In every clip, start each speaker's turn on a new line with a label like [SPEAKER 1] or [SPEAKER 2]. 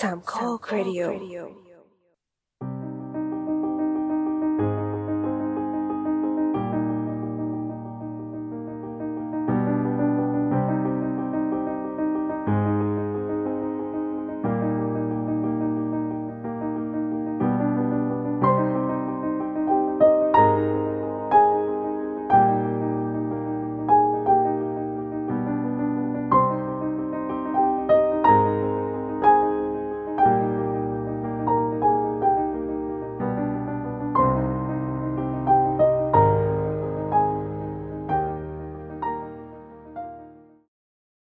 [SPEAKER 1] สามข้อครดิโอ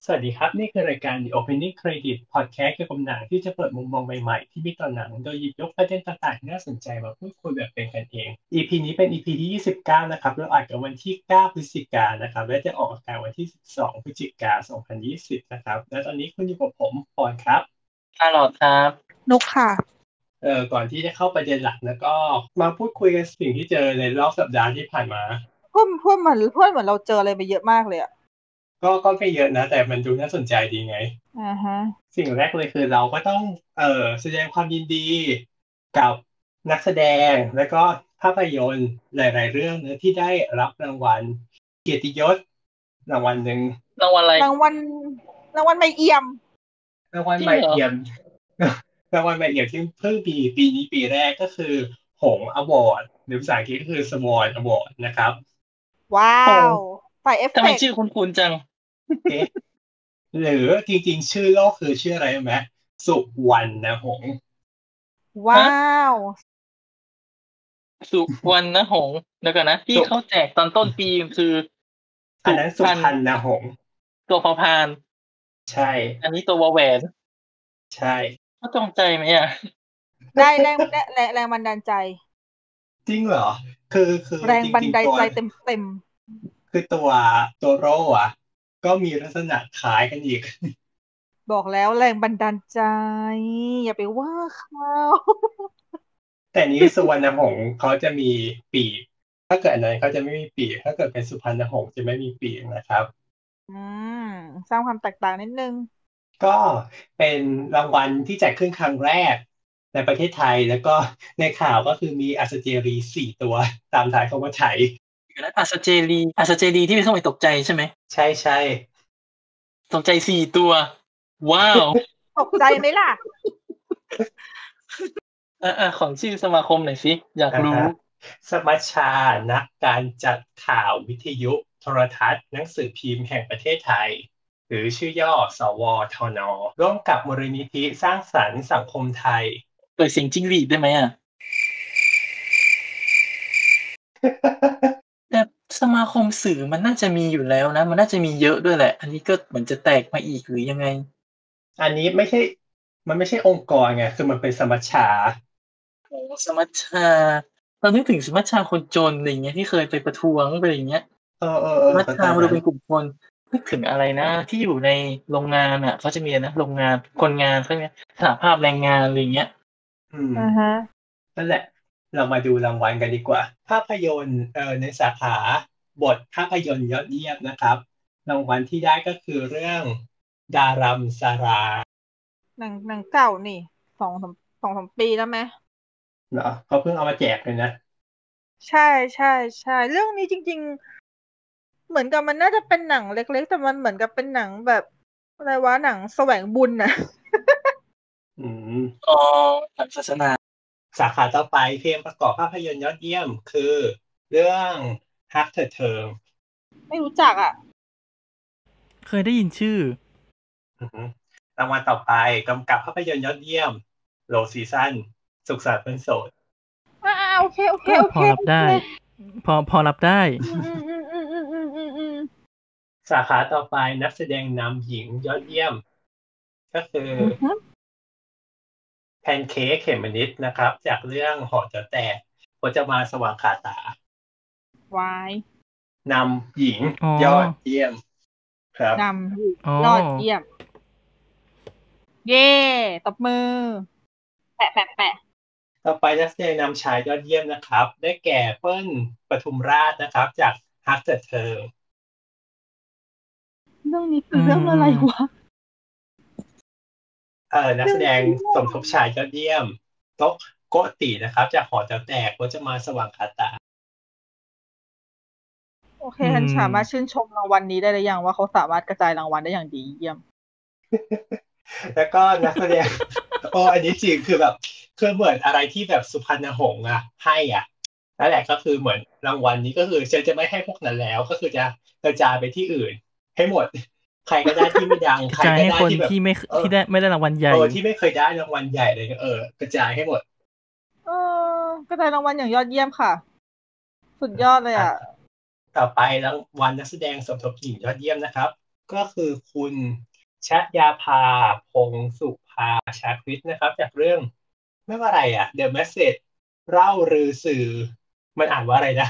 [SPEAKER 2] สวัสดีครับ นี่คือรายการ The Opening Credit Podcast เกี่ยวกับหนังที่จะเปิดมุมมองใหม่ๆ ที่มีต่อหนัง โดยหยิบยกประเด็นต่างๆ น่าสนใจมาพูดคุยแบบเป็นกันเอง EP นี้เป็น EP ที่ 29 นะครับ เราอัดกันวันที่ 9 พฤศจิกายนนะครับ และจะออกอากาศวันที่ 12 พฤศจิกายน 2020 นะครับ และตอนนี้คุณอยู่กับผมปอนครับ
[SPEAKER 3] ฮัลโหลครับ
[SPEAKER 4] นุกค่ะ
[SPEAKER 2] เอ่อก่อนที่จะเข้าประเด็นหลักแล้วก็มาพูดคุยกันสิ่งที่เจอในรอบสัปดาห์ที่ผ่านมา
[SPEAKER 4] เพื่อนเพื่อนเหมือนเพื่อนเหมือนเราเจออะไรไปเยอะมากเลยอะ
[SPEAKER 2] ก็ก็ไม่เยอะนะ แต่มันดูน่าสนใจดีไง
[SPEAKER 4] อ่าฮะ
[SPEAKER 2] สิ่งแรกเลยคือเราก็ต้องเอ่อแสดงความยินดีกับนักแสดงและก็ภาพยนตร์หลาย ๆ เรื่องนะที่ได้รับรางวัลเกียรติยศรางวัลหนึ่ง
[SPEAKER 3] รางวัลอะไร
[SPEAKER 4] รางวัลรางวัลใบเอี่ยม
[SPEAKER 2] รางวัล
[SPEAKER 3] จริง
[SPEAKER 2] ใหม่
[SPEAKER 3] เหรอ
[SPEAKER 2] เอี่ยม รางวัลใหม่เอี่ยมที่เพิ่งปีปีนี้ปีแรกก็คือหงอวอร์ดหรือภาษาอังกฤษก็คือสวอนอวอร์ดนะครับ
[SPEAKER 4] ว้าวใส่เอฟ
[SPEAKER 3] ทำ
[SPEAKER 4] เฟ
[SPEAKER 3] ไม
[SPEAKER 4] กต์
[SPEAKER 3] ชื่อคุ้นๆจัง
[SPEAKER 2] เอ๊ะหรือจริง ๆ ชื่อโลกคือชื่ออะไรรู้ไหมสุวรรณหงส์
[SPEAKER 4] ว้าว
[SPEAKER 3] สุวรรณหงส์เดี๋ยวก่อนนะ ที่
[SPEAKER 2] สุ
[SPEAKER 3] เขาแจกตอนต้นปีคือ
[SPEAKER 2] อันนั้นสุพรรณหงส์
[SPEAKER 3] ตัวพอพาน
[SPEAKER 2] ใช่
[SPEAKER 3] อันนี้ตัววอแหวน
[SPEAKER 2] ใช่
[SPEAKER 3] เขาจงใจไหมอ่ะ
[SPEAKER 4] ได้แรงแรงแรงแรงบันดาลใจ
[SPEAKER 2] จริงเหรอ คือคือ
[SPEAKER 4] แรงบันดาลใจ
[SPEAKER 2] จริ
[SPEAKER 4] เต็
[SPEAKER 2] ง
[SPEAKER 4] มเต็ม
[SPEAKER 2] ๆตัวคือตัวตัวโรอ่ะ ก็มีลักษณะคล้ายกันอีก
[SPEAKER 4] ๆบอกแล้วแรงบันดาลใจ อย่าไปว่าเขา
[SPEAKER 2] แต่นี้สุวรรณหงส์เขาจะมีปีก ถ้าเกิดอันนั้นเขาจะไม่มีปีก ถ้าเกิดเป็นสุพรรณหงส์จะไม่มีปีกนะครับ
[SPEAKER 4] อืมสร้างความแตกต่างนิดนึง
[SPEAKER 2] ก็เป็นรางวัลที่จัดขึ้นครั้งแรก ในประเทศไทยแล้วก็ ในข่าวก็คือมีอัสเจรีสี่ตัวตามท้ายคำว่าไทย
[SPEAKER 3] อยู่แล้วอาสเจรีอาสเจรีที่พี่ส้มไปตกใจใช่ไหม
[SPEAKER 2] ใช่ใช่
[SPEAKER 3] ตกใจสี่ตัว ว้าว
[SPEAKER 4] ตกใจไหมล่ะ
[SPEAKER 3] เออเออของชื่อสมาคมหน่อยสิ อยากรู้
[SPEAKER 2] อ่าฮะสมัชชานักการจัดข่าววิทยุโทรทัศน์ หนังสือพิมพ์แห่งประเทศไทย หรือชื่อย่อ สวทน ร่วมกับมูลนิธิสร้างสรรค์สังคมไทย
[SPEAKER 3] เปิดเสียงจิ้งหรีดได้ไหมอ่ะแต่สมาคมสื่อมันน่าจะมีอยู่แล้วนะ มันน่าจะมีเยอะด้วยแหละ อันนี้ก็เหมือนจะแตกมาอีกหรือยังไง
[SPEAKER 2] อันนี้ไม่ใช่ มันไม่ใช่องค์กรไง คือมันเป็นสมัชชา
[SPEAKER 3] โอ้สมัชชาเรานึกถึงสมัชชาคนจนอะไรอย่างเงี้ยที่เคยไปประท้วงไปอย่างเงี้ย
[SPEAKER 2] เออเออเอ
[SPEAKER 3] ส
[SPEAKER 2] อ
[SPEAKER 3] มัช
[SPEAKER 2] ประ
[SPEAKER 3] ชา
[SPEAKER 2] มาณ
[SPEAKER 3] มันดู
[SPEAKER 2] นั้
[SPEAKER 3] เป็น
[SPEAKER 2] น
[SPEAKER 3] กลุ่มคนนึกถึงอะไรนะ ที่อยู่ในโรงงานอ่ะเขาจะมีนะโรงงานคนงานเขาเนี้ยสหภาพแรงงานอะไรอย่างเงี้ย
[SPEAKER 2] อืม
[SPEAKER 4] อ่าฮะ
[SPEAKER 2] นั่นแหละ เรามาดูรางวัลกันดีกว่า ภาพยนตร์เอ่อในสาขาบทภาพยนตร์ยอดเยี่ยมนะครับ รางวัลที่ได้ก็คือเรื่องดารัมสารา
[SPEAKER 4] หนังหนังเก่านี่สองสามสองสามปีแล้วไหม
[SPEAKER 2] เหรอเขาเพิ่งเอามาแจกเลยนะ
[SPEAKER 4] ใช่ใช่ใช่เรื่องนี้จริง ๆ เหมือนกับมันน่าจะเป็นหนังเล็ก ๆ แต่มันเหมือนกับเป็นหนังแบบอะไรวะหนังแสวงบุญนะ
[SPEAKER 2] อืม
[SPEAKER 3] อ๋อทางศาสนา
[SPEAKER 2] สาขาต่อไปเพลงประกอบภาพยนตร์ยอดเยี่ยมคือ เรื่องฮักเธอเธอ
[SPEAKER 4] ไม่รู้จักอ่ะ
[SPEAKER 3] เคยได้ยินชื่อ
[SPEAKER 2] อือหือรางวัลต่อไปกำกับภาพยนตร์ยอดเยี่ยมโลซีซันสุขสันต์วันโสด
[SPEAKER 4] อ่าอ่าโอเคโอเค
[SPEAKER 5] ก็
[SPEAKER 4] โอ
[SPEAKER 5] พ
[SPEAKER 4] เค
[SPEAKER 5] อรับได้ พอพอรับได้
[SPEAKER 4] อืมอืมอืมอืมอืมอืมอืม
[SPEAKER 2] สาขาต่อไปนักแสดงนำหญิงยอดเยี่ยม ก็คือ
[SPEAKER 4] อืมอืม
[SPEAKER 2] แพนเค้กเขมมะนิดนะครับ จากเรื่องหอจะแตกพจมานสว่างขาตาว
[SPEAKER 4] าย
[SPEAKER 2] นำหญิง
[SPEAKER 5] อ๋อ
[SPEAKER 2] ยอดเยี่ยม ครับ
[SPEAKER 4] นำอยู่
[SPEAKER 5] อ๋อ
[SPEAKER 4] ยอดเยี่ยม เย่ตบมือ แปะแปะแปะ
[SPEAKER 2] ต่อไปนักแสดงนำชายยอดเยี่ยมนะครับ ได้แก่เปิ้ลปทุมราชนะครับ จากฮักเธอเธอ
[SPEAKER 4] เรื่องนี้คือเรื่องอะไรวะ
[SPEAKER 2] เอ่อนักแสดงสมทบชายยอดเยี่ยมโต๊ะโกตินะครับ จากหอแต๋วแตกก็จะมาสว่างคาตา
[SPEAKER 4] โอเค
[SPEAKER 3] อืม
[SPEAKER 4] ฮันสามารถชื่นชมรางวัลนี้ได้หรือยังว่าเขาสามารถกระจายรางวัลได้อย่างดีเยี่ยม
[SPEAKER 2] แล้วก็นักแสดง โอ้อันนี้จริงคือแบบคือเหมือนอะไรที่แบบสุพรรณหงษ์อ่ะ ให้อ่ะนั่นแหละก็คือเหมือนรางวัลนี้ก็คือฉันจะไม่ให้พวกนั้นแล้ว ก็คือจะกระจายไปที่อื่น ให้หมด ใครก็ได้ที่ไม่ดัง ใคร
[SPEAKER 3] จ่า
[SPEAKER 2] ก็
[SPEAKER 3] ยให้
[SPEAKER 2] ได้
[SPEAKER 3] คน
[SPEAKER 2] ที่แบบ
[SPEAKER 3] ที่ไม่
[SPEAKER 2] เออ
[SPEAKER 3] ที่ได้ไม่ได้รางวัลใหญ่
[SPEAKER 2] เออที่ไม่เคยได้รางวัลใหญ่เลยเออกระจายให้หมด
[SPEAKER 4] เออกระจายรางวัลอย่างยอดเยี่ยมค่ะ สุดยอดเลยอ่ะ
[SPEAKER 2] ต่อไปรางวัลนักแสดงสมทบหญิงยอดเยี่ยมนะครับ ก็คือคุณชยาภาพงศ์สุภาชาคริตนะครับ จากเรื่องไม่ว่าอะไรอ่ะ The Message เล่ารือสื่อ มันอ่านว่าอะไรนะ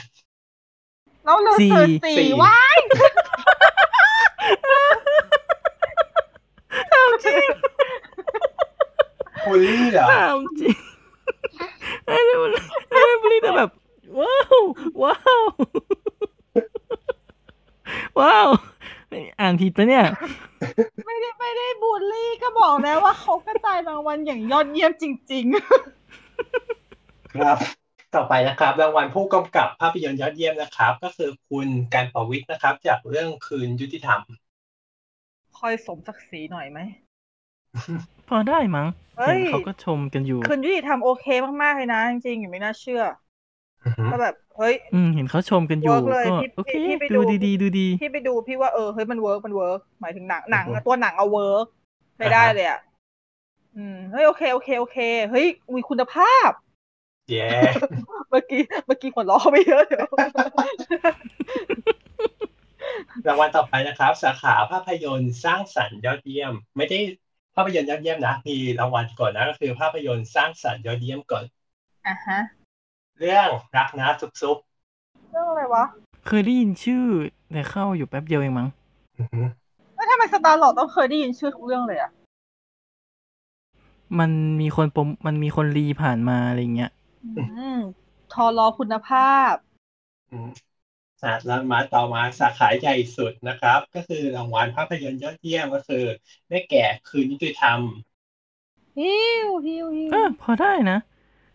[SPEAKER 4] แล้วเลือกเธอ
[SPEAKER 3] สี่
[SPEAKER 4] สี่
[SPEAKER 2] สี่
[SPEAKER 4] ว้าย
[SPEAKER 3] ถามจริง
[SPEAKER 2] บุลลี่เหรอ
[SPEAKER 3] ถามจริงไอ้เรื่องไอ้เรื่องพวกนี้แต่แบบ ว้าวว้าวว้าวอ่านผิดปะเนี่ย
[SPEAKER 4] ไม่ได้ไม่ได้บูลลี่ก็บอกแล้วว่าเขากระจายรางวัลอย่างยอดเยี่ยมจริง
[SPEAKER 2] ครับ ต่อไปนะครับ รางวัลผู้กำกับภาพยนตร์ยอดเยี่ยมนะครับ ก็คือคุณการประวิทย์นะครับ จากเรื่องคืนยุติธรรม
[SPEAKER 4] ๆ คอยสมศักดิ์ศรีหน่อยไหม
[SPEAKER 3] พอได้มั้ง
[SPEAKER 4] เฮ้ย
[SPEAKER 3] เห็นเขาก็ชมกันอยู่
[SPEAKER 4] คืนยุติธรรมโอเคมากๆเลยนะ จริงๆอย่างไม่น่าเชื่อ
[SPEAKER 2] อือ ฮึ
[SPEAKER 4] ก็แบบเฮ้ย
[SPEAKER 3] อืมเห็นเขาชมกันอยู่
[SPEAKER 4] เวิร์กเลย
[SPEAKER 3] ก็
[SPEAKER 4] พี่
[SPEAKER 3] โอเค
[SPEAKER 4] พี่ไปดู
[SPEAKER 3] ดูดีๆดูดี
[SPEAKER 4] พี่ไปดูพี่ว่าเออเฮ้ยมันเวิร์กมันเวิร์กหมายถึงหนังหนังอะตัวหนังเอาเวิร์กไปได้เลยอ่ะอืมเฮ้ยโอเคโอเคโอเคเฮ้ยมีคุณภาพ
[SPEAKER 2] เย้
[SPEAKER 4] เมื่อกี้เมื่อกี้หัวล้อไปเยอะเดี๋ยว
[SPEAKER 2] รางวัลต่อไปนะครับ สาขาภาพยนตร์สร้างสรรค์ยอดเยี่ยม ไม่ได้ภาพยนตร์ยอดเยี่ยมนะมีรางวัลก่อนนะก็คือภาพยนตร์สร้างสรรค์ยอดเยี่ยมก่อน
[SPEAKER 4] อ่ะฮะ
[SPEAKER 2] เรื่องรักนะซุบซุบ
[SPEAKER 4] เรื่องอะไรวะ
[SPEAKER 3] เคยได้ยินชื่อแต่เข้าอยู่แป๊บเดียวเองมั้ง
[SPEAKER 2] อือฮึ
[SPEAKER 4] แล้วทำไมสตาร์หลอดต้องเคยได้ยินชื่อทุกเรื่องเลยอ่ะ
[SPEAKER 3] มันมีคนปมมันมีคนรีผ่านมาอะไรอย่างเงี้ย
[SPEAKER 4] อืมทอรอคุณภาพ
[SPEAKER 2] อืมอ่ะรางวัลต่อมาสาขาใหญ่สุดนะครับ ก็คือรางวัลภาพยนตร์ยอดเยี่ยมก็คือได้แก่คืนยุติธรรม
[SPEAKER 4] ฮิวฮิวฮิว
[SPEAKER 3] เออ พอได้นะ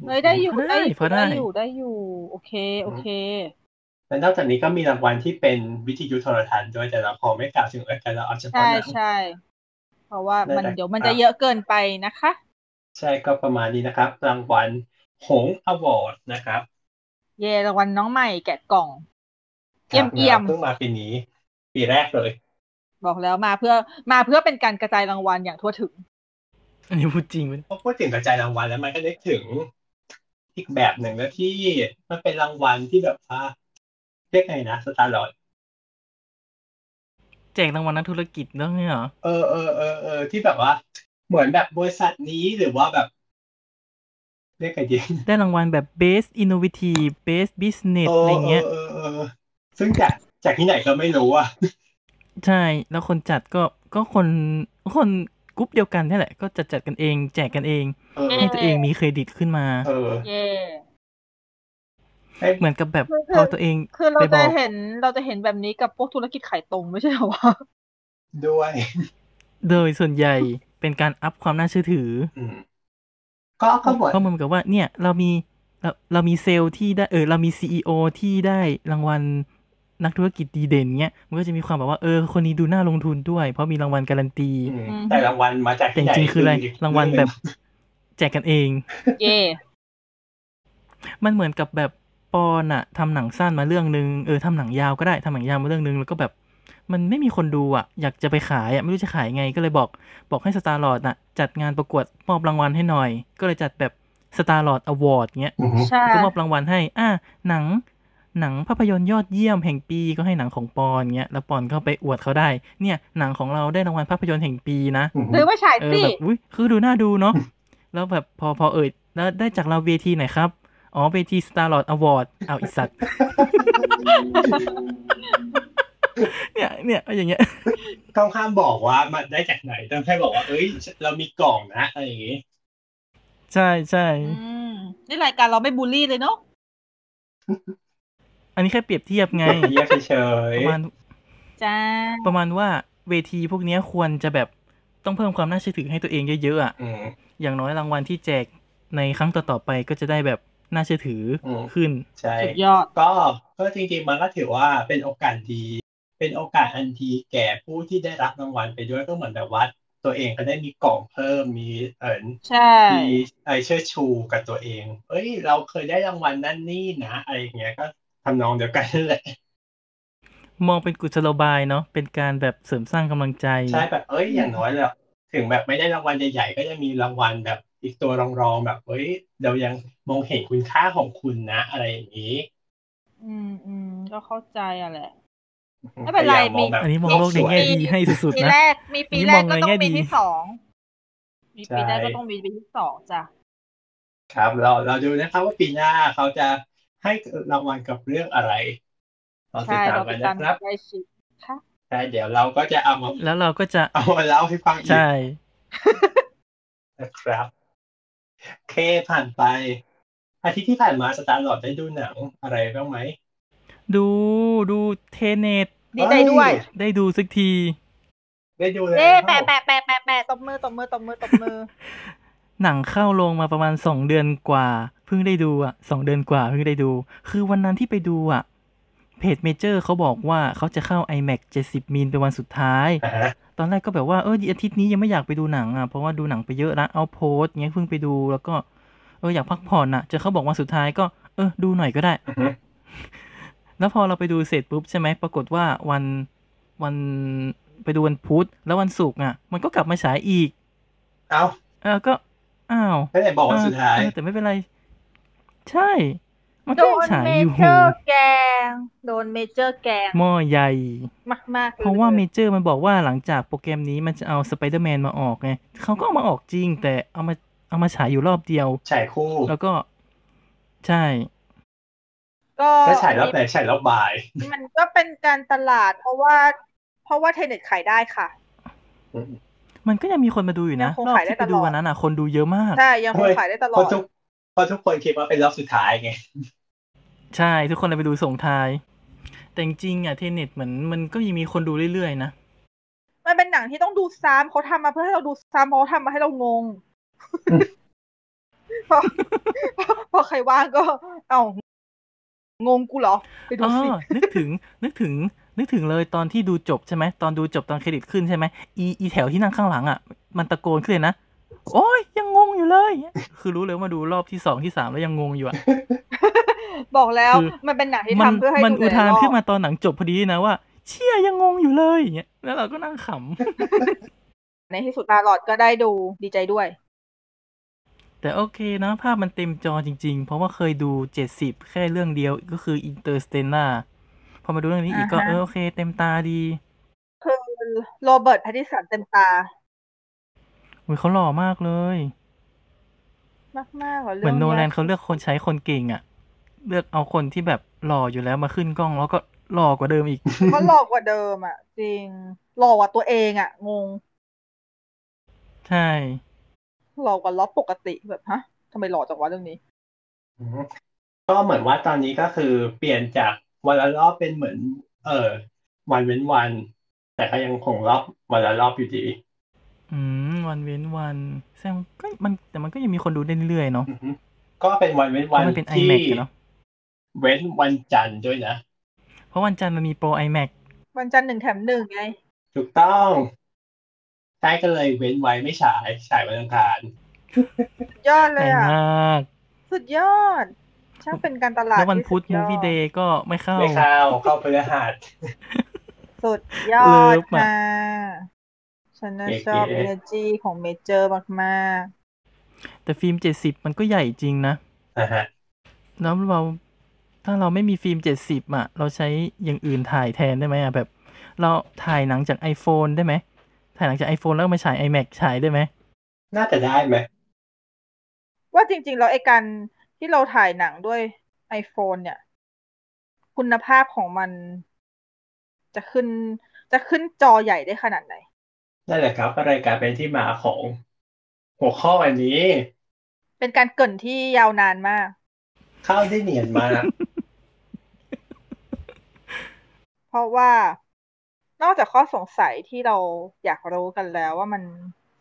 [SPEAKER 4] เลยได้อยู่
[SPEAKER 3] พอได้
[SPEAKER 4] อยู่
[SPEAKER 3] พอได้
[SPEAKER 4] อยู่ได้อยู่ โอเค โอเค
[SPEAKER 2] และนอกจากนี้ก็มีรางวัลที่เป็นวิทยุโทรทัศน์ด้วยแต่เราขอไม่กล่าวถึงรายการเราเอาเฉพาะ
[SPEAKER 4] ใช่
[SPEAKER 2] หนัง
[SPEAKER 4] ใช่เพราะว่ามัน
[SPEAKER 2] ได้ๆ
[SPEAKER 4] เดี๋ยวมัน
[SPEAKER 2] ครั
[SPEAKER 4] จะ
[SPEAKER 2] บ
[SPEAKER 4] เยอะเกินไปนะคะ
[SPEAKER 2] ใช่ก็ประมาณนี้นะครับ รางวัลหงอวอร์ดนะครับ
[SPEAKER 4] เย่รางวัลน้องใหม่แกะกล่อง เอี่ยม
[SPEAKER 2] ครับ
[SPEAKER 4] เอี่ยม
[SPEAKER 2] เพิ่งมาปีนี้ ปีแรกเลย
[SPEAKER 4] บอกแล้วมาเพื่อมาเพื่อเป็นการกระจายรางวัลอย่างทั่วถึง
[SPEAKER 3] อันนี้พูดจริงปะ
[SPEAKER 2] พอพูดถึงกระจายรางวัลแล้วมันก็นึกถึงอีกแบบหนึ่งแล้วที่มันเป็นรางวัลที่แบบว่าเรียกไงนะสตาร์ลอด
[SPEAKER 3] แจกรางวัลนักธุรกิจด้วยเหรอ
[SPEAKER 2] เออเออเออเออที่แบบว่า เหมือนแบบบริษัทนี้หรือว่าแบบ เรียกไงดี
[SPEAKER 3] ได้รางวัลแบบ best innovative best business อะไรเงี้ย
[SPEAKER 2] เออเออเออซึ่งจากจากที่ไหนก็ไม่รู้อ่ะ
[SPEAKER 3] ใช่ แล้วคนจัดก็ก็คนคนกรุ๊ปเดียวกันนี่แหละ ก็จัดจัดกันเอง แจกกันเอง
[SPEAKER 2] เออ
[SPEAKER 3] ให้ตัวเองมีเครดิตขึ้นมา
[SPEAKER 2] เออ
[SPEAKER 4] เย่
[SPEAKER 2] ให้
[SPEAKER 3] เหมือนกับแบบ
[SPEAKER 4] คือ
[SPEAKER 3] เอาตัวเอง
[SPEAKER 4] คือเรา
[SPEAKER 3] ไปบ
[SPEAKER 4] จะ
[SPEAKER 3] อก
[SPEAKER 4] เห็นเราจะเห็นแบบนี้กับพวกธุรกิจขายตรงไม่ใช่เหรอวะ
[SPEAKER 2] ด้วย
[SPEAKER 3] โดยส่วนใหญ่เป็นการอัพความน่าเชื่อถือ
[SPEAKER 2] อืม ก็ก็เหมือน
[SPEAKER 3] ก็เหมือนกับว่าเนี่ยเรามีเราเรามีเซลล์ที่ได้เออเรามีซีอที่ได้รางวัลนักธุรกิจดีเด่นเงี้ยมันก็จะมีความแบบว่าเออคนนี้ดูน่าลงทุนด้วย เพราะมีรางวัลการันตี
[SPEAKER 2] อืมแต่รางวัลมาจาก
[SPEAKER 3] แต่
[SPEAKER 2] ที่ไหน
[SPEAKER 3] จริงๆคืออะไร
[SPEAKER 2] ก
[SPEAKER 3] รางวัลแบบ แจกกันเอง
[SPEAKER 4] เย่
[SPEAKER 3] มันเหมือนกับแบบปอนอะทำหนังสั้นมาเรื่องนึงเออทำหนังยาวก็ได้ทำหนังยาวมาเรื่องนึงแล้วก็แบบ มันไม่มีคนดูอะอยากจะไปขายอะไม่รู้จะขายไงก็เลยบอกบอกให้สตาร์ลอดน่ะจัดงานประกวดมอบรางวัลให้หน่อย ก็เลยจัดแบบสตาร์ลอดอวอร์ดเงี้ย
[SPEAKER 2] อือฮึ
[SPEAKER 4] ใช่
[SPEAKER 3] ก็มอบรางวัลให้ อ่า หนัง หนังภาพยนตร์ยอดเยี่ยมแห่งปีก็ให้หนังของปอนเงี้ย แล้วปอนก็ไปอวดเขาได้ เนี่ย หนังของเราได้รางวัลภาพยนตร์แห่งปีนะ
[SPEAKER 2] อือฮึ
[SPEAKER 4] ซื้อมาฉาย
[SPEAKER 3] เออ
[SPEAKER 4] สิ
[SPEAKER 3] แบบอุ้ยคือดูน่าดูเนาะ แล้วแบบพอพอเอ่ยแล้วได้จากเราเวทีไหนครับ อ๋อเวที Starlord Award เอาวอีสัตว์ เนี่ย เนี่ยเอาอย่างเงี้ย
[SPEAKER 2] ต้องห้ามบอกว่ามันได้จากไหนต้องแค่บอกว่า เอ้ย เรามีกล่องนะอะไรอย่างงี้
[SPEAKER 3] ใช่ใช่
[SPEAKER 4] อืมนี่รายการเราไม่บูลลี่เลยเนาะ
[SPEAKER 3] อันนี้แค่เปรียบเทียบไง
[SPEAKER 2] เยี่ยมเฉ
[SPEAKER 3] ป
[SPEAKER 2] ย
[SPEAKER 3] ระมาณ
[SPEAKER 4] จ้า
[SPEAKER 3] ประมาณว่าเวทีพวกเนี้ยควรจะแบบ ต้องเพิ่มความน่าเชื่อถือให้ตัวเองเยอะๆอ่ะ
[SPEAKER 2] อืม
[SPEAKER 3] อย่างน้อยรางวัลที่แจกในครั้งต่อๆไปก็จะได้แบบน่าเชื่อถืออ
[SPEAKER 2] ม
[SPEAKER 3] ขึ้น
[SPEAKER 2] ใช่
[SPEAKER 6] สุดยอด
[SPEAKER 2] ก็ก็จริงๆมันก็ถือว่าเป็นโอกาสดี เป็นโอกาสอันดีแก่ผู้ที่ได้รับรางวัลไปด้วยก็เหมือนแบบว่าตัวเองก็ได้มีกล่องเพิ่มมีเอิญ
[SPEAKER 6] ใช่
[SPEAKER 2] มีไอเชิดชูกับตัวเอง เอ้ย เราเคยได้รางวัลนั่นนี่นะอะไรอย่างเงี้ยก็ทำนองเดียวกันนั่นแหละ
[SPEAKER 3] มองเป็นกุศโลบายเนาะเป็นการแบบเสริมสร้างกำลังใจ
[SPEAKER 2] ใช่แบบเอ้ยอย่างน้อยแบบถึงแบบไม่ได้รางวัลใหญ่ๆก็จะมีรางวัลแบบอีกตัวรองรองๆแบบเอ้ยเรายังมองเห็นคุณค่าของคุณนะ อะไรอย่างนี้
[SPEAKER 6] อืมอืมก็เข้าใจอ่ะแหละ ไม่เป็นไร
[SPEAKER 2] พยายามมองแบบ
[SPEAKER 3] อันนี้มองโลกในแง่ดีให้สุด
[SPEAKER 6] ปี
[SPEAKER 3] ๆนะ
[SPEAKER 6] แรกมีปี
[SPEAKER 3] นี่
[SPEAKER 6] แร
[SPEAKER 3] มอก ง
[SPEAKER 6] ก็
[SPEAKER 3] ใน
[SPEAKER 6] ต้อ
[SPEAKER 3] แง่
[SPEAKER 6] งมี
[SPEAKER 3] ดี
[SPEAKER 6] ที่สองมีปีแรกก็ต้องมีปีที่สองจ้ะ
[SPEAKER 2] ครับ เราเราดูนะครับว่าปีหน้าเขาจะให้รางวัลกับเรื่องอะไรเราติด
[SPEAKER 6] ใช่
[SPEAKER 2] ตาม
[SPEAKER 6] เรา
[SPEAKER 2] กั
[SPEAKER 6] ติ
[SPEAKER 2] น
[SPEAKER 6] ดตาม
[SPEAKER 2] นะครับ
[SPEAKER 6] ได้ชิด
[SPEAKER 2] ใช่เดี๋ยวเราก็จะเอามา
[SPEAKER 3] แล้วเราก็จะ
[SPEAKER 2] เอามาเล่าให้ฟังอีก
[SPEAKER 3] ใช่
[SPEAKER 2] นะครับโอเคผ่านไป อาทิตย์ที่ผ่านมาสตาร์หลอดได้ดูหนังอะไรบ้างไหม
[SPEAKER 3] ดูดูเทเนต
[SPEAKER 4] ดีใจด้วย
[SPEAKER 2] เอ้
[SPEAKER 3] ได้ดูสักที
[SPEAKER 2] ได้ดูแล้ว
[SPEAKER 4] เอ๊ะแปะแปะแปะแปะแปะตบมือตบมือตบมือตบมือ
[SPEAKER 3] หนังเข้าโรงมาประมาณสองเดือนกว่า เพิ่งได้ดูอ่ะสองเดือนกว่าเพิ่งได้ดู คือวันนั้นที่ไปดูอ่ะเพจเมเจอร์เขาบอกว่าเขาจะเข้า iMac 70มิลเป็นวันสุดท้าย
[SPEAKER 2] อ่าฮะ
[SPEAKER 3] ตอนแรกก็แบบว่าเอออาทิตย์นี้ยังไม่อยากไปดูหนังอ่ะเพราะว่าดูหนังไปเยอะละเอาโพสต์เงี้ยเพิ่งไปดูแล้วก็เอออยากพักผ่อนอ่ะเจอเขาบอกวันสุดท้ายก็เออดูหน่อยก็ได้
[SPEAKER 2] อือฮึ
[SPEAKER 3] แล้วพอเราไปดูเสร็จปุ๊บใช่ไหมปรากฏว่าวันวันไปดูวันพุธแล้ววันศุกร์อ่ะ มันก็กลับมาฉายอีก
[SPEAKER 2] เอ้า
[SPEAKER 3] เออก็อ้าว
[SPEAKER 2] ไม่ได้บอกวันสุดท้าย
[SPEAKER 3] เออเออแต่ไม่เป็นไร ใช่ มัน
[SPEAKER 4] โด
[SPEAKER 3] ก็ยัง
[SPEAKER 4] น
[SPEAKER 3] ฉาย
[SPEAKER 4] เม
[SPEAKER 3] อยู่
[SPEAKER 4] เจอร์แกง โดนเมเจอร์แกง
[SPEAKER 3] หม้อใหญ่
[SPEAKER 4] มากมากๆลย
[SPEAKER 3] เพราะว่าเมเจอร์มันบอกว่าหลังจากโปรแกรมนี้มันจะเอาสไปเดอร์แมนมาออกไงเขาก็เอามาออกจริง แต่เอามาเอามาฉายอยู่รอบเดียว
[SPEAKER 2] ฉายคู่
[SPEAKER 3] แล้วก็ ใช่
[SPEAKER 4] ก็
[SPEAKER 2] แล้วฉายรอบไหนฉายรอบบ่าย
[SPEAKER 4] มันก็เป็นการตลาด เพราะว่า เพราะว่าเทเน็ตขายได้ค่ะ
[SPEAKER 3] มันก็ยังมีคนมาดูอยู่นะ
[SPEAKER 4] ยังคง
[SPEAKER 3] รอบ
[SPEAKER 4] ขายได้
[SPEAKER 3] ที่
[SPEAKER 4] ต
[SPEAKER 3] ไป
[SPEAKER 4] ลอด
[SPEAKER 3] ดูวันนั้นอ่ะ คนดูเยอะมาก
[SPEAKER 4] ใช่ยังคง
[SPEAKER 2] เฮ้ย
[SPEAKER 4] ขายได้ตล
[SPEAKER 2] เพ
[SPEAKER 4] อด
[SPEAKER 2] ราะทุกเพราะทุกคนคิดว่าเป็นรอบสุดท้ายไง
[SPEAKER 3] ใช่ ทุกคนเลยไปดูส่งท้าย แต่จริงๆอ่ะเทเน็ตเหมือนมันก็ยังมีคนดูเรื่อยๆนะ
[SPEAKER 4] มันเป็นหนังที่ต้องดูซ้ำเขาทำมาเพื่อให้เราดูซ้ำเพราะเขาทำมาให้เราง งพอพอใครว่างก็ เอ้างงกูเหรอ ไปดู
[SPEAKER 3] อ๋อ
[SPEAKER 4] สิ
[SPEAKER 3] นึกถึง นึกถึง นึกถึงเลยตอนที่ดูจบใช่ไหม ตอนดูจบตอนเครดิตขึ้นใช่ไหมอีอีแถวที่นั่งข้างหลังอ่ะ มันตะโกนขึ้นเลยนะ โอ้ยยังงงอยู่เลย คือรู้เลยว่ามาดูรอบที่สองที่สามแล้วยังงงอยู่อ่ะ
[SPEAKER 4] บอกแล้ว
[SPEAKER 3] คือ
[SPEAKER 4] มันเป็นหนังที่
[SPEAKER 3] มั
[SPEAKER 4] ทำเพื่อให้
[SPEAKER 3] มัน
[SPEAKER 4] ดูห
[SPEAKER 3] อุ
[SPEAKER 4] ลย
[SPEAKER 3] ทาน
[SPEAKER 4] รบ
[SPEAKER 3] ขึ้นมาตอนหนังจบพอดีนะว่า เชี่ยยังงงอยู่เลยอย่างเงี้ย แล้วเราก็นั่งข
[SPEAKER 4] ในที่สุดตาหลอดก็ได้ดูดีใจด้วย
[SPEAKER 3] ำ แต่โอเคนะ ภาพมันเต็มจอจริง ๆ เพราะว่าเคยดูเจ็ดสิบแค่เรื่องเดียวก็คืออินเตอร์สเตลาพอมาดูเรื่องนี้อีกก็
[SPEAKER 4] อ่าฮะ
[SPEAKER 3] เออโอเค เต็มตาดี
[SPEAKER 4] คือโรเบิร์ตแพตติสันเต็มตา
[SPEAKER 3] อุ้ยเขาหล่อมากเลย
[SPEAKER 4] มากมากๆะ
[SPEAKER 3] เหมือนโน
[SPEAKER 4] รื่ง
[SPEAKER 3] แลนเขาเลือกคนใช้คนเก่งอะเลือกเอาคนที่แบบหล่ออยู่แล้วมาขึ้นกล้องแล้วก็หล่อกว่าเดิมอีก
[SPEAKER 4] ก็หลอกกว่าเดิมอ่ะ จริงหลอกกว่าตัวเองอ่ะ งง
[SPEAKER 3] ใช่
[SPEAKER 4] หลอกกว่าล็อบปกติแบบฮะทำไมหลอกจากวะเรื่องนี้
[SPEAKER 2] ก็เหมือนว่าตอนนี้ก็คือเปลี่ยนจากวันละรอบเป็นเหมือน เออวันเว้นวัน แต่ก็ยังคงรอบวันละรอบอยู่ดี
[SPEAKER 3] อืมวันเว้นวันแซมนก็มันแต่มันก็ยังมีคนดูได้เรื่อยๆเนาะ
[SPEAKER 2] อือฮึก็เป็นวันเว้น
[SPEAKER 3] เพ
[SPEAKER 2] วัน
[SPEAKER 3] ราะมันเป็น
[SPEAKER 2] ที่
[SPEAKER 3] iMac อะเนาะ
[SPEAKER 2] เว้นวันจันทร์ด้วยนะ
[SPEAKER 3] เพราะวันจันทร์มันมีโปร iMac
[SPEAKER 4] วันจันทร์หนึ่งแถมหนึ่งไง
[SPEAKER 2] ถูกต้องใช่ก็เลยเว้นไว้ไม่ฉายฉายวันอังคาร
[SPEAKER 4] สุดยอดเล
[SPEAKER 3] แพ
[SPEAKER 4] ย
[SPEAKER 3] ง
[SPEAKER 4] อ่ะ
[SPEAKER 3] มาก
[SPEAKER 4] สุดยอด ช่างเป็นการตลาด
[SPEAKER 3] แล้ววันพุธ
[SPEAKER 4] ที่
[SPEAKER 3] มู
[SPEAKER 4] สุยอ
[SPEAKER 3] ฟี่เดย์ก็ไม่เข้า
[SPEAKER 2] ไม่เข้าเข้าพฤหัส
[SPEAKER 4] สุดยอด
[SPEAKER 3] เลิฟอะ
[SPEAKER 4] ค่ะฉันน่ะช
[SPEAKER 2] เก๋ๆ
[SPEAKER 4] อบเอเนจีของเมเจอร์มาก
[SPEAKER 3] แต่ฟิล์มเจ็ดสิบมันก็ใหญ่จริงนะ
[SPEAKER 2] นะฮะ
[SPEAKER 3] แล้วเราถ้าเราไม่มีฟิล์มเจ็ดสิบอะเราใช้อย่างอื่นถ่ายแทนได้ไหมอะแบบ เราถ่ายหนังจาก iPhone ได้ไหมถ่ายหนังจาก iPhone แล้วเอามาฉาย iMac ฉายได้ไหม
[SPEAKER 2] น่าจะได้ไหม
[SPEAKER 4] ๆ ว่าจริงๆแล้วไอ้การที่เราถ่ายหนังด้วย iPhone เนี่ย คุณภาพของมัน จะขึ้นจะขึ้นจอใหญ่ได้ขนาดไหน
[SPEAKER 2] นั่นแหละครับก็รายการเป็นที่มาของ หัวข้อวันนี้
[SPEAKER 4] เป็นการเกรินที่ยาวนานมาก
[SPEAKER 2] เข้าได้เนียนมาก
[SPEAKER 4] เพราะว่า นอกจากข้อสงสัยที่เราอยากรู้กันแล้วว่ามัน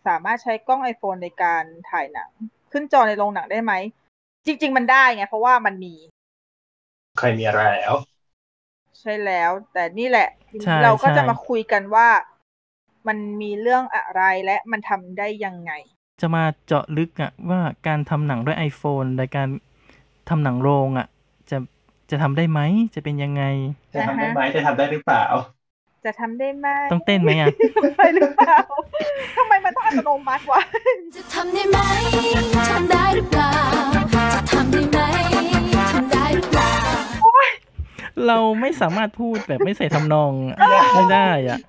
[SPEAKER 4] สามารถใช้กล้อง iPhone ในการถ่ายหนัง ขึ้นจอในโรงหนังได้ไหม จริง ๆ มันได้ไง เพราะว่ามันมี
[SPEAKER 2] เคยมีอะไรแล้ว
[SPEAKER 4] ใช่แล้ว แต่นี่แหละ
[SPEAKER 3] ใช่
[SPEAKER 4] เราก็
[SPEAKER 3] ใช่
[SPEAKER 4] จะมาคุยกันว่ามันมีเรื่องอะไรและมันทำได้ยังไง
[SPEAKER 3] จะมาเจาะลึกอะว่าการทำหนังด้วย iPhone และการทำหนังโรงอะจะจะทำได้ไหมจะเป็นยังไง
[SPEAKER 2] จะทำได้ไหมจะทำได้หรือเปล่า
[SPEAKER 4] จะทำได้ไหม
[SPEAKER 3] ต้องเต้นไหมอะ
[SPEAKER 4] ไปหรือเปล่า ทำไมมันต้องอัตโนมัติวะ
[SPEAKER 7] จะทำได้ไหม ทำได้หรือเปล่า จะทำได้ไหม ทำได้หรือเปล่า
[SPEAKER 3] เราไม่สามารถพูดแบบไม่ใส่ทำนองอะ
[SPEAKER 2] เออ
[SPEAKER 3] ไม่ได้อะ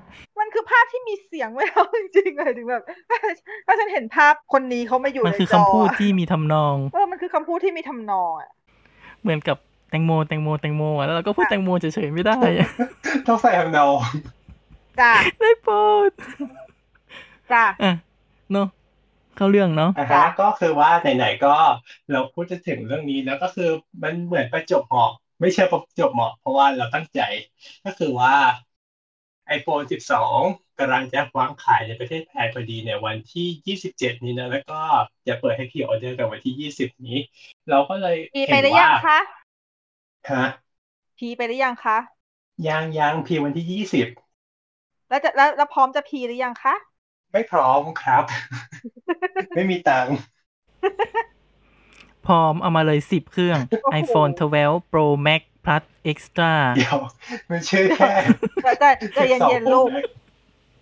[SPEAKER 4] มันคือภาพที่มีเสียงไว้แล้วจริงๆเลยถึงแบบ ถ้าฉันเห็นภาพคนนี้เขามาอยู่
[SPEAKER 3] มัน
[SPEAKER 4] ใน
[SPEAKER 3] คือ
[SPEAKER 4] จ
[SPEAKER 3] คำ
[SPEAKER 4] อ
[SPEAKER 3] พูด
[SPEAKER 4] อะ
[SPEAKER 3] ที่มีทำนอง
[SPEAKER 4] เออมันคือคำพูดที่มีทำนองอะ
[SPEAKER 3] เหมือนกับแตงโมแตงโมแตงโมอะแล้วเราก็พูดแตงโมเฉยๆไม่ได้อะ
[SPEAKER 2] ต้องใส่ทำนอง
[SPEAKER 4] จ้า
[SPEAKER 3] ได้โปรด
[SPEAKER 4] จ้า
[SPEAKER 3] อ่ะเนาะเข้าเรื่องเนาะ
[SPEAKER 2] อ่ะฮะก็คือว่าไหนๆก็เราพูดจะถึงเรื่องนี้แล้วก็คือมันเหมือนประจวบเหมาะไม่ใช่ประจวบเหมาะเพราะว่าเราตั้งใจ ก็คือว่า iPhone 12กำลังจะวางขายในประเทศไทยพอดีในวันที่ 27 นี้นะแล้วก็จะเปิดให้พรีออเดอร์กันวันที่ 20 นี้ เราก็เลย
[SPEAKER 4] พีไป
[SPEAKER 2] เห็น
[SPEAKER 4] หรือยั
[SPEAKER 2] ว่าง
[SPEAKER 4] คะ
[SPEAKER 2] ฮะ
[SPEAKER 4] พีไปหรือยังคะ
[SPEAKER 2] ยังยังพรีวันที่ 20
[SPEAKER 4] แล้วจะแล้วแล้วพร้อมจะพีหรือยังคะ
[SPEAKER 2] ไม่พร้อมครับ ไม่มีตังค์
[SPEAKER 3] พร้อมเอามาเลย 10 เครื่อง
[SPEAKER 4] โอ้โห
[SPEAKER 3] iPhone 12 Pro Max Plus Extra
[SPEAKER 2] เดี๋ยวมันชื่อแค่
[SPEAKER 4] ใจใจใจเย็นๆลูก
[SPEAKER 2] สอง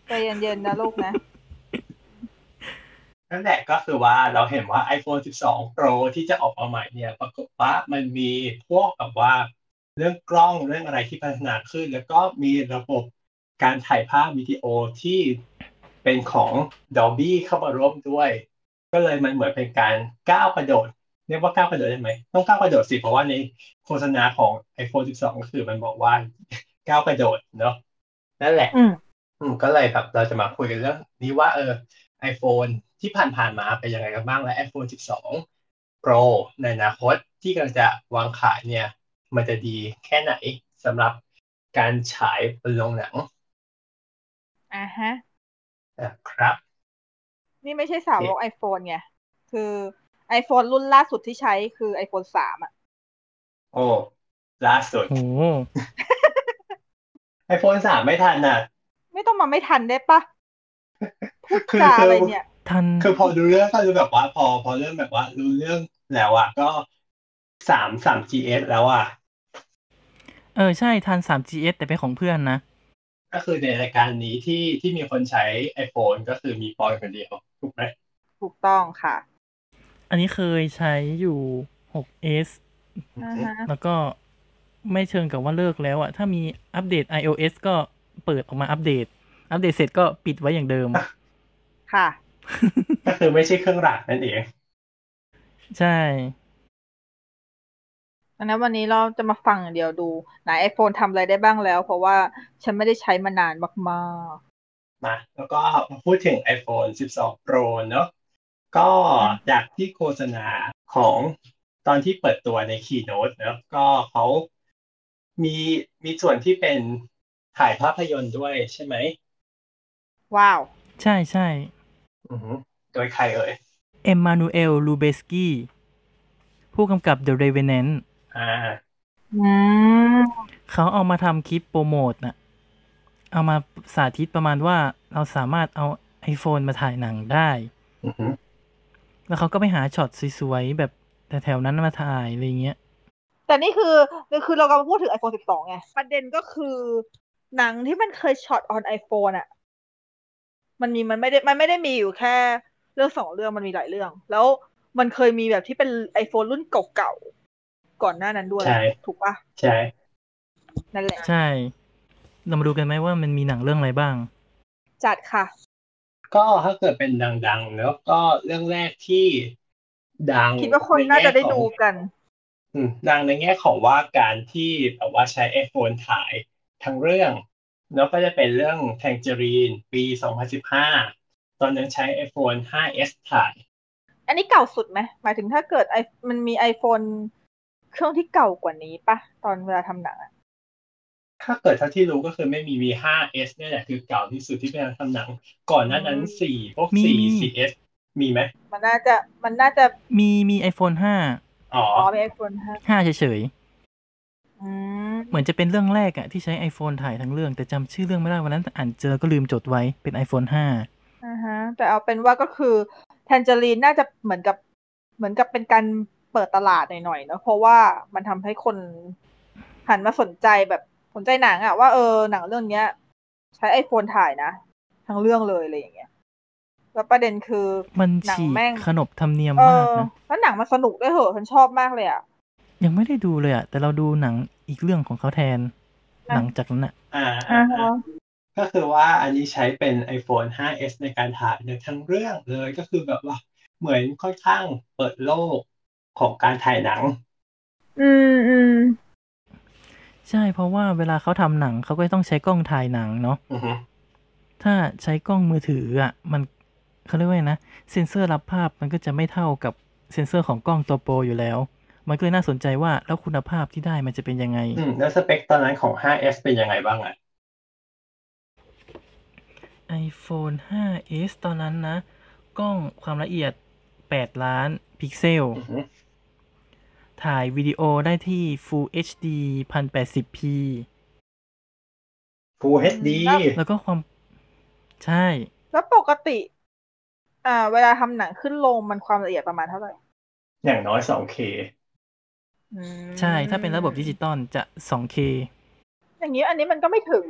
[SPEAKER 4] ใจเย็นๆนะลูกนะ
[SPEAKER 2] นั่นแหละก็คือว่าเราเห็นว่า iPhone 12 Pro ที่จะออกมาใหม่เนี่ยปรากฏว่ามันมีพวกแบบว่าเรื่องกล้องเรื่องอะไรที่พัฒนาขึ้น แล้วก็มีระบบการถ่ายภาพวิดีโอที่เป็นของ Dolby เข้ามาร่วมด้วย ก็เลยมันเหมือนเป็นการก้าวกระโดด เรียกว่าก้าวกระโดดได้ไหม ต้องก้าวกระโดดสิ เพราะว่าในโฆษณาของ iPhone 12 ก็คือมันบอกว่า ก้าวกระโดดเนาะนั่นแหละ
[SPEAKER 4] อืม
[SPEAKER 2] อืมก็เลยแบบเราจะมาคุยกันเรื่องนี้ว่าเออ iPhone ที่ผ่านๆมาเป็นยังไงกันบ้างและ iPhone 12 Pro ในอนาคตที่กำลังจะวางขายเนี่ย มันจะดีแค่ไหนสำหรับการฉายบนโรงหนัง
[SPEAKER 4] อ่ะฮะ
[SPEAKER 2] นะครับ
[SPEAKER 4] นี่ไม่ใช่สาวกไอโฟนไง คือ iPhone รุ่นล่าสุดที่ใช้คือ iPhone สามอ่ะ
[SPEAKER 2] โอ้ล่าสุด
[SPEAKER 3] โอ้โห
[SPEAKER 2] iPhone 3 ไม่ทันอ่ะ
[SPEAKER 4] ไม่ต้องมาไม่ทันได้ปะพูด
[SPEAKER 2] คือ
[SPEAKER 4] จาอะไร
[SPEAKER 2] คือ
[SPEAKER 4] เนี่ย
[SPEAKER 3] ทัน
[SPEAKER 2] คือพอดูเรื่องก็จะแบบว่าพอพอเรื่องแบบว่ารู้เรื่องแล้วอ่ะก็สามสาม GS แล้วอ่ะ
[SPEAKER 3] เออ ใช่ ทัน 3GS แต่เป็นของเพื่อนนะ
[SPEAKER 2] ก็คือในรายการนี้ที่ที่มีคนใช้ iPhone ก็คือมีปอยคนเดียวถูกไหม
[SPEAKER 4] ถูกต้องค่ะ
[SPEAKER 3] อันนี้เคยใช้อยู่ 6s
[SPEAKER 4] อ่าฮะ
[SPEAKER 3] แล้วก็ไม่เชิงกับว่าเลิกแล้วอะถ้ามีอัปเดต iOS ก็เปิดออกมาอัปเดต อัปเดตเสร็จก็ปิดไว้อย่างเดิม
[SPEAKER 4] ค่ะ
[SPEAKER 2] ก็คือไม่ใช่เครื่องหลักนั่นเอง
[SPEAKER 3] ใช่
[SPEAKER 4] อันนั้นวันนี้เราจะมาฟังอย่างเดียวดูไหน iPhone ทำอะไรได้บ้างแล้ว เพราะว่าฉันไม่ได้ใช้มานานมาก
[SPEAKER 2] มา แล้วก็มาพูดถึง iPhone 12 Pro เนอะก็จากที่โฆษณาของตอนที่เปิดตัวใน Keynote เนอะก็เขามีมีส่วนที่เป็นถ่ายภาพยนตร์ด้วยใช่ไหม
[SPEAKER 4] ๆ ว้าว
[SPEAKER 3] ใช่ใช่
[SPEAKER 2] อือหือโดยใครเอ่ย
[SPEAKER 3] เอมมานูเอล ลูเบสกี้ ผู้กำกับ The Revenant
[SPEAKER 2] อ่า
[SPEAKER 4] อืม
[SPEAKER 3] เขาเอามาทำคลิปโปรโมทน่ะ เอามาสาธิตประมาณว่าเราสามารถเอา iPhone มาถ่ายหนังได้
[SPEAKER 2] อือหือ
[SPEAKER 3] แล้วเขาก็ไปหาช็อตสวยๆ แบบแถวๆนั้นมาถ่าย อะไรเงี้ย
[SPEAKER 4] แต่นี่คือคือเรากำลังพูดถึง iPhone 12 ไง ประเด็นก็คือหนังที่มันเคยช็อตออน iPhone อะมันมีมันไม่ได้มันไม่ได้มีอยู่แค่เรื่องสองเรื่องมันมีหลายเรื่อง แล้วมันเคยมีแบบที่เป็น iPhone รุ่นเก่าๆ ก่อนหน้านั้นด้วย
[SPEAKER 2] ใช่
[SPEAKER 4] ถูกปะ
[SPEAKER 2] ใช่
[SPEAKER 4] นั่นแหละ
[SPEAKER 3] ใช่ เรามาดูกันไหมว่ามันมีหนังเรื่องอะไรบ้าง
[SPEAKER 4] จัดค่ะ
[SPEAKER 2] ก็ถ้าเกิดเป็นดังๆ แล้วก็เรื่องแรกที่ดัง
[SPEAKER 4] คิดว่าคนน่าจะได้ดู
[SPEAKER 2] ใแง่ของ
[SPEAKER 4] กัน
[SPEAKER 2] อืมดังในแง่ของว่าการที่แบบว่าใช้ iPhone ถ่ายทั้งเรื่อง แล้วก็จะเป็นเรื่องแทงเจอรีนปี 2015 ตอนนั้นใช้ iPhone 5s ถ่าย
[SPEAKER 4] อันนี้เก่าสุดไหมหมายถึงถ้าเกิดไอมันมี iPhone เครื่องที่เก่ากว่านี้ปะตอนเวลาทำหนังอะ
[SPEAKER 2] ถ้าเกิดเท่าที่รู้ก็คือไม่มี V5S เนี่ยแหละคือเก่าที่สุดที่เป็นการทำหนัง ก่อนหน้านั้นสี่พวก
[SPEAKER 3] มี
[SPEAKER 2] สี่
[SPEAKER 3] มี
[SPEAKER 2] 4S มีไหม
[SPEAKER 4] มันน่าจะมันน่าจะ
[SPEAKER 3] มีมี iPhone 5
[SPEAKER 2] อ๋อ
[SPEAKER 4] อ๋อเป็นไอโฟนห้า
[SPEAKER 3] 5เฉย
[SPEAKER 4] อืม
[SPEAKER 3] ๆ เหมือนจะเป็นเรื่องแรกอะที่ใช้ iPhone ถ่ายทั้งเรื่อง แต่จำชื่อเรื่องไม่ได้วันนั้นอ่านเจอก็ลืมจดไว้เป็น iPhone 5
[SPEAKER 4] อ่าฮะ แต่เอาเป็นว่าก็คือแทนเจอรีนน่าจะเหมือนกับเหมือนกับเป็นการเปิดตลาดหน่อยๆเนอะเพราะว่ามันทำให้คนหันมาสนใจแบบสนใจหนังอะว่าเออหนังเรื่องเนี้ย ใช้ไอโฟนถ่ายนะ ทั้งเรื่องเลยอะไรอย่างเงี้ยแล้วประเด็นคือ
[SPEAKER 3] มัน
[SPEAKER 4] หนัง
[SPEAKER 3] ฉีก
[SPEAKER 4] แม่ง
[SPEAKER 3] ขนบธรรมเนียม
[SPEAKER 4] เอ
[SPEAKER 3] มาก
[SPEAKER 4] อ
[SPEAKER 3] นะ
[SPEAKER 4] แล้วหนังมันสนุกด้วยเหอะฉันชอบมากเลยอะ
[SPEAKER 3] ยังไม่ได้ดูเลยอะแต่เราดูหนังอีกเรื่องของเขาแทน
[SPEAKER 4] อ่ะ
[SPEAKER 3] หลังจากนั้นอะ
[SPEAKER 2] อ่า
[SPEAKER 4] อ่า
[SPEAKER 2] อ่า
[SPEAKER 4] ฮะ
[SPEAKER 2] อ่าก็คือว่าอันนี้ใช้เป็น iPhone 5S ในการถ่ายในทั้งเรื่องเลยก็คือแบบว่าเหมือนค่อนข้างเปิดโลกของการถ่ายหนัง
[SPEAKER 4] อืมอืม
[SPEAKER 3] ใช่เพราะว่าเวลาเขาทำหนังเขาก็ต้องใช้กล้องถ่ายหนังเนาะ
[SPEAKER 2] อือฮึ
[SPEAKER 3] ถ้าใช้กล้องมือถืออะมันเขาเรียกว่าไงนะเซ็นเซอร์รับภาพมันก็จะไม่เท่ากับเซ็นเซอร์ของกล้องตัวโปรอยู่แล้ว มันก็เลยน่าสนใจว่าแล้วคุณภาพที่ได้มันจะเป็นยังไง
[SPEAKER 2] อืมแล้วสเปคตอนนั้นของ 5S เป็นยังไงบ้างอ่ะ
[SPEAKER 3] iPhone 5s ตอนนั้นนะ กล้องความละเอียด 8 ล้านพิกเซล
[SPEAKER 2] อือฮึ
[SPEAKER 3] ถ่ายวิดีโอได้ที่ Full HD 1080p
[SPEAKER 2] Full HD
[SPEAKER 3] แล้วก็ความใช่
[SPEAKER 4] แล้วปกติ อ่า เวลาทำหนังขึ้นลงมันความละเอียดประมาณเท่าไหร่
[SPEAKER 2] อย่างน้อย 2K
[SPEAKER 4] อืม
[SPEAKER 3] ใช่ ถ้าเป็นระบบดิจิตอลจะ 2K
[SPEAKER 4] อย่างนี้อันนี้มันก็ไม่ถึง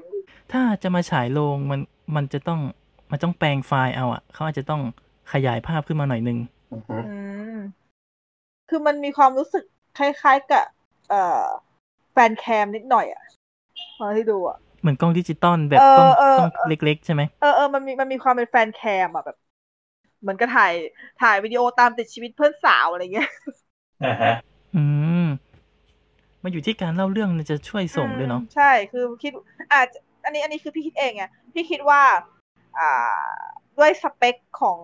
[SPEAKER 3] ถ้าจะมาฉายโรงมันมันจะต้องมันต้องแปลงไฟล์เอาอะเขาอาจจะต้องขยายภาพขึ้นมาหน่อยนึง
[SPEAKER 2] อือฮึ
[SPEAKER 4] อืม คือมันมีความรู้สึกคล้ายๆกับเอ่อแฟนแคมนิดหน่อยอะตอนที่ดูอะ
[SPEAKER 3] เหมือนกล้องดิจิตอลแบบ
[SPEAKER 4] เออก
[SPEAKER 3] ล้อง
[SPEAKER 4] เออ
[SPEAKER 3] กล้องเล็กๆ ใช่ไหม
[SPEAKER 4] เออเออมันมีมันมีความเป็นแฟนแคมอะแบบ เหมือนก็ถ่ายถ่ายวิดีโอตามติดชีวิตเพื่อนสาวอะไรเงี้ย
[SPEAKER 2] อ่าฮะ
[SPEAKER 3] อืม มันอยู่ที่การเล่าเรื่องเนี่ยจะช่วยส่งด้วยเนาะ
[SPEAKER 4] อืมใช่ คือคิดอาจอันนี้อันนี้คือพี่คิดเองไงพี่คิดว่า อ่า ด้วยสเปคของ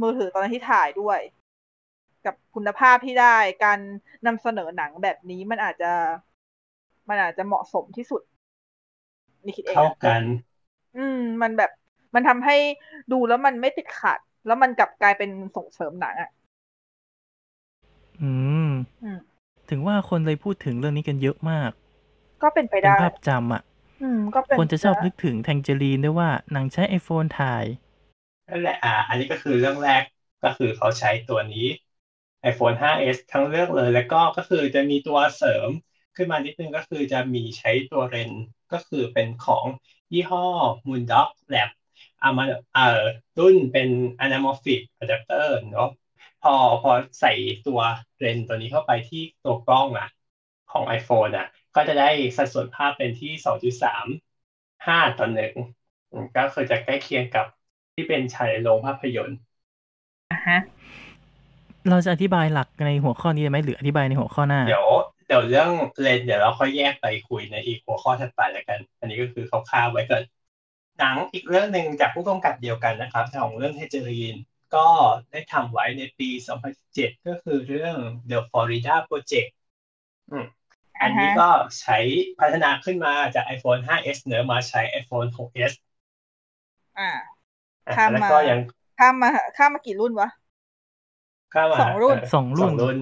[SPEAKER 4] มือถือตอนนนที่ถ่ายด้วย กับคุณภาพที่ได้ การนำเสนอหนังแบบนี้มันอาจจะ มันอาจจะเหมาะสมที่สุด นี่คิดเอง
[SPEAKER 2] เท่า
[SPEAKER 4] อะ
[SPEAKER 2] กัน
[SPEAKER 4] อืม มันแบบ มันทำให้ดูแล้วมันไม่ติดขัด แล้วมันกลับกลายเป็นส่งเสริมหนังอ่ะ
[SPEAKER 3] อืม
[SPEAKER 4] อืม
[SPEAKER 3] ถึงว่าคนเลยพูดถึงเรื่องนี้กันเยอะมาก
[SPEAKER 4] ก็เป็นไป
[SPEAKER 3] เป็น
[SPEAKER 4] ได้
[SPEAKER 3] ภาพจำอะ
[SPEAKER 4] อืม ก็เป็น
[SPEAKER 3] คนจะชอบ
[SPEAKER 4] ไปได้
[SPEAKER 3] นึกถึงแทงเจอรีนด้วยว่าหนังใช้ iPhone ถ่าย
[SPEAKER 2] นั่นแหละอ่า อันนี้ก็คือเรื่องแรกก็คือเขาใช้ตัวนี้ iPhone 5s ทั้งเรื่องเลย แล้วก็ก็คือจะมีตัวเสริมขึ้นมานิดนึงก็คือจะมีใช้ตัวเรนส์ก็คือเป็นของยี่ห้อ Moondock Lab เอามาเอ่อรุ่นเป็น anamorphic adapter เนอะพอพอใส่ตัวเรนส์ตัวนี้เข้าไปที่ตัวกล้องอะของ iPhone อะก็จะได้สัดส่วนภาพเป็นที่ 2.35 ต่อหนึ่ง อืมก็คือจะใกล้เคียงกับที่เป็นฉายในโรงภาพยนตร์
[SPEAKER 3] เราจะอธิบายหลักในหัวข้อนี้ได้ไหมหรืออธิบายในหัวข้อหน้า
[SPEAKER 2] เดี๋ยวเดี๋ยวเรื่องเลนส์เดี๋ยวเราค่อยแยกไปคุยในอีกหัวข้อถัดไปแล้วกัน อันนี้ก็คือคร่าวๆไว้ก่อนหนังอีกเรื่องหนึ่งจากผู้กำกับเดียวกันนะครับของเรื่องเฮเจรีน ก็ได้ทำไว้ในปี 2017 ก็คือเรื่อง The Florida Project อืมอันนี้ก็ใช้พัฒนาขึ้นมาจาก iPhone 5s เนื้อะมาใช้ iPhone 6s
[SPEAKER 4] อ่า
[SPEAKER 2] อ่ะ
[SPEAKER 4] ข้ามมา
[SPEAKER 2] แล้วก็ยัง
[SPEAKER 4] ข้ามมาข้ามมากี่รุ่นวะ
[SPEAKER 2] ข้ามมา
[SPEAKER 4] สองรุ่น
[SPEAKER 2] เ
[SPEAKER 3] สองรุ่
[SPEAKER 2] ส
[SPEAKER 3] น
[SPEAKER 2] องรุ่น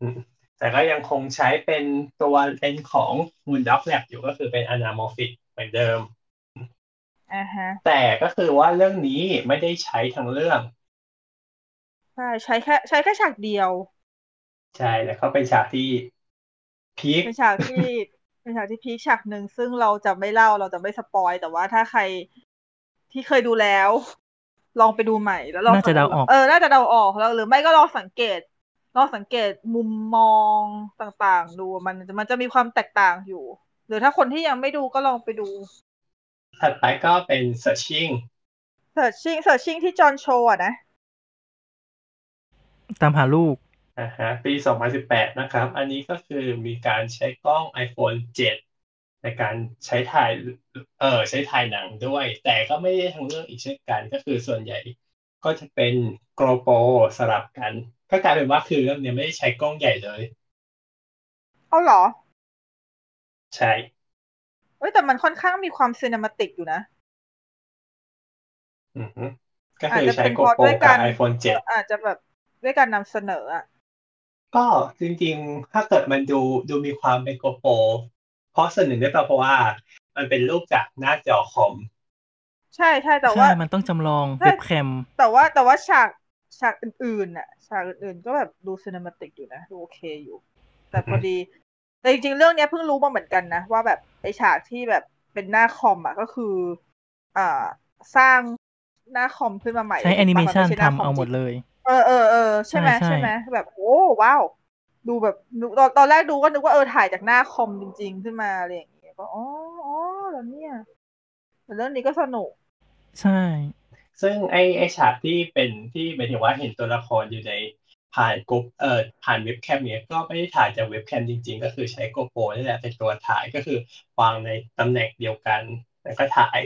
[SPEAKER 2] อืมแต่ก็ยังคงใช้เป็นตัวเลนส์ของ Moon Dog Lab อยู่ก็คือเป็น anamorphic เหมือนเดิม
[SPEAKER 4] อ่าฮะ
[SPEAKER 2] แต่ก็คือว่าเรื่องนี้ไม่ได้ใช้ทั้งเรื่อง
[SPEAKER 4] ใช่ใช้แค่ใช้แค่ฉากเดียว
[SPEAKER 2] ใช่แล้วก็เป็นฉากที่พีค
[SPEAKER 4] เป็นฉากที่ เป็นฉากที่พีคฉากหนึ่งซึ่งเราจะไม่เล่าเราจะไม่สปอยแต่ว่าถ้าใครที่เคยดูแล้ว ลองไปดูใหม่แล้วลอง
[SPEAKER 3] น่าจะเดาออก
[SPEAKER 4] เออน่าจะเดาออกแล้วหรือไม่ก็ลองสังเกตลองสังเกตมุมมองต่างๆ ดูมันมันจะมีความแตกต่างอยู่ หรือถ้าคนที่ยังไม่ดูก็ลองไปดู
[SPEAKER 2] ถัดไปก็เป็น searching
[SPEAKER 4] searching searching ที่จอห์นโชว์อะนะ
[SPEAKER 3] ตามหาลูก
[SPEAKER 2] นะฮะปี 2018 นะครับ อันนี้ก็คือมีการใช้กล้อง iPhone 7 ในการใช้ถ่ายเออใช้ถ่ายหนังด้วย แต่ก็ไม่ได้ทั้งเรื่องอีกเช่นกัน ก็คือส่วนใหญ่ ก็จะเป็น GoPro สลับกัน ก็กลายเป็นว่าคือเรื่องเนี้ยไม่ได้ใช้กล้องใหญ่เลย
[SPEAKER 4] เอาเหรอ
[SPEAKER 2] ใช่
[SPEAKER 4] เอ้ยแต่มันค่อนข้างมีความซีน e มาติกอยู่นะ
[SPEAKER 2] อือฮึก็
[SPEAKER 4] อาจ
[SPEAKER 2] คือ
[SPEAKER 4] จะ
[SPEAKER 2] ใช้
[SPEAKER 4] เป็น
[SPEAKER 2] โก
[SPEAKER 4] เพราะ
[SPEAKER 2] โปร
[SPEAKER 4] ด้วย
[SPEAKER 2] กั
[SPEAKER 4] กา
[SPEAKER 2] บ
[SPEAKER 4] ร
[SPEAKER 2] iPhone 7
[SPEAKER 4] อาจจะแบบด้วยการนำเสนออ่ะ
[SPEAKER 2] ก็จริงๆ ถ้าเกิดมันดูดูมีความเป็นโกโปรเพราะส่วนหนึ่งได้ป่ะเพราะว่า มันเป็นรูปจากหน้าจอคอม
[SPEAKER 4] ใช่ใช่แต่
[SPEAKER 3] ใช่
[SPEAKER 4] ว่า
[SPEAKER 3] มันต้องจำลอง
[SPEAKER 4] ใช่
[SPEAKER 3] เว็บแคม
[SPEAKER 4] แต่ว่าแต่ว่าฉากฉากอื่นๆน่ะฉากอื่นๆ ก็แบบดูซีน e มาติกอยู่นะ ดูโอเคอยู่ แต่พอดี แต่จริงๆ เรื่องเนี้ยเพิ่งรู้มาเหมือนกันนะ ว่าแบบไอฉากที่แบบเป็นหน้าคอมอ่ะก็คือ อ่าสร้างหน้าคอมขึ้นมาใหม่
[SPEAKER 3] ใช้แอนิเมชัน
[SPEAKER 4] ไใช่หา
[SPEAKER 3] ทำ
[SPEAKER 4] ค
[SPEAKER 3] เอาหมด
[SPEAKER 4] จริง
[SPEAKER 3] เลย
[SPEAKER 4] เออเออเออใช่ไหม
[SPEAKER 3] ใช่ใช่
[SPEAKER 4] ใช่ไหมแบบโอ้ว้าว ดูแบบดูตอนตอนแรกดูก็นึกว่าเออถ่ายจากหน้าคอมจริง ๆ ขึ้นมาอะไรอย่างเงี้ยก็อ๋ออ๋อแล้วเนี่ยแต่เรื่องนี้ก็สนุก
[SPEAKER 3] ใช่
[SPEAKER 2] ซึ่งไอไอฉากที่เป็นที่หมายถึงว่าเห็นตัวละครอยู่ในผ่านกรุ๊ปเอ่อผ่านเว็บแคมเนี่ยก็ไม่ได้ถ่ายจากเว็บแคมจริงๆ ก็คือใช้โกโปรนี่แหละเป็นตัวถ่ายก็คือวางในตำแหน่งเดียวกัน แล้วก็ถ่าย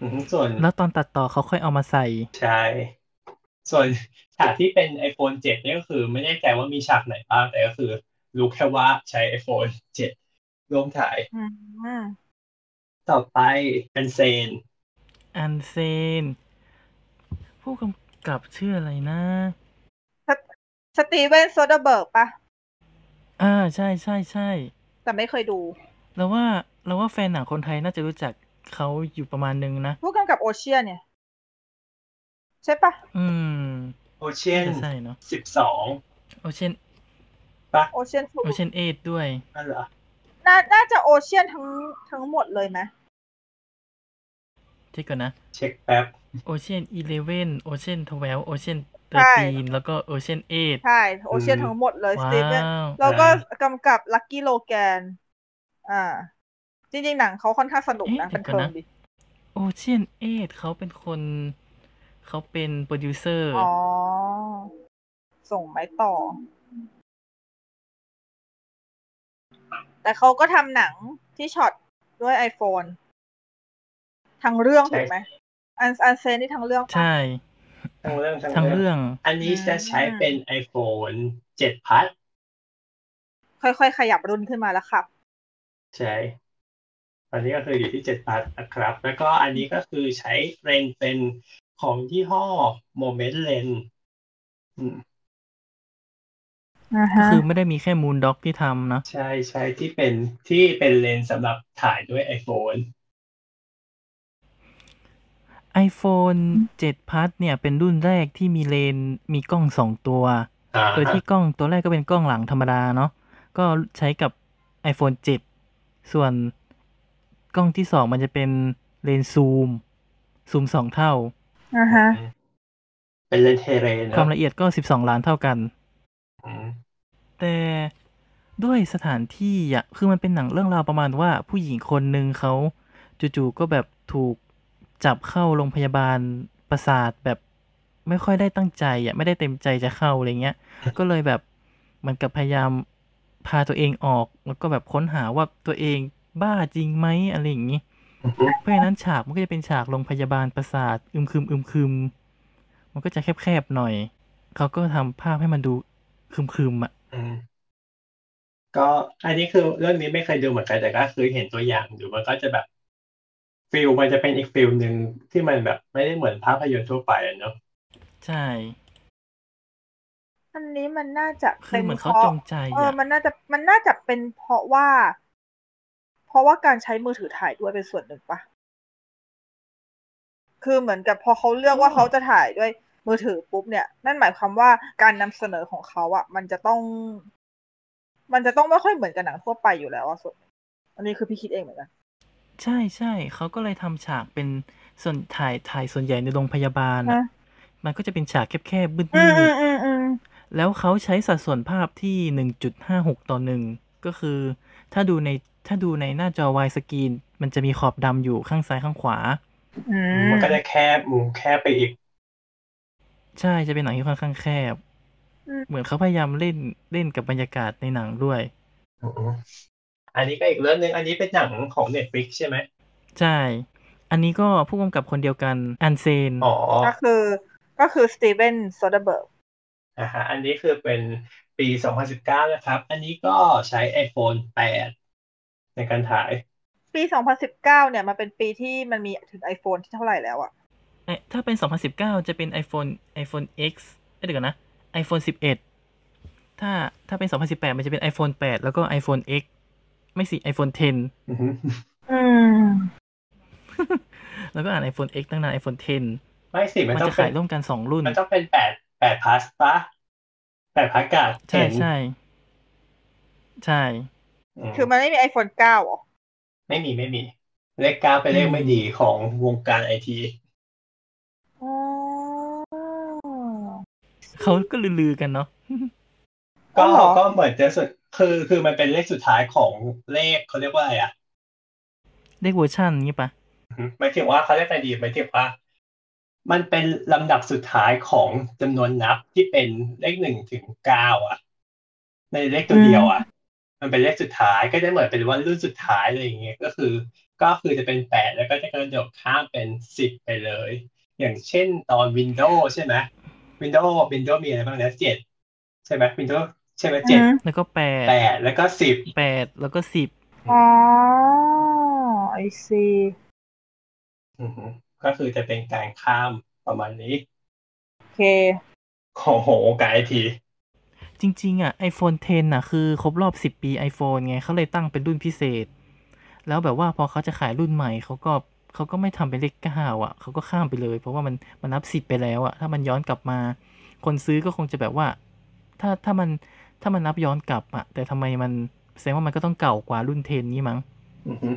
[SPEAKER 2] อืมส่วน
[SPEAKER 3] แล้วตอนตัดต่อเขาค่อยเอามาใส่
[SPEAKER 2] ใช่ ส่วนฉากที่เป็น iPhone 7เนี่ยก็คือไม่แน่ใจว่ามีฉากไหนบ้างแต่ก็คือ รู้แค่ว่าใช้ iPhone 7 ร่วมถ่าย
[SPEAKER 4] อืม
[SPEAKER 2] ต่อไปเป็นเซน
[SPEAKER 3] อันเซน ผู้กำกับชื่ออะไรนะ
[SPEAKER 4] สตีเวนโซเดอร์เบิร์กปะ
[SPEAKER 3] อ่าใช่ใช่ใช่
[SPEAKER 4] แต่ไม่เคยดู
[SPEAKER 3] แล้วว่าเราว่าแฟนหนังคนไทยน่าจะรู้จักเขาอยู่ประมาณนึงนะ
[SPEAKER 4] ผู้กำกับโอเชียนเนี่ย ใช่ปะ
[SPEAKER 3] อืม
[SPEAKER 2] โอเชียน
[SPEAKER 3] น่าจะใช่เนาะ
[SPEAKER 2] สิบสอง
[SPEAKER 3] โอเชียน
[SPEAKER 4] โอเชียนฟู
[SPEAKER 3] โอเชียนเอทด้วย
[SPEAKER 2] นั่นเหรอ
[SPEAKER 4] น่าน่าจะโอเชียนทั้งทั้งหมดเลยไหม
[SPEAKER 3] เช็คก่อนนะ
[SPEAKER 2] เช็คแป๊บ
[SPEAKER 3] โอเชียนอีเลเว่นโอเชียนทเวลโอเชียนเตอร์ตีนแล้วก็โอเชียนเอท
[SPEAKER 4] ใช่โอเชียน
[SPEAKER 2] อืม
[SPEAKER 4] ทั้งหมดเลยส
[SPEAKER 3] ว้
[SPEAKER 4] ตีเวน
[SPEAKER 3] าว
[SPEAKER 4] แล้วก็กำกับลั c กี้โลแกน อ่า จริงๆ หนังเขาค่อนข้างสนุกนะ
[SPEAKER 3] เอ๊ะ
[SPEAKER 4] บัน
[SPEAKER 3] เดี๋ยว
[SPEAKER 4] เทิ
[SPEAKER 3] ก่อน
[SPEAKER 4] ง
[SPEAKER 3] นะ
[SPEAKER 4] ดี
[SPEAKER 3] โอเชียนเอทเขาเป็นคนเขาเป็นโปรดิวเซอร์
[SPEAKER 4] อ๋อ ส่งไม้ต่อ แต่เขาก็ทำหนังที่ช็อตด้วย iPhone ทั้งเรื่อง
[SPEAKER 2] ใช่
[SPEAKER 4] ถูกไหม อันอันเซนนี่ทั้งเรื่องปะ
[SPEAKER 3] ใช่
[SPEAKER 2] ทั้งเรื่องทั้ง
[SPEAKER 3] ทั้ง
[SPEAKER 2] เรื่
[SPEAKER 3] เรื่
[SPEAKER 2] อ
[SPEAKER 3] อง ง
[SPEAKER 2] อันนี้จะใช้เป็น iPhone 7 พัท
[SPEAKER 4] ค่อยๆ ขยับรุ่นขึ้นมาแล้วค่ะ
[SPEAKER 2] ใช่ตอนนี้ก็คืออยู่ที่ 7 พัทนะครับ แล้วก็อันนี้ก็คือใช้เลนส์เป็นของยี่ห้อ Moment Lens อืม
[SPEAKER 3] ก็คือไม่ได้มีแค่มูนด็อกที่ทำนะ
[SPEAKER 2] ใช่ใช่ที่เป็นที่เป็นเลนส์สำหรับถ่ายด้วย iPhone
[SPEAKER 3] iPhone 7 Plus เนี่ยเป็นรุ่นแรกที่มีเลนส์มีกล้องสองตัว
[SPEAKER 2] อ่า
[SPEAKER 3] โดยที่กล้องตัวแรกก็เป็นกล้องหลังธรรมดาเนาะ ก็ใช้กับ iPhone 7 ส่วนกล้องที่สองมันจะเป็นเลนส์ซูม ซูมสองเท่า
[SPEAKER 4] อ่าฮะ
[SPEAKER 2] เป็นเลนส์เทเรน
[SPEAKER 3] ความ
[SPEAKER 2] นะ
[SPEAKER 3] ละเอียดก็ 12 ล้านเท่ากัน
[SPEAKER 2] อืม
[SPEAKER 3] แต่ด้วยสถานที่อ่ะ คือมันเป็นหนังเรื่องราวประมาณว่าผู้หญิงคนหนึ่งเขาจู่ๆก็แบบถูกจับเข้าโรงพยาบาลประสาทแบบไม่ค่อยได้ตั้งใจอ่ะ ไม่ได้เต็มใจจะเข้าอะไรเงี้ย ก็เลยแบบเหมันกับพยายามพาตัวเองออก แล้วก็แบบค้นหาว่าตัวเองบ้าจริงไหมอะไรอย่างงี้ เพราะฉะนั้นฉากมันก็จะเป็นฉากโรงพยาบาลประสาทอึมครึมอึมครึมมันก็จะแคบๆหน่อย เขาก็ทำภาพให้มันดูครึมๆอ่ะ
[SPEAKER 2] อืมก็อันนี้คือเรื่องนี้ไม่เคยดูเหมือนกันแต่ก็คือเห็นตัวอย่างอยู่มันก็จะแบบฟิลมันจะเป็นอีกฟิลหนึ่งที่มันแบบไม่ได้เหมือนภาพยนตร์ทั่วไปอะเนอะ
[SPEAKER 3] ใช่
[SPEAKER 4] อันนี้มันน่าจะ
[SPEAKER 3] คื
[SPEAKER 4] เป็
[SPEAKER 3] อน เหมือน
[SPEAKER 4] เพ
[SPEAKER 3] เขา
[SPEAKER 4] ราะ
[SPEAKER 3] จงใจ
[SPEAKER 4] เออ
[SPEAKER 3] อ่ะ
[SPEAKER 4] มันน่าจะ มันน่าจะเป็นเพราะว่า เพราะว่าการใช้มือถือถ่ายด้วยเป็นส่วนหนึ่งปะ คือเหมือนกับพอเขาเลือกว่าเขาจะถ่ายด้วยมือถือปุ๊บเนี่ย นั่นหมายความว่าการนำเสนอของเขาอะมันจะต้อง มันจะต้องไม่ค่อยเหมือนกับหนังทั่วไปอยู่แล้วอะส่วนอันนี้คือพี่คิดเองเหมือนกัน
[SPEAKER 3] ใช่ใช่ เขาก็เลยทำฉากเป็นส่วนถ่ายถ่ายส่วนใหญ่ในโรงพยาบาลอ่ะ
[SPEAKER 4] ฮะ
[SPEAKER 3] มันก็จะเป็นฉากแคบๆมืด
[SPEAKER 4] อืมอืมอืมอืม
[SPEAKER 3] ๆแล้วเขาใช้สัดส่วนภาพที่หนึ่งจุดห้าหกต่อหนึ่งก็คือ ถ้าดูในถ้าดูในหน้าจอวายสกรีน มันจะมีขอบดำอยู่ข้างซ้ายข้างขวา
[SPEAKER 4] อืม
[SPEAKER 2] มันก็จะแคบมุมแคบไปอีก
[SPEAKER 3] ใช่จะเป็นหนังที่ค่อนข้างแคบ เหมือนเขาพยายามเล่นเล่นกับบรรยากาศในหนังด้วย
[SPEAKER 2] อืมอันนี้ก็อีกเรื่องหนึ่งอันนี้เป็นหนังของ Netflix ใช่ไหม
[SPEAKER 3] ใช่ อันนี้ก็ผู้กำกับคนเดียวกันอันเซน
[SPEAKER 2] อ๋อ
[SPEAKER 4] ก็คือ ก็คือสตีเวนโซเดเบิร์ก
[SPEAKER 2] อ่าฮะอันนี้คือเป็นปี 2019 นะครับ อันนี้ก็ใช้ iPhone 8 ในการถ่าย
[SPEAKER 4] ปี 2019 เนี่ยมันเป็นปีที่มันมีถึง iPhone ที่เท่าไหร่แล้วอะ
[SPEAKER 3] เอ้ยถ้าเป็น 2019 จะเป็น iPhone iPhone X เอ้ยเดี๋ยวก่อนนะ iPhone 11 ถ้าถ้าเป็น 2018 มันจะเป็น iPhone 8 แล้วก็ iPhone X ไม่สิ iPhone
[SPEAKER 2] อือฮึ
[SPEAKER 4] อืม
[SPEAKER 3] 10 แล้วก็อ่าน iPhone X ตั้งนาน iPhone 10
[SPEAKER 2] ไม่สิมั
[SPEAKER 3] มัน น
[SPEAKER 2] ต้อ
[SPEAKER 3] จะ
[SPEAKER 2] งเป็
[SPEAKER 3] ขาน ยร่วมกัน 2 รุ่น
[SPEAKER 2] มันต้องเป็นแปดแปดพาสปะแปดพาสการ์ด
[SPEAKER 3] ใช่
[SPEAKER 2] เห็น
[SPEAKER 3] ใช่ ใช่
[SPEAKER 2] อืม
[SPEAKER 4] คือมันไม่มี iPhone 9เหรอ
[SPEAKER 2] ไม่มีไม่มี เลขเก้าเป็นเลขไม่ดีของวงการไอที
[SPEAKER 4] อ๋อ
[SPEAKER 3] เขาก็ลือๆกันเนาะ
[SPEAKER 2] ก็
[SPEAKER 4] เหรอ
[SPEAKER 2] ก็เหมือนจะสุดคือคือมันเป็นเลขสุดท้ายของเลขเขาเรียกว่าอะไรอ่ะ
[SPEAKER 3] เรียกเวอร์ชันงี้ปะ
[SPEAKER 2] หมายถึงว่าเขาเรียกอะไรดีหมายถึงว่า มันเป็นลำดับสุดท้ายของจำนวนนับที่เป็นเลขหนึ่งถึงเก้าอ่ะ ในเลขตัวเดียวอ่ะ มันเป็นเลขสุดท้ายก็จะเหมือนเป็นว่ารุ่นสุดท้ายอะไรอย่างเงี้ยก็คือ ก็คือจะเป็นแปดแล้วก็จะกระโดดข้ามเป็นสิบไปเลย อย่างเช่นตอน Windows ใช่ไหม Windows Windows มีอะไรบ้างนะเจ็ดใช่ไหม Windows ใช่ไหมเจ็ด
[SPEAKER 4] อืม
[SPEAKER 3] แล้วก็แปด
[SPEAKER 2] แปดแล้วก็สิบ
[SPEAKER 3] แปดแล้วก็สิบ
[SPEAKER 4] อ๋อ I see
[SPEAKER 2] อือฮึก็คือจะเป็นการข้ามประมาณนี้
[SPEAKER 4] โอเค
[SPEAKER 2] ของโหกับไอที
[SPEAKER 3] จริง ๆ อ่ะ iPhone 10 น่ะ คือครบรอบ 10 ปี iPhone ไงเขาเลยตั้งเป็นรุ่นพิเศษ แล้วแบบว่าพอเขาจะขายรุ่นใหม่เขาก็เขาก็ไม่ทำเป็นเลขเก้าอ่ะเขาก็ข้ามไปเลย เพราะว่ามันมันนับสิบไปแล้วอ่ะถ้ามันย้อนกลับมา คนซื้อก็คงจะแบบว่า ถ้าถ้ามันถ้ามันนับย้อนกลับอ่ะแต่ทำไมมันแสดงว่ามันก็ต้องเก่ากว่ารุ่น10นี้มั้ง
[SPEAKER 2] อือฮึ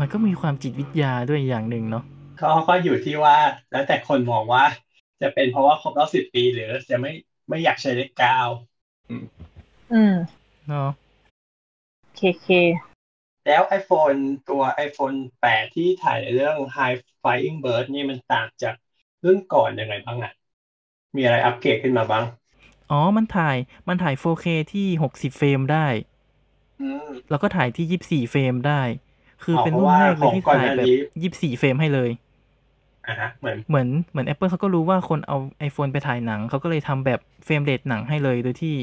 [SPEAKER 3] มันก็มีความจิตวิทยาด้วยอย่างหนึ่งเนาะ
[SPEAKER 2] ก็ก็อยู่ที่ว่าแล้วแต่คนมองว่า จะเป็นเพราะว่าครบรอบสิบปีหรือจะไม่ไม่อยากใช้เลขเก้า
[SPEAKER 4] อืม
[SPEAKER 3] เนาะ
[SPEAKER 4] เคเค
[SPEAKER 2] แล้ว iPhone ตัว iPhone 8 ที่ถ่ายเรื่อง High Flying Bird นี่มันต่างจากรุ่นก่อนยังไงบ้างอ่ะ มีอะไรอัปเกรดขึ้นมาบ้าง
[SPEAKER 3] อ๋อ มันถ่าย มันถ่าย 4K ที่ 60 เฟรมได้
[SPEAKER 2] อืม
[SPEAKER 3] แล้วก็ถ่ายที่ 24 เฟรมได้ คือ
[SPEAKER 2] อ๋อ
[SPEAKER 3] เป็นรุ่นแรกเลยที่
[SPEAKER 2] เพราะว่าของก่อนห
[SPEAKER 3] ถ่าย
[SPEAKER 2] น้า
[SPEAKER 3] แบ
[SPEAKER 2] นี้
[SPEAKER 3] บ 24 เฟรมให้เลย
[SPEAKER 2] อ่ะฮะเหมือน
[SPEAKER 3] เหมือน เหมือน Apple เขาก็รู้ว่าคนเอา iPhone ไปถ่ายหนัง เขาก็เลยทำแบบเฟรมเรทหนังให้เลย โดยที่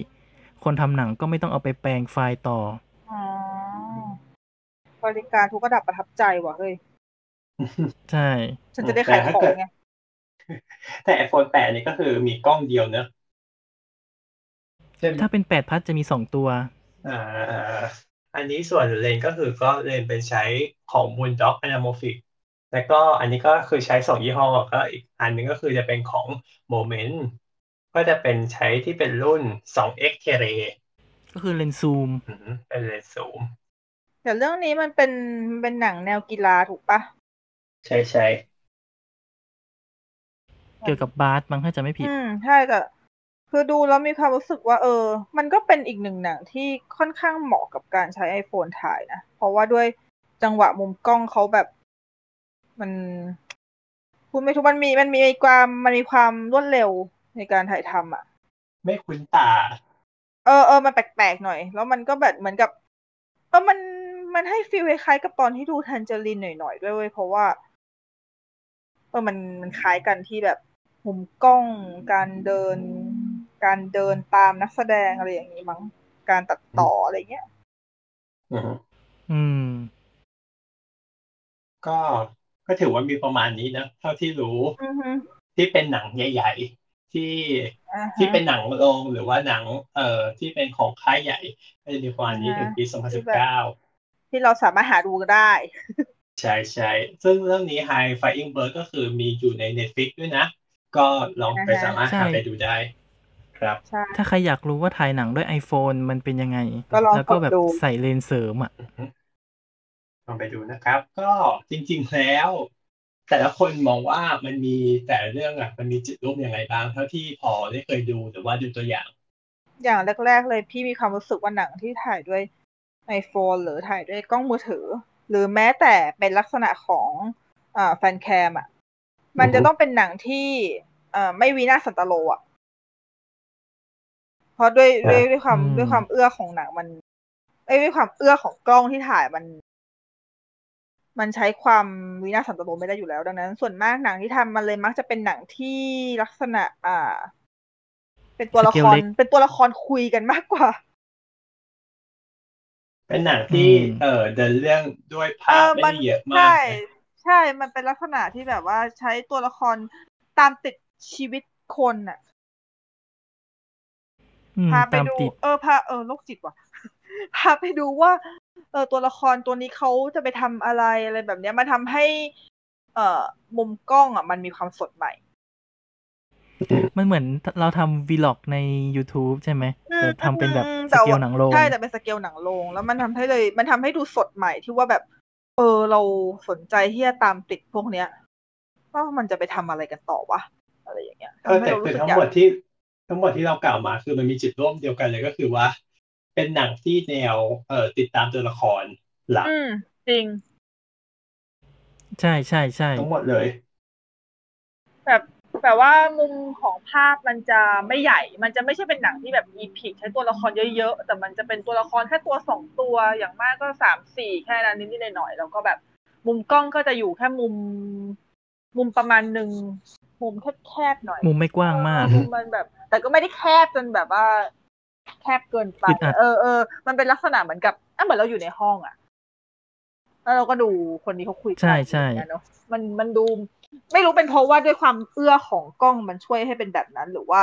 [SPEAKER 3] คนทำหนังก็ไม่ต้องเอาไปแปลงไฟล์ต่อ
[SPEAKER 4] อ๋อ บริการทุกระดับประทับใจว่ะเฮ้ย
[SPEAKER 3] ใช่
[SPEAKER 4] ฉันจะได้ขายของไง
[SPEAKER 2] แต่ iPhone 8 นี่ก็คือมีกล้องเดียวเนอะใช่ไหม
[SPEAKER 3] ถ้าเป็น 8 พัทจะมี 2 ตัว
[SPEAKER 2] อ่าอันนี้ส่วนเลนก็คือก็เลนเป็นใช้ของ Moondog Anamorphic แล้วก็อันนี้ก็คือใช้สองยี่ห้อก็อีกอันหนึงก็คือจะเป็นของ Moment ก็จะเป็นใช้ที่เป็นรุ่น 2x t e r e
[SPEAKER 3] ก็คือเลนส์ซูม
[SPEAKER 2] อืมเป็นเลนส์ซูม
[SPEAKER 4] แต่เรื่องนี้มันเป็นมันเป็นหนังแนวกีฬาถูกปะ
[SPEAKER 2] ใช่ใช่
[SPEAKER 3] เกี่ยวกับบาสมั้งถ้าจะไม่ผิด
[SPEAKER 4] อืม ใช่แต่คือดูแล้วมีความรู้สึกว่า เออ มันก็เป็นอีกหนึ่งหนังที่ค่อนข้างเหมาะกับการใช้ iPhone ถ่ายนะ เพราะว่าด้วยจังหวะมุมกล้องเขาแบบ มันพูดไม่ถูกมันมีมันมีความมันมีความรวดเร็วในการถ่ายทำอ่ะ
[SPEAKER 2] ไม่คุ้นตา
[SPEAKER 4] เออเออมันแปลกๆหน่อย แล้วมันก็แบบเหมือนกับ เออมันมันให้ฟีลคล้ายๆกับตอนที่ดูแทนเจอรินหน่อยๆด้วยเว้ยเพราะว่า เออมันมันคล้ายกันที่แบบมุมกล้อง การเดิน การเดินตามนักแสดงอะไรอย่างนี้มั้งการตัดต่ออะไรเงี้ย
[SPEAKER 2] อืม
[SPEAKER 3] อืม
[SPEAKER 2] ก็ก็ถือว่ามีประมาณนี้นะเท่าที่รู้
[SPEAKER 4] อือฮึ
[SPEAKER 2] ที่เป็นหนังใหญ่ ๆ ที่
[SPEAKER 4] อ่าฮะ
[SPEAKER 2] ที่เป็นหนังโรงหรือว่าหนัง เอ่อที่เป็นของค่ายใหญ่ก็จะมีประมาณนี้ถึงปีสองพันสิบเก้า
[SPEAKER 4] ที่เราสามารถหาดูได้
[SPEAKER 2] ใช่ใช่ซึ่งเรื่องนี้ High Flying Bird ก็คือมีอยู่ใน Netflix ด้วยนะ ก็ลองไป
[SPEAKER 4] อ่าฮะ
[SPEAKER 2] สามารถ
[SPEAKER 3] ใช่
[SPEAKER 2] หาไปดูได้ ครับ
[SPEAKER 4] ใช่
[SPEAKER 3] ถ้าใครอยากรู้ว่าถ่ายหนังด้วย iPhone มันเป็นยังไง
[SPEAKER 4] ก็ลอง
[SPEAKER 3] แล้วก็แบบ
[SPEAKER 4] กดดู
[SPEAKER 3] ใส่เลนส์เสริมอ่ะ
[SPEAKER 2] ลองไปดูนะครับ ก็จริงๆแล้ว แต่ละคนมองว่ามันมีแต่ละเรื่องอ่ะ มันมีจุดร่วมยังไงบ้าง เท่าที่พอได้เคยดูหรือว่าดูตัวอย่าง
[SPEAKER 4] อย่างแรก ๆ เลยพี่มีความรู้สึกว่าหนังที่ถ่ายด้วยไอโฟนหรือถ่ายด้วยกล้องมือถือ หรือแม้แต่เป็นลักษณะของอ่าแฟนแคมอ่ะ มันจะต้องเป็นหนังที่อ่าไม่วีนาศสันตโลอ่ะ เพราะด้วยด้วยด้วยความ
[SPEAKER 3] อืม
[SPEAKER 4] ด้วยความเอื้อของหนังมันเอ้ยด้วยความเอื้อของกล้องที่ถ่ายมัน มันใช้ความวินาศสันตโลไม่ได้อยู่แล้วดังนั้น ส่วนมากหนังที่ทำมันเลยมักจะเป็นหนังที่ลักษณะ อ่า เป็นตัวละค
[SPEAKER 3] สเกล
[SPEAKER 4] ร
[SPEAKER 3] เล็ก
[SPEAKER 4] เป็นตัวละครคุยกันมากกว่า
[SPEAKER 2] เป็นหนังที่
[SPEAKER 3] อืม
[SPEAKER 2] เออเดินเรื่องด้วยภาพไม่ได้เยอะมา
[SPEAKER 4] ใช่
[SPEAKER 2] ก
[SPEAKER 4] ใช่ มันเป็นลักษณะที่แบบว่าใช้ตัวละครตามติดชีวิตคนอ่ะ
[SPEAKER 3] อืม
[SPEAKER 4] พาไป
[SPEAKER 3] ตาม
[SPEAKER 4] ดู
[SPEAKER 3] ติด
[SPEAKER 4] เออพาเออโรคจิตว่ะ พาไปดูว่า เออตัวละครตัวนี้เขาจะไปทำอะไรอะไรแบบเนี้ยมันทำให้ เอ่อมุมกล้องอ่ะ มันมีความสดใหม่
[SPEAKER 3] มันเหมือนเราทำวีล็อกใน YouTube ใช่ไหม
[SPEAKER 4] อืม
[SPEAKER 3] แต่ทำเป็นแบบ
[SPEAKER 4] อืม
[SPEAKER 3] ส
[SPEAKER 4] แต่
[SPEAKER 3] เกล
[SPEAKER 4] ว่า
[SPEAKER 3] หนังโรง
[SPEAKER 4] ใช่แต่เป็นสเกลหนังโรงแล้วมันทำให้เลย มันทำให้ดูสดใหม่ที่ว่าแบบ เออเราสนใจที่จะตามติดพวกเนี้ยว่ามันจะไปทำอะไรกันต่อวะอะไรอย่างเงี้ย
[SPEAKER 2] เออ
[SPEAKER 4] ทำให้
[SPEAKER 2] แต่
[SPEAKER 4] เรารู้
[SPEAKER 2] คือ
[SPEAKER 4] สึก
[SPEAKER 2] ทั้ง
[SPEAKER 4] อยา
[SPEAKER 2] ห
[SPEAKER 4] ก
[SPEAKER 2] มดที่ทั้งหมดที่เรากล่าวมาคือมันมีจุดร่วมเดียวกันเลยก็คือว่า เป็นหนังที่แนวเอ่อติดตามตัวละครหลัก
[SPEAKER 4] อืมจริง
[SPEAKER 3] ใช่ใช่ใช่
[SPEAKER 2] ทั้งหมดเลย
[SPEAKER 4] แบบแบบว่ามุมของภาพมันจะไม่ใหญ่ มันจะไม่ใช่เป็นหนังที่แบบอีพิกใช้ตัวละครเยอะๆ แต่มันจะเป็นตัวละครแค่ตัวสองตัว อย่างมากก็สามสี่แค่นั้นนิดๆหน่อยๆ แล้วก็แบบมุมกล้องก็จะอยู่แค่มุม มุมประมาณหนึ่งมุมแคบๆหน่อย
[SPEAKER 3] มุมไม่กว้างมาก
[SPEAKER 4] เออมุมมันแบบ แต่ก็ไม่ได้แคบจนแบบว่า แคบเกินไป
[SPEAKER 3] อึดอัด
[SPEAKER 4] เออเออมันเป็นลักษณะเหมือนกับอ่ะเหมือนเราอยู่ในห้องอะแล้วเราก็ดูคนนี้เขาคุยกัน
[SPEAKER 3] ใช่ใช่
[SPEAKER 4] อย่างเงี้ยเนอะมันมันดู ไม่รู้เป็นเพราะว่าด้วยความเอื้อของกล้องมันช่วยให้เป็นแบบนั้นหรือว่า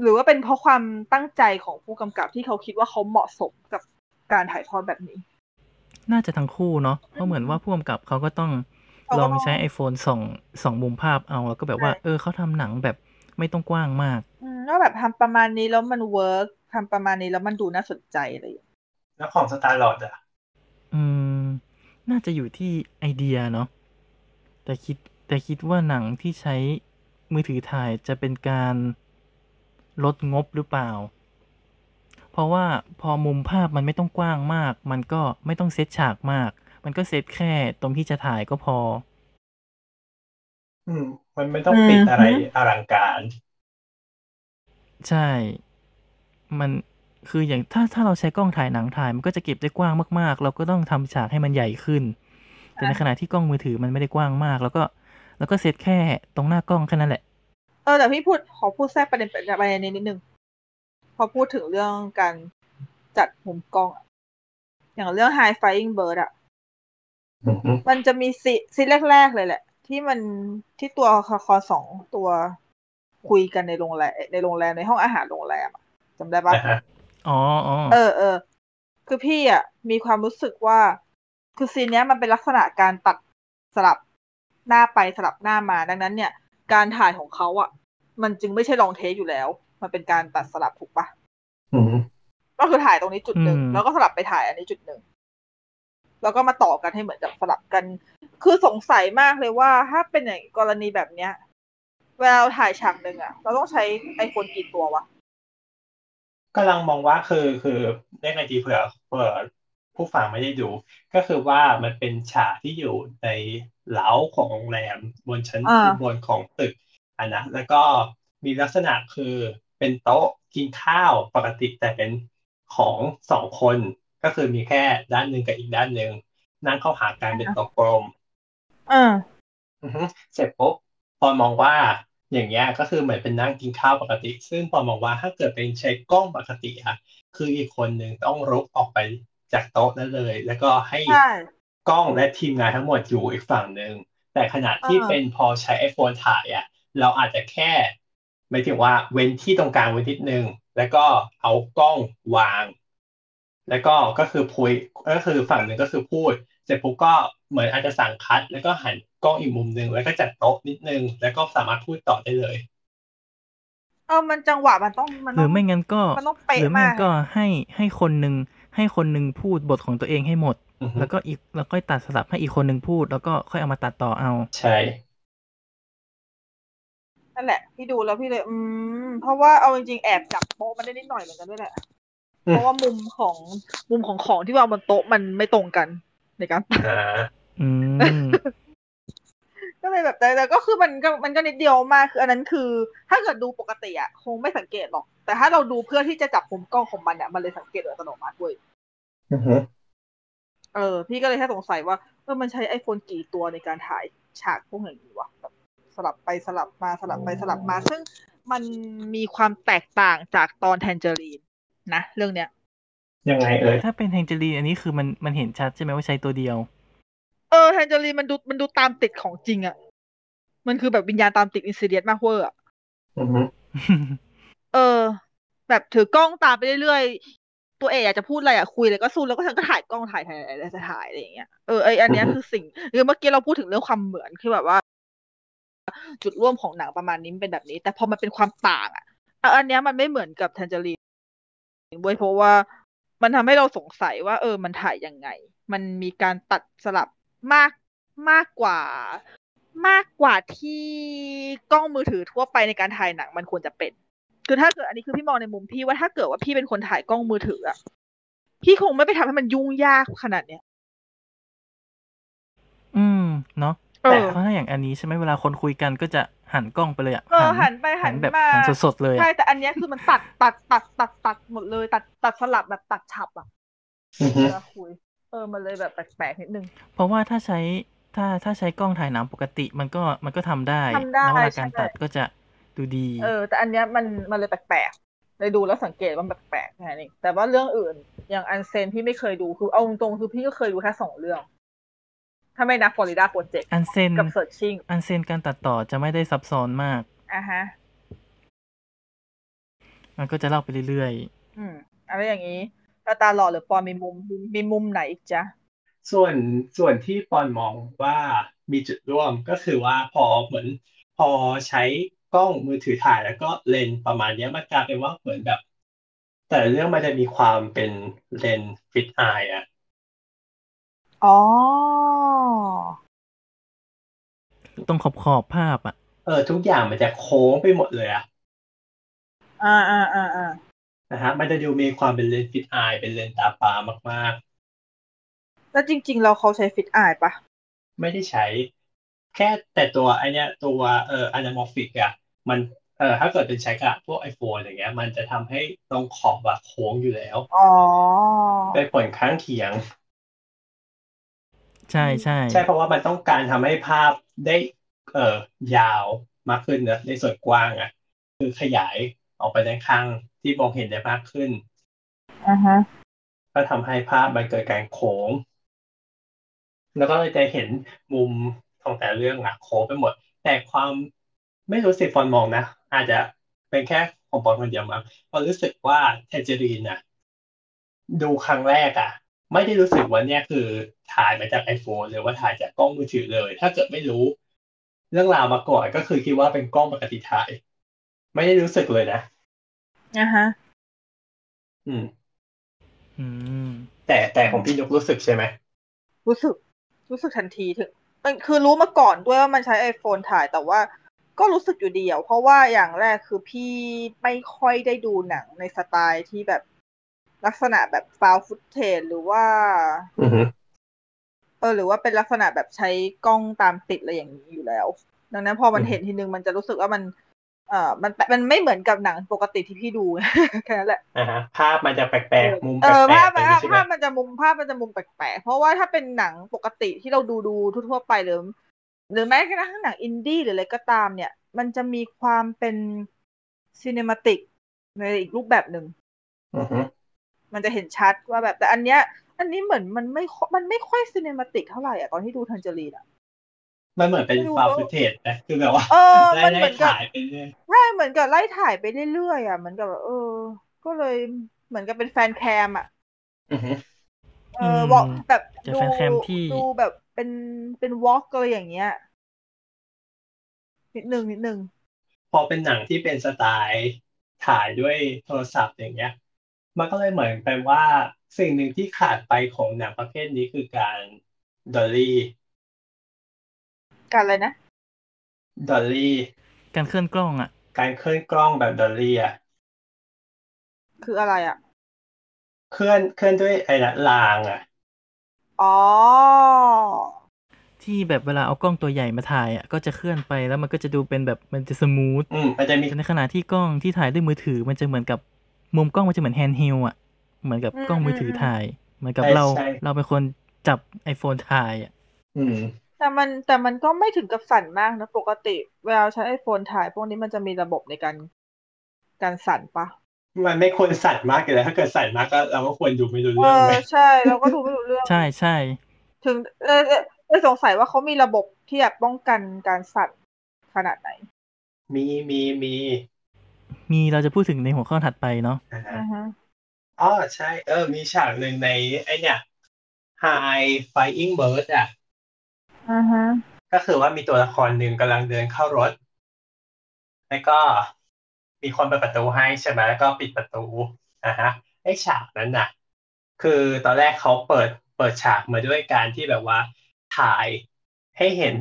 [SPEAKER 4] หรือว่าเป็นเพราะความตั้งใจของผู้กำกับที่เขาคิดว่าเขาเหมาะสมกับการถ่ายทอดแบบนี้
[SPEAKER 3] น่าจะทั้งคู่เนาะเพราะเหมือนว่าผู้กำกับเขาก็ต้อง
[SPEAKER 4] เขาก็
[SPEAKER 3] ล
[SPEAKER 4] ต้
[SPEAKER 3] อ
[SPEAKER 4] อง
[SPEAKER 3] งใช้ iPhone ส่องส่องมุมภาพเอาแล้วก็แบบว่า
[SPEAKER 4] ใช่
[SPEAKER 3] เออเขาทำหนังแบบไม่ต้องกว้างมาก
[SPEAKER 4] อืมว่าแบบทำประมาณนี้แล้วมันเวิร์กทำประมาณนี้แล้วมันดูน่าสนใจอะไรอย่างเงี้ย
[SPEAKER 2] แล้วของสตาร์ลอดอะ
[SPEAKER 3] อืม น่าจะอยู่ที่ไอเดียเนาะแต่คิดแต่คิดว่าหนังที่ใช้มือถือถ่ายจะเป็นการลดงบหรือเปล่า เพราะว่าพอมุมภาพมันไม่ต้องกว้างมาก มันก็ไม่ต้องเซตฉากมาก มันก็เซตแค่ตรงที่จะถ่ายก็พอ
[SPEAKER 2] อืม มันไม่ต้องปิดอะไรอลังการ
[SPEAKER 3] ใช่ มันคืออย่างถ้าถ้าเราใช้กล้องถ่ายหนังถ่าย มันก็จะเก็บได้กว้างมาก ๆ เราก็ต้องทำฉากให้มันใหญ่ขึ้น แต่ในขณะที่กล้องมือถือมันไม่ได้กว้างมาก แล้วก็ แล้วก็เซตแค่ตรงหน้ากล้องแค่นั้นแหละ
[SPEAKER 4] เออแต่พี่พูดขอพูดแทรกประเด็นประเด็นนี้นิดนึงพอพูดถึงเรื่องการจัดมุมกล้องอะอย่างเรื่อง High Flying Bird อะ
[SPEAKER 2] อือฮึ
[SPEAKER 4] มันจะมีซีซีนแรก ๆ เลยแหละ ที่มันที่ตัวละครสองตัวคุยกันในโรงแรมในโรงแรมในห้องอาหารโรงแรมอะจำได้ปะ
[SPEAKER 2] นะฮะ
[SPEAKER 3] อ๋ออ๋อ
[SPEAKER 4] เออเออคือพี่อ่ะมีความรู้สึกว่า คือซีนเนี้ยมันเป็นลักษณะการตัดสลับหน้าไปสลับหน้ามาดังนั้นเนี่ย การถ่ายของเขาอ่ะ มันจึงไม่ใช่ลองเทคอยู่แล้ว มันเป็นการตัดสลับถูกปะ
[SPEAKER 2] อือฮึ
[SPEAKER 4] ก็คือถ่ายตรงนี้จุดหนึ่งแล้วก็สลับไปถ่ายอันนี้จุดหนึ่งแล้วก็มาต่อกันให้เหมือนกับสลับกัน คือสงสัยมากเลยว่าถ้าเป็นอย่างกรณีแบบเนี้ย เวลาเราถ่ายฉากหนึ่งอะเราต้องใช้ไอโฟนกี่ตัววะ
[SPEAKER 2] กำลังมองว่าคือคือเล่นไอทีเผื่อเผื่อผู้ฟังไม่ได้ดู ก็คือว่ามันเป็นฉากที่อยู่ในเหล้าของโรงแรมบนชั้นบนของตึกอันนะแล้วก็มีลักษณะคือเป็นโต๊ะกินข้าวปกติแต่เป็นของสองคน ก็คือมีแค่ด้านหนึ่งกับอีกด้านหนึ่งนั่งเข้าหากันเป็นโต๊ะกลม
[SPEAKER 4] เออ
[SPEAKER 2] อือฮึเสร็จปุ๊บปอนมองว่าอย่างเงี้ยก็คือเหมือนเป็นนั่งกินข้าวปกติ ซึ่งปอนมองว่าถ้าเกิดเป็นใช้กล้องปกติอะคืออีกคนหนึ่งต้องรุกออกไปจากโต๊ะนั้นเลย แล้วก็ให้
[SPEAKER 4] ใช่
[SPEAKER 2] กล้องและทีมงานทั้งหมดอยู่อีกฝั่งหนึ่งแต่ขณะที่
[SPEAKER 4] อ่า
[SPEAKER 2] เป็นพอใช้ iPhone ถ่ายอะเราอาจจะแค่หมายถึงว่าเว้นที่ตรงกลางไว้นิดนึง แล้วก็เอากล้องวาง แล้วก็ก็คือพูดก็คือฝั่งหนึ่งก็คือพูด เสร็จปุ๊บก็เหมือนอาจจะสั่งคัด แล้วก็หันกล้องอีกมุมหนึ่งแล้วก็จัดโต๊ะนิดนึง แล้วก็สามารถพูดต่อได้เลย
[SPEAKER 4] เออมันจังหวะมันต้องมัน
[SPEAKER 3] ห
[SPEAKER 4] ต้
[SPEAKER 3] รือ อง ไม่งั้นก็
[SPEAKER 4] มันต้องเป๊ะ
[SPEAKER 3] หรือไม่งั้น
[SPEAKER 4] มาก
[SPEAKER 3] ก็ให้ให้คนหนึ่งให้คนหนึ่งพูดบทของตัวเองให้หมด
[SPEAKER 2] อือฮึ
[SPEAKER 3] แล้วก็อีกแล้วก็ตัดสลับให้อีกคนหนึ่งพูด แล้วก็ค่อยเอามาตัดต่อเอา
[SPEAKER 2] ใช่
[SPEAKER 4] นั่นแหละ พี่ดูแล้วพี่เลย อืม เพราะว่าเอาจริงๆแอบจับโป๊ะมันได้นิดหน่อยเหมือนกันด้วยแหละ เพราะว่ามุมของมุมของของที่วางบนโต๊ะมันไม่ตรงกันในการ
[SPEAKER 2] อ่า
[SPEAKER 3] อืม
[SPEAKER 4] ก็เลยแบบแต่แต่ก็คือมันก็มันก็นิดเดียวมากคืออันนั้นคือ ถ้าเกิดดูปกติอะคงไม่สังเกตหรอก แต่ถ้าเราดูเพื่อที่จะจับมุมกล้องของมันเนี่ยมันเลยสังเกตโดยอัตโนมัติเว้ย
[SPEAKER 2] อือฮึ
[SPEAKER 4] เออพี่ก็เลยแค่สงสัยว่าเออมันใช้ไอโฟนกี่ตัวในการถ่ายฉากพวกอย่างนี้วะแบบสลับไปสลับมาสลับไปสลับมา ซึ่งมันมีความแตกต่างจากตอนแทนเจอรีนนะ เรื่องเนี้ย
[SPEAKER 2] ยังไงเอ่ย
[SPEAKER 3] ถ้าเป็นแฮงเจลีนอันนี้คือมันมันเห็นชัดใช่ไหมว่าใช้ตัวเดียว
[SPEAKER 4] เออแฮนเจลีมันดูมันดูตามติดของจริงอะมันคือแบบวิญญาณตามติดอินซิเดียสมากเวอร์อะ
[SPEAKER 2] อือฮึ
[SPEAKER 4] เออ แบบถือกล้องตามไปเรื่อยๆ ตัวเอกอยากจะพูดอะไรอะคุยเลยก็สู้แล้วก็ฉันก็ถ่ายกล้องถ่ายถ่ายถ่ายถ่ายถ่ายอะไรอย่างเงี้ยเออไออันเนี้ยคือสิ่งคือเมื่อกี้เราพูดถึงเรื่องความเหมือนคือแบบว่า จุดร่วมของหนังประมาณนี้มันเป็นแบบนี้ แต่พอมันเป็นความต่างอะอ่ะอันเนี้ยมันไม่เหมือนกับแทนเจลีนเว้ยเพราะว่ามันทำให้เราสงสัยว่า เออ มันถ่ายยังไง มันมีการตัดสลับมากมากกว่า มากกว่าที่กล้องมือถือทั่วไปในการถ่ายหนังมันควรจะเป็น คือถ้าเกิดอันนี้คือพี่มองในมุมพี่ว่าถ้าเกิดว่าพี่เป็นคนถ่ายกล้องมือถืออะพี่คงไม่ไปทำให้มันยุ่งยากขนาดเนี้ย
[SPEAKER 3] อืมเนาะ
[SPEAKER 4] เอ
[SPEAKER 3] แต่
[SPEAKER 4] อ
[SPEAKER 3] ถ้าอย่างอันนี้ใช่ไหมเวลาคนคุยกันก็จะหันกล้องไปเลยอะ
[SPEAKER 4] เออหันไปหั
[SPEAKER 3] หั
[SPEAKER 4] น
[SPEAKER 3] นแบบ
[SPEAKER 4] มา
[SPEAKER 3] หันสดๆเลยอะ
[SPEAKER 4] ใช่แต่อันเนี้ยคือมันตัดตัดตัดตัดตัดหมดเลย ตัดตัดสลับแบบตัดฉับอะ
[SPEAKER 2] อือฮึ
[SPEAKER 4] เวลาคุย เออมันเลยแบบแปลกๆนิดนึง
[SPEAKER 3] เพราะว่าถ้าใช้ถ้าถ้าใช้กล้องถ่ายหนังปกติมันก็มันก็ทำได้
[SPEAKER 4] ทำได้
[SPEAKER 3] แล้วเวลา
[SPEAKER 4] ใช่
[SPEAKER 3] การตัดก็จะดูดี
[SPEAKER 4] เออ แต่อันเนี้ยมันมันเลยแปลกๆเลยดูแล้วสังเกตว่ามันแปลกๆแค่นี้แต่ว่าเรื่องอื่น อย่างอันเซนพี่ไม่เคยดูคือเอาตรงๆคือพี่ก็เคยดูแค่สองเรื่อง ถ้าไม่นับฟลอริดาโปรเจกต์
[SPEAKER 3] อันเซน
[SPEAKER 4] กับเซิร์ชชิง
[SPEAKER 3] อันเซนการตัดต่อจะไม่ได้ซับซ้อนมาก
[SPEAKER 4] อ่ะฮะ
[SPEAKER 3] มันก็จะเล่าไปเรื่อย
[SPEAKER 4] อืมอะไรอย่างนี้ตาตาหล่อหรือปอนมีมุมมีมุมไหนอีกจ๊ะ
[SPEAKER 2] ส่วนส่วนที่ปอนมองว่ามีจุดร่วมก็คือว่าพอเหมือน พอใช้กล้องมือถือถ่ายแล้วก็เลนส์ประมาณเนี้ยมันกลายเป็นว่าเหมือนแบบ แต่เรื่องมันจะมีความเป็นเลนส์ฟิตไออะ
[SPEAKER 4] อ๋อ
[SPEAKER 3] ๆตรงขอบขอบๆภาพอะ
[SPEAKER 2] เออทุกอย่างมันจะโค้งไปหมดเลยอะ
[SPEAKER 4] อ่าอ่าอ่าอ่า
[SPEAKER 2] นะฮะมันจะดูมีความเป็นเลนส์ฟิตอายเป็นเลนส์ตาปลามาก
[SPEAKER 4] แล้วจริงๆ เราเขาใช้ฟิตอายปะ
[SPEAKER 2] ๆ ไม่ได้ใช้ แค่แต่ตัวไอเนี้ยตัวเอ่ออนาโมฟิกอะมันเอ่อถ้าเกิดเป็นใช้กับพวก iPhone อย่างเงี้ย มันจะทำให้ตรงขอบอะโค้งอยู่แล้ว
[SPEAKER 4] อ๋อ
[SPEAKER 2] เป็นผลข้างเคียง
[SPEAKER 3] ใช่ใช่
[SPEAKER 2] ใช่เพราะว่ามันต้องการทำให้ภาพได้เอ่อยาวมากขึ้นนะในส่วนกว้างอะคือขยายออกไปด้านข้างที่มองเห็นได้มากขึ้น
[SPEAKER 4] อ่าฮะ
[SPEAKER 2] ก็ทำให้ภาพมันเกิดการโค้ง แล้วก็เลยจะเห็นมุมของแต่ละเรื่องอะโค้งไปหมด แต่ความไม่รู้สิฟอนมองนะ อาจจะเป็นแค่ของปอนคนเดียวมั้งปอนรู้สึกว่าแทนเจอรีนอะดูครั้งแรกอะไม่ได้รู้สึกว่าเนี่ยคือถ่ายมาจากไอโฟนหรือว่าถ่ายจากกล้องมือถือเลย ถ้าเกิดไม่รู้ เรื่องราวมาก่อนก็คือคิดว่าเป็นกล้องปกติถ่าย ไม่ได้รู้สึกเลยนะ
[SPEAKER 4] อ่าฮะ
[SPEAKER 2] อืม
[SPEAKER 3] อืม
[SPEAKER 2] แต่แต่ของพี่ยกรู้สึกใช่ไหม
[SPEAKER 4] รู้สึก รู้สึกทันทีถึงมันคือรู้มาก่อนด้วยว่ามันใช้ iPhone ถ่ายแต่ว่าก็รู้สึกอยู่เดียว เพราะว่าอย่างแรกคือพี่ไม่ค่อยได้ดูหนังในสไตล์ที่แบบลักษณะแบบฟาวฟุตเทจหรือว่า
[SPEAKER 2] อือฮึ
[SPEAKER 4] เออหรือว่าเป็นลักษณะแบบใช้กล้องตามติดอะไรอย่างนี้อยู่แล้ว ดังนั้นพอมัน
[SPEAKER 2] อืม
[SPEAKER 4] เห็นทีนึงมันจะรู้สึกว่ามัน เอ่อมันแปลกมันไม่เหมือนกับหนังปกติที่พี่ดู แค่นั้นแหละ
[SPEAKER 2] อ่าฮะภาพมันจะแปลกๆ มุมแป
[SPEAKER 4] เอ
[SPEAKER 2] ล
[SPEAKER 4] อก
[SPEAKER 2] ๆ
[SPEAKER 4] ภาพ
[SPEAKER 2] อย่ง
[SPEAKER 4] ภา
[SPEAKER 2] นี้
[SPEAKER 4] พ
[SPEAKER 2] ใช่ไหม
[SPEAKER 4] ภาพมันจะมุมภาพมันจะมุมแปลกๆ เพราะว่าถ้าเป็นหนังปกติที่เราดูดูทั่วๆไปหรือหรือแม้กระทั่งหนังอินดี้หรืออะไรก็ตามเนี่ย มันจะมีความเป็นซีเนมาติกในอีกรูปแบบหนึ่ง
[SPEAKER 2] อือฮึ
[SPEAKER 4] มันจะเห็นชัดว่าแบบแต่อันเนี้ย อันนี้เหมือนมันไม่ค่อยมันไม่ค่อยซีเนมาติกเท่าไหร่อะตอนที่ดูทันเจรีนอะ
[SPEAKER 2] มันเหมือนเป็น
[SPEAKER 4] ไม่รู้
[SPEAKER 2] ฟาว
[SPEAKER 4] ว่า
[SPEAKER 2] ฟเทจนะ คือแบบว่า
[SPEAKER 4] เออ
[SPEAKER 2] ได้
[SPEAKER 4] มันเหมื
[SPEAKER 2] ได้
[SPEAKER 4] อนกับ
[SPEAKER 2] ถ่ายไปเรื่อย
[SPEAKER 4] ใช่เหมือนกับไล่ถ่ายไปเรื่อยๆอ่ะ เหมือนกับแบบเออ ก็เลยเหมือนกับเป็นแฟนแคมอ่ะ
[SPEAKER 2] อือฮึ
[SPEAKER 4] เออ
[SPEAKER 3] ม
[SPEAKER 4] วอล์กแบบ
[SPEAKER 3] จะ
[SPEAKER 4] ดู
[SPEAKER 3] แฟนแคมที่
[SPEAKER 4] ดูแบบเป็นเป็นวอล์กอะไรอย่างเงี้ย นิดนึงนิดนึง
[SPEAKER 2] พอเป็นหนังที่เป็นสไตล์ถ่ายด้วยโทรศัพท์อย่างเงี้ย มันก็เลยเหมือนไปว่าสิ่งหนึ่งที่ขาดไปของหนังประเภทนี้คือการดอลลี่
[SPEAKER 4] การอะไรนะ
[SPEAKER 2] ดอลลี่
[SPEAKER 3] การเคลื่อนกล้องอะ
[SPEAKER 2] การเคลื่อนกล้องแบบดอลลี่อ่ะ
[SPEAKER 4] คืออะไรอ่ะ
[SPEAKER 2] เคลื่อนเคลื่อนด้วยไอ้ละรางอ่ะ
[SPEAKER 4] อ๋อ
[SPEAKER 3] ที่แบบเวลาเอากล้องตัวใหญ่มาถ่ายอะก็จะเคลื่อนไปแล้วมันก็จะดูเป็นแบบมันจะสมูท
[SPEAKER 2] อืมมันจะมี
[SPEAKER 3] แต่ในขณะที่กล้องที่ถ่ายด้วยมือถือ มันจะเหมือนกับมุมกล้องมันจะเหมือนแฮนด์เฮลอะเหมือนกับ
[SPEAKER 4] อืม
[SPEAKER 3] กล้องมือถือถ่าย เหมือนกับ
[SPEAKER 2] ใช่
[SPEAKER 3] เรา
[SPEAKER 2] ใช่
[SPEAKER 3] เราเป็นคนจับ iPhone ถ่ายอะ
[SPEAKER 2] อืม
[SPEAKER 4] แต่มันแต่มันก็ไม่ถึงกับสั่นมากนะ ปกติ เวลาใช้ไอโฟนถ่าย พวกนี้มันจะมีระบบในการการสั่นปะ
[SPEAKER 2] มันไม่ควรสั่นมากเลยนะถ้าเกิดสั่นมากก็เราก็ควรดูไม่ดู
[SPEAKER 4] เอ
[SPEAKER 2] เรื่อง
[SPEAKER 4] อ
[SPEAKER 2] ไหม
[SPEAKER 4] ใช่ เราก็ดูไม่รู้เรื่อง
[SPEAKER 3] ใช่ใช่
[SPEAKER 4] ถึงเออเออเออสงสัยว่าเขามีระบบที่แบบป้องกันการสั่นขนาดไหน
[SPEAKER 2] มีมีมี
[SPEAKER 3] มีเราจะพูดถึงในหัวข้อถัดไปเนาะ
[SPEAKER 2] อ่าฮะ
[SPEAKER 4] อือฮะ
[SPEAKER 2] อ๋อใช่ เออ มีฉากหนึ่งในไอเนี่ย High Flying Bird อ่ะ
[SPEAKER 4] อือฮะ
[SPEAKER 2] ก็คือว่ามีตัวละครหนึ่งกำลังเดินเข้ารถ แล้วก็มีคนเปิดประตูให้ใช่ไหมแล้วก็ปิดประตูอ่ะฮะไอฉากนั้นน่ะ คือตอนแรกเขาเปิดเปิดฉากมาด้วยการที่แบบว่าถ่ายให้เห็น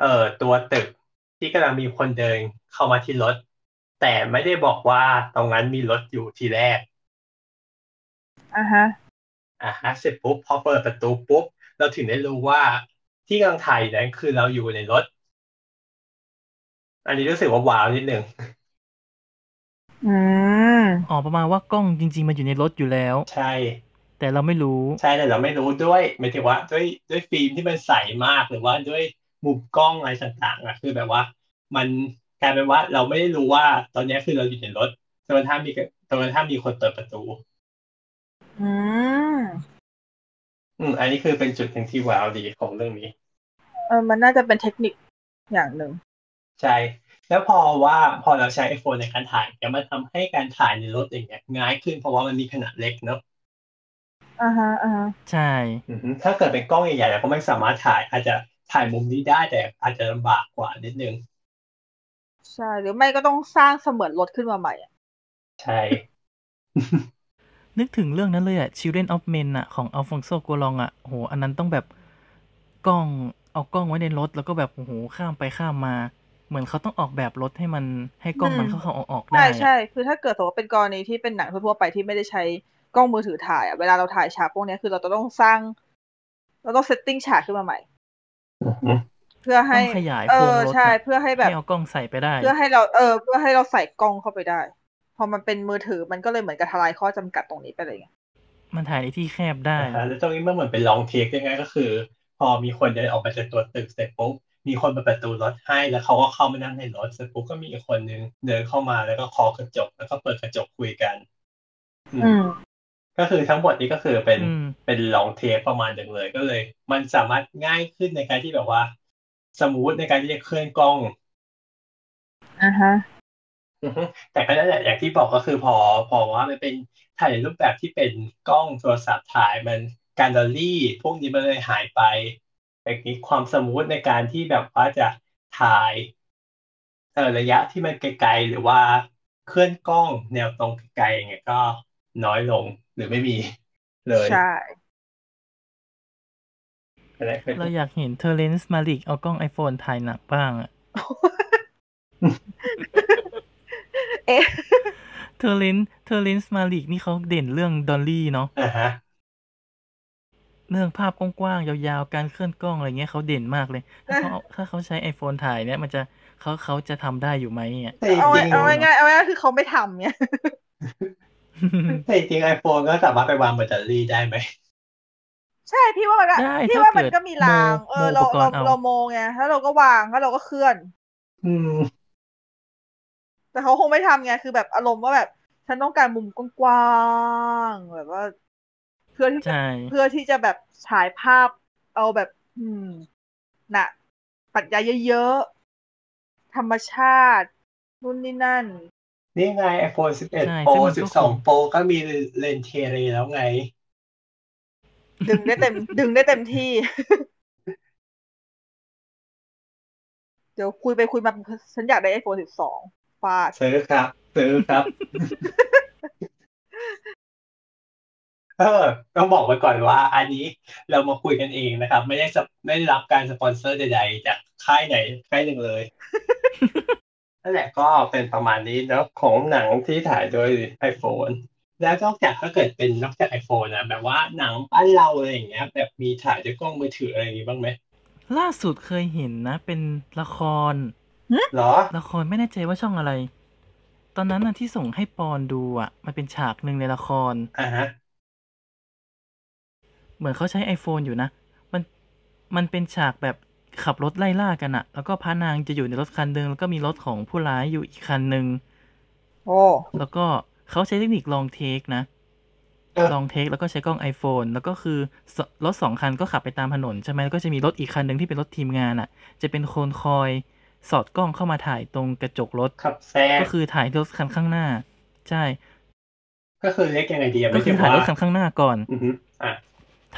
[SPEAKER 2] เอ่อตัวตึกที่กำลังมีคนเดินเข้ามาที่รถ แต่ไม่ได้บอกว่าตรงนั้นมีรถอยู่ทีแรก
[SPEAKER 4] อ่าฮะ
[SPEAKER 2] อ่ะฮะเสร็จปุ๊บพอเปิดประตูปุ๊บ เราถึงได้รู้ว่าที่กำลังถ่ายอยู่นั้นคือเราอยู่ในรถ อันนี้รู้สึกว่าว้าวนิดหนึ่ง
[SPEAKER 4] อืม
[SPEAKER 3] ออกประมาณว่ากล้องจริง ๆ มันอยู่ในรถอยู่แล้ว
[SPEAKER 2] ใช่
[SPEAKER 3] แต่เราไม่รู้
[SPEAKER 2] ใช่แต่เราไม่รู้ด้วยหมายถึงว่าด้วยด้วยฟิล์มที่มันใสมากหรือว่าด้วยมุมกล้องอะไรต่างๆอ่ะคือแบบว่า มันกลายเป็นว่าเราไม่ได้รู้ว่าตอนนี้คือเราอยู่ในรถจนกระทั่งมีจนกระทั่งมีคนเปิดประตู
[SPEAKER 4] อืม
[SPEAKER 2] อืมอันนี้คือเป็นจุดหนึ่งที่ว้าวดีของเรื่องนี้
[SPEAKER 4] เออมันน่าจะเป็นเทคนิคอย่างหนึ่ง
[SPEAKER 2] ใช่ แล้วพอว่าพอเราใช้ iPhone ในการถ่ายเนี่ยมันทำให้การถ่ายในรถอย่างเงี้ยง่ายขึ้นเพราะว่ามันมีขนาดเล็กเนอะ
[SPEAKER 4] อ่าฮะอ่าฮะ
[SPEAKER 3] ใช่
[SPEAKER 2] อือฮึถ้าเกิดเป็นกล้องใหญ่ๆเราก็ไม่สามารถถ่าย อาจจะถ่ายมุมนี้ได้แต่อาจจะลำบากกว่านิดนึง
[SPEAKER 4] ใช่หรือไม่ก็ต้องสร้างเสมือนรถขึ้นมาใหม่อะ
[SPEAKER 2] ใช่
[SPEAKER 3] นึกถึงเรื่องนั้นเลยอะ Children of Men อะของอัลฟองโซกัวลองอะโหอันนั้นต้องแบบกล้องเอากล้องไว้ในรถ แล้วก็แบบโอ้โหข้ามไปข้ามมา เหมือนเขาต้องออกแบบรถให้มันให้กล้องมันเข้าๆออกๆได้
[SPEAKER 4] ใช่
[SPEAKER 3] อะ
[SPEAKER 4] ใช่คือถ้าเกิดสมมติว่าเป็นกรณีที่เป็นหนังทั่วๆไปที่ไม่ได้ใช้กล้องมือถือถ่ายอะเวลาเราถ่ายฉากพวกเนี้ยคือเราจะต้องสร้าง เราต้องเซตติ้งฉากขึ้นมาใหม่
[SPEAKER 2] อือฮึ
[SPEAKER 4] เพื่อ
[SPEAKER 3] ต้
[SPEAKER 4] ให้
[SPEAKER 3] องขยาย
[SPEAKER 4] เอ
[SPEAKER 3] โครง
[SPEAKER 4] อ
[SPEAKER 3] รถ
[SPEAKER 4] ใช่
[SPEAKER 3] อะ
[SPEAKER 4] เพื่อให้แบบ
[SPEAKER 3] เอากล้องใส่ไปได้
[SPEAKER 4] เพื่อให้เราเออเพื่อให้เราใส่กล้องเข้าไปได้ พอมันเป็นมือถือมันก็เลยเหมือนกับทลายข้อจำกัดตรงนี้ไปเลยไง
[SPEAKER 3] มันถ่ายในที่แคบได้
[SPEAKER 2] อ่าแล้วตรงนี้มันเหมือนเป็นลองเทคยังไงก็คือ พอมีคนเดินออกมาจากตัวตึกเสร็จปุ๊บมีคนเปิดประตูรถให้แล้วเขาก็เข้ามานั่งในรถเสร็จปุ๊บก็มีอีกคนนึงเดินเข้ามาแล้วก็เคอกระจกแล้วก็เปิดกระจกคุยกัน อืม
[SPEAKER 4] อืม
[SPEAKER 2] ก็คือทั้งหมดนี้ก็คือเป็น
[SPEAKER 3] อืม
[SPEAKER 2] เป็นลองเทปประมาณหนึ่งเลยก็เลย มันสามารถง่ายขึ้นในการที่แบบว่า สมูทในการที่จะเคลื่อนกล้อง
[SPEAKER 4] อ่าฮะ
[SPEAKER 2] อือฮึแต่ก็นั่นแหละอย่างที่บอกก็คือพอพอว่ามันเป็นถ่ายในรูปแบบที่เป็นกล้องโทรศัพท์ถ่ายมันการดอลลี่พวกนี้มันเลยหายไปแต่นี้ความสมูทในการที่แบบว่าจะถ่ายเออระยะที่มันไกลๆหรือว่าเคลื่อนกล้องแนวตรงไกลๆอย่างเงี้ยก็น้อยลงหรือไม่มีเลย
[SPEAKER 4] ใช่
[SPEAKER 2] ก็ได้เป็น
[SPEAKER 3] เราอยากเห็นเทอร์เรนซ์มาลิกเอากล้อง iPhone ถ่ายหนักบ้างอะ
[SPEAKER 4] เอ๊ะ
[SPEAKER 3] เทอร์เรนเทอร์เรนซ์มาลิกนี่เขาเด่นเรื่องดอลลี่เนาะ
[SPEAKER 2] อ่าฮะ
[SPEAKER 3] เรื่องภาพกว้างๆ ยาวๆ การเคลื่อนกล้องอะไรเงี้ยเขาเด่นมากเลย ถ้าเขาเอาถ้าเขาใช้ iPhone ถ่ายเนี่ยมันจะเขาเขาจะทำได้อยู่ไหมเนี่ย
[SPEAKER 2] แต่จ
[SPEAKER 4] เอาไว้
[SPEAKER 2] ริง
[SPEAKER 4] เอาไว้ง่ายเอาไว้ง่าย คือเขาไม่ทำเนี่ย
[SPEAKER 2] แต่จริงไอโฟนก็สามารถไปวางบนแบตเตอรี่ได้ไหม
[SPEAKER 4] ใช่พี่ว่ามันก็
[SPEAKER 3] ได้
[SPEAKER 4] พี่
[SPEAKER 3] ถ้า
[SPEAKER 4] ว่ามัน
[SPEAKER 3] เกิด
[SPEAKER 4] ก็มีราง
[SPEAKER 3] โม
[SPEAKER 4] เออเรา
[SPEAKER 3] โมอุปก
[SPEAKER 4] เรา
[SPEAKER 3] รณ์เอา
[SPEAKER 4] เราโมไงแล้วเราก็วางแล้วเราก็เคลื่อน
[SPEAKER 2] อืม
[SPEAKER 4] แต่เขาคงไม่ทำไงคือแบบอารมณ์ว่าแบบ ฉันต้องการมุมกว้างๆแบบว่า เพื่อที่จะ
[SPEAKER 3] ใช่
[SPEAKER 4] เพื่อที่จะแบบฉายภาพเอาแบบ อืมน่ะปรัชญาเยอะๆธรรมชาตินู่นนี่นั่น
[SPEAKER 2] นี่ไงไอโฟน
[SPEAKER 3] ใช่
[SPEAKER 2] 11 Pro
[SPEAKER 3] ซึ่งมันก็คง
[SPEAKER 2] 12 Pro ก็มีเลนส์เทเรแล้วไง
[SPEAKER 4] ดึงได้เต็ม ดึงได้เต็มที่ เดี๋ยวคุยไปคุยมา ฉันอยากได้ iPhone 12ฟาด
[SPEAKER 2] ซื้อครับ ซื้อครับ เออ ต้องบอกไว้ก่อนว่า อันนี้เรามาคุยกันเองนะครับ ไม่ได้สปไม่ได้รับการสปอนเซอร์ใดๆ จากค่ายไหนค่ายหนึ่งเลย นั่นแหละก็เป็นประมาณนี้เนอะของหนังที่ถ่ายโดย iPhone แล้วนอกจากถ้าเกิดเป็นนอกจาก iPhone นะแบบว่าหนังบ้านเราอะไรอย่างเงี้ย แบบมีถ่ายด้วยกล้องมือถืออะไรอย่างงี้บ้างไหม
[SPEAKER 3] ล่าสุดเคยเห็นนะ เป็นละคร
[SPEAKER 2] เหรอ
[SPEAKER 3] ละครไม่แน่ใจว่าช่องอะไร ตอนนั้นน่ะที่ส่งให้ปอนดูอ่ะ มันเป็นฉากหนึ่งในละคร
[SPEAKER 2] อ่าฮะ
[SPEAKER 3] เหมือนเขาใช้ iPhone อยู่นะ มัน มันเป็นฉากแบบขับรถไล่ล่ากันอะแล้วก็พระนางจะอยู่ในรถคันหนึ่งแล้วก็มีรถของผู้ร้ายอยู่อีกคันหนึ่ง
[SPEAKER 4] โอ้
[SPEAKER 3] แล้วก็ เขาใช้เทคนิคลองเทคนะ
[SPEAKER 8] เออ
[SPEAKER 3] ลองเทคแล้วก็ใช้กล้อง iPhone แล้วก็คือสรถสองคันก็ขับไปตามถนนใช่ไหมแล้วก็จะมีรถอีกคันหนึ่งที่เป็นรถทีมงานอ่ะ จะเป็นคนคอยสอดกล้องเข้ามาถ่ายตรงกระจกรถ
[SPEAKER 2] ขับแซง
[SPEAKER 3] ก็คือถ่ายรถคันข้างหน้า ใช่
[SPEAKER 2] ก็คือเรียกยังไงดีอะ
[SPEAKER 3] ก็
[SPEAKER 2] ไม่
[SPEAKER 3] คื
[SPEAKER 2] ถึ
[SPEAKER 3] อง ถ่าย
[SPEAKER 2] ว่าร
[SPEAKER 3] ถคันข้างหน้าก่อน
[SPEAKER 2] อือฮึอ่ะ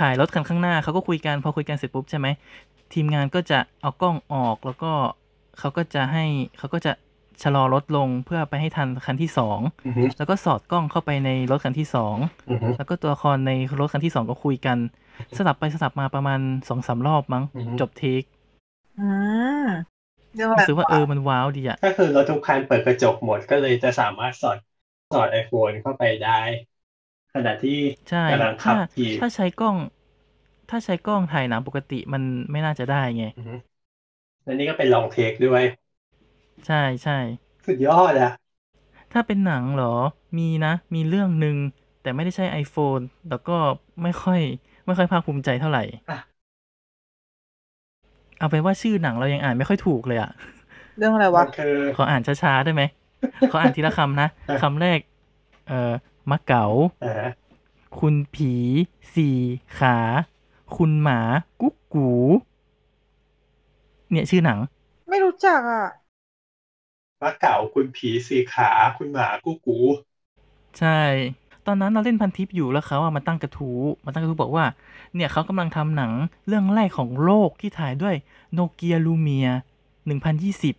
[SPEAKER 3] ถ่ายรถคันข้างหน้าเขาก็คุยกันพอคุยกันเสร็จปุ๊บใช่ไหมทีมงานก็จะเอากล้องออกแล้วก็เขาก็จะให้เขาก็จะชะลอรถลงเพื่อไปให้ทันคันที่สอง
[SPEAKER 2] อือฮึ
[SPEAKER 3] แล้วก็สอดกล้องเข้าไปในรถคันที่สอง
[SPEAKER 2] อือฮึ
[SPEAKER 3] แล้วก็ตัวละครในรถคันที่สองก็คุยกัน สลับไปสลับมาประมาณสองสามรอบมั้ง
[SPEAKER 2] อือฮึ
[SPEAKER 3] จบเทค
[SPEAKER 4] อืมเรื่อง
[SPEAKER 3] รู้สึก
[SPEAKER 4] ว่า
[SPEAKER 3] ว่าเออมันว้าวดีอะ
[SPEAKER 2] ก็คือรถทุกคันเปิดกระจกหมดก็เลยจะสามารถสอดสอดไอโฟนเข้าไปได้ขณะที่
[SPEAKER 3] ใช่
[SPEAKER 2] กำลังขั
[SPEAKER 3] ถ้า
[SPEAKER 2] บขี่
[SPEAKER 3] ถ้าใช้กล้อง ถ้าใช้กล้องถ่ายหนังปกติมันไม่น่าจะได้ไง
[SPEAKER 2] อือฮึและนี่ก็เป็นลองเทคด้วย
[SPEAKER 3] ใช่ใช่
[SPEAKER 2] สุดยอดอะ
[SPEAKER 3] ถ้าเป็นหนังเหรอ มีนะ มีเรื่องหนึ่งแต่ไม่ได้ใช้ iPhone แล้วก็ไม่ค่อย ไม่ค่อยภาคภูมิใจเท่าไหร่ เอาเป็นว่าชื่อหนังเรายังอ่านไม่ค่อยถูกเลยอะ่ะ
[SPEAKER 4] เรื่องอะไรวะ
[SPEAKER 2] มันคือ
[SPEAKER 3] ขออ่านช้าๆได้ไหม ขออ่านทีละค ำนะ
[SPEAKER 2] อ่ะ
[SPEAKER 3] คำแรก เอ่อ มะเก๋า
[SPEAKER 2] อ่า
[SPEAKER 3] คุณผี สี่ขา คุณหมา กุ๊กกู เนี่ยชื่อหนัง
[SPEAKER 4] ไม่รู้จักอ่ะ
[SPEAKER 2] มะเก่าคุณผีสี่ขา คุณหมากูกู
[SPEAKER 3] ใช่ ตอนนั้นเราเล่นพันทิปอยู่แล้วเขาอะมาตั้งกระทู้มาตั้งกระทู้บอกว่า เนี่ยเขากำลังทำหนังเรื่องแรกของโลกที่ถ่ายด้วยโนเกียลูเมียหนึ่งพันยี่สิบ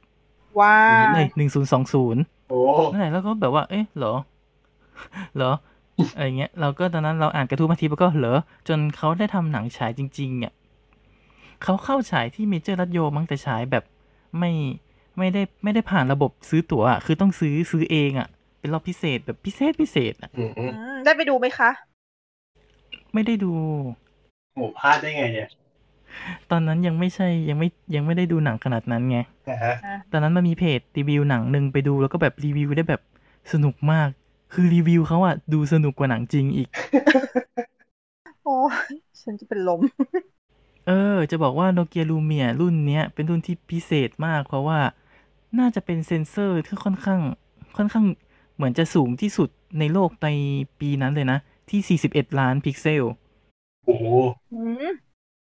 [SPEAKER 4] ว้า
[SPEAKER 3] เอ้ยหนึ่งศูนย์สองศูนย์
[SPEAKER 2] โอ้
[SPEAKER 3] นั่นแหละแล้วก็แบบว่า เอ๊ะเหรอ เหรอ อะไรเงี้ย เราก็ตอนนั้นเราอ่านกระทู้พันทิปแล้วก็เหรอ จนเขาได้ทำหนังฉายจริงๆอ่ะเขาเข้าฉายที่เมเจอร์รัตโยมั้งแต่ฉายแบบไม่ไม่ได้ไม่ได้ผ่านระบบซื้อตั๋วอะคือต้องซื้อซื้อเองอ่ะ เป็นรอบพิเศษแบบพิเศษพิเศษอ่ะ
[SPEAKER 2] อืม
[SPEAKER 4] อืมได้ไปดูไหมคะ
[SPEAKER 3] ไม่ได้ดู
[SPEAKER 2] โหพลาดได้ไงเนี่ย
[SPEAKER 3] ตอนนั้นยังไม่ใช่ยังไม่ยังไม่ได้ดูหนังขนาดนั้นไง
[SPEAKER 2] นะฮะ
[SPEAKER 3] ตอนนั้นมันมีเพจรีวิวหนังหนึ่งไปดูแล้วก็แบบรีวิวได้แบบสนุกมาก คือรีวิวเขาอะดูสนุกกว่าหนังจริงอีก
[SPEAKER 4] โอ้ ยฉันจะเป็นลม
[SPEAKER 3] เออ จะบอกว่าโนเกียลูเมียรุ่นเนี้ยเป็นรุ่นที่พิเศษมาก เพราะว่าน่าจะเป็นเซ็นเซอร์ที่ค่อนข้าง ค่อนข้างเหมือนจะสูงที่สุดในโลกในปีนั้นเลยนะ ที่ 41 ล้านพิกเซล
[SPEAKER 2] โอ้โห
[SPEAKER 4] อืม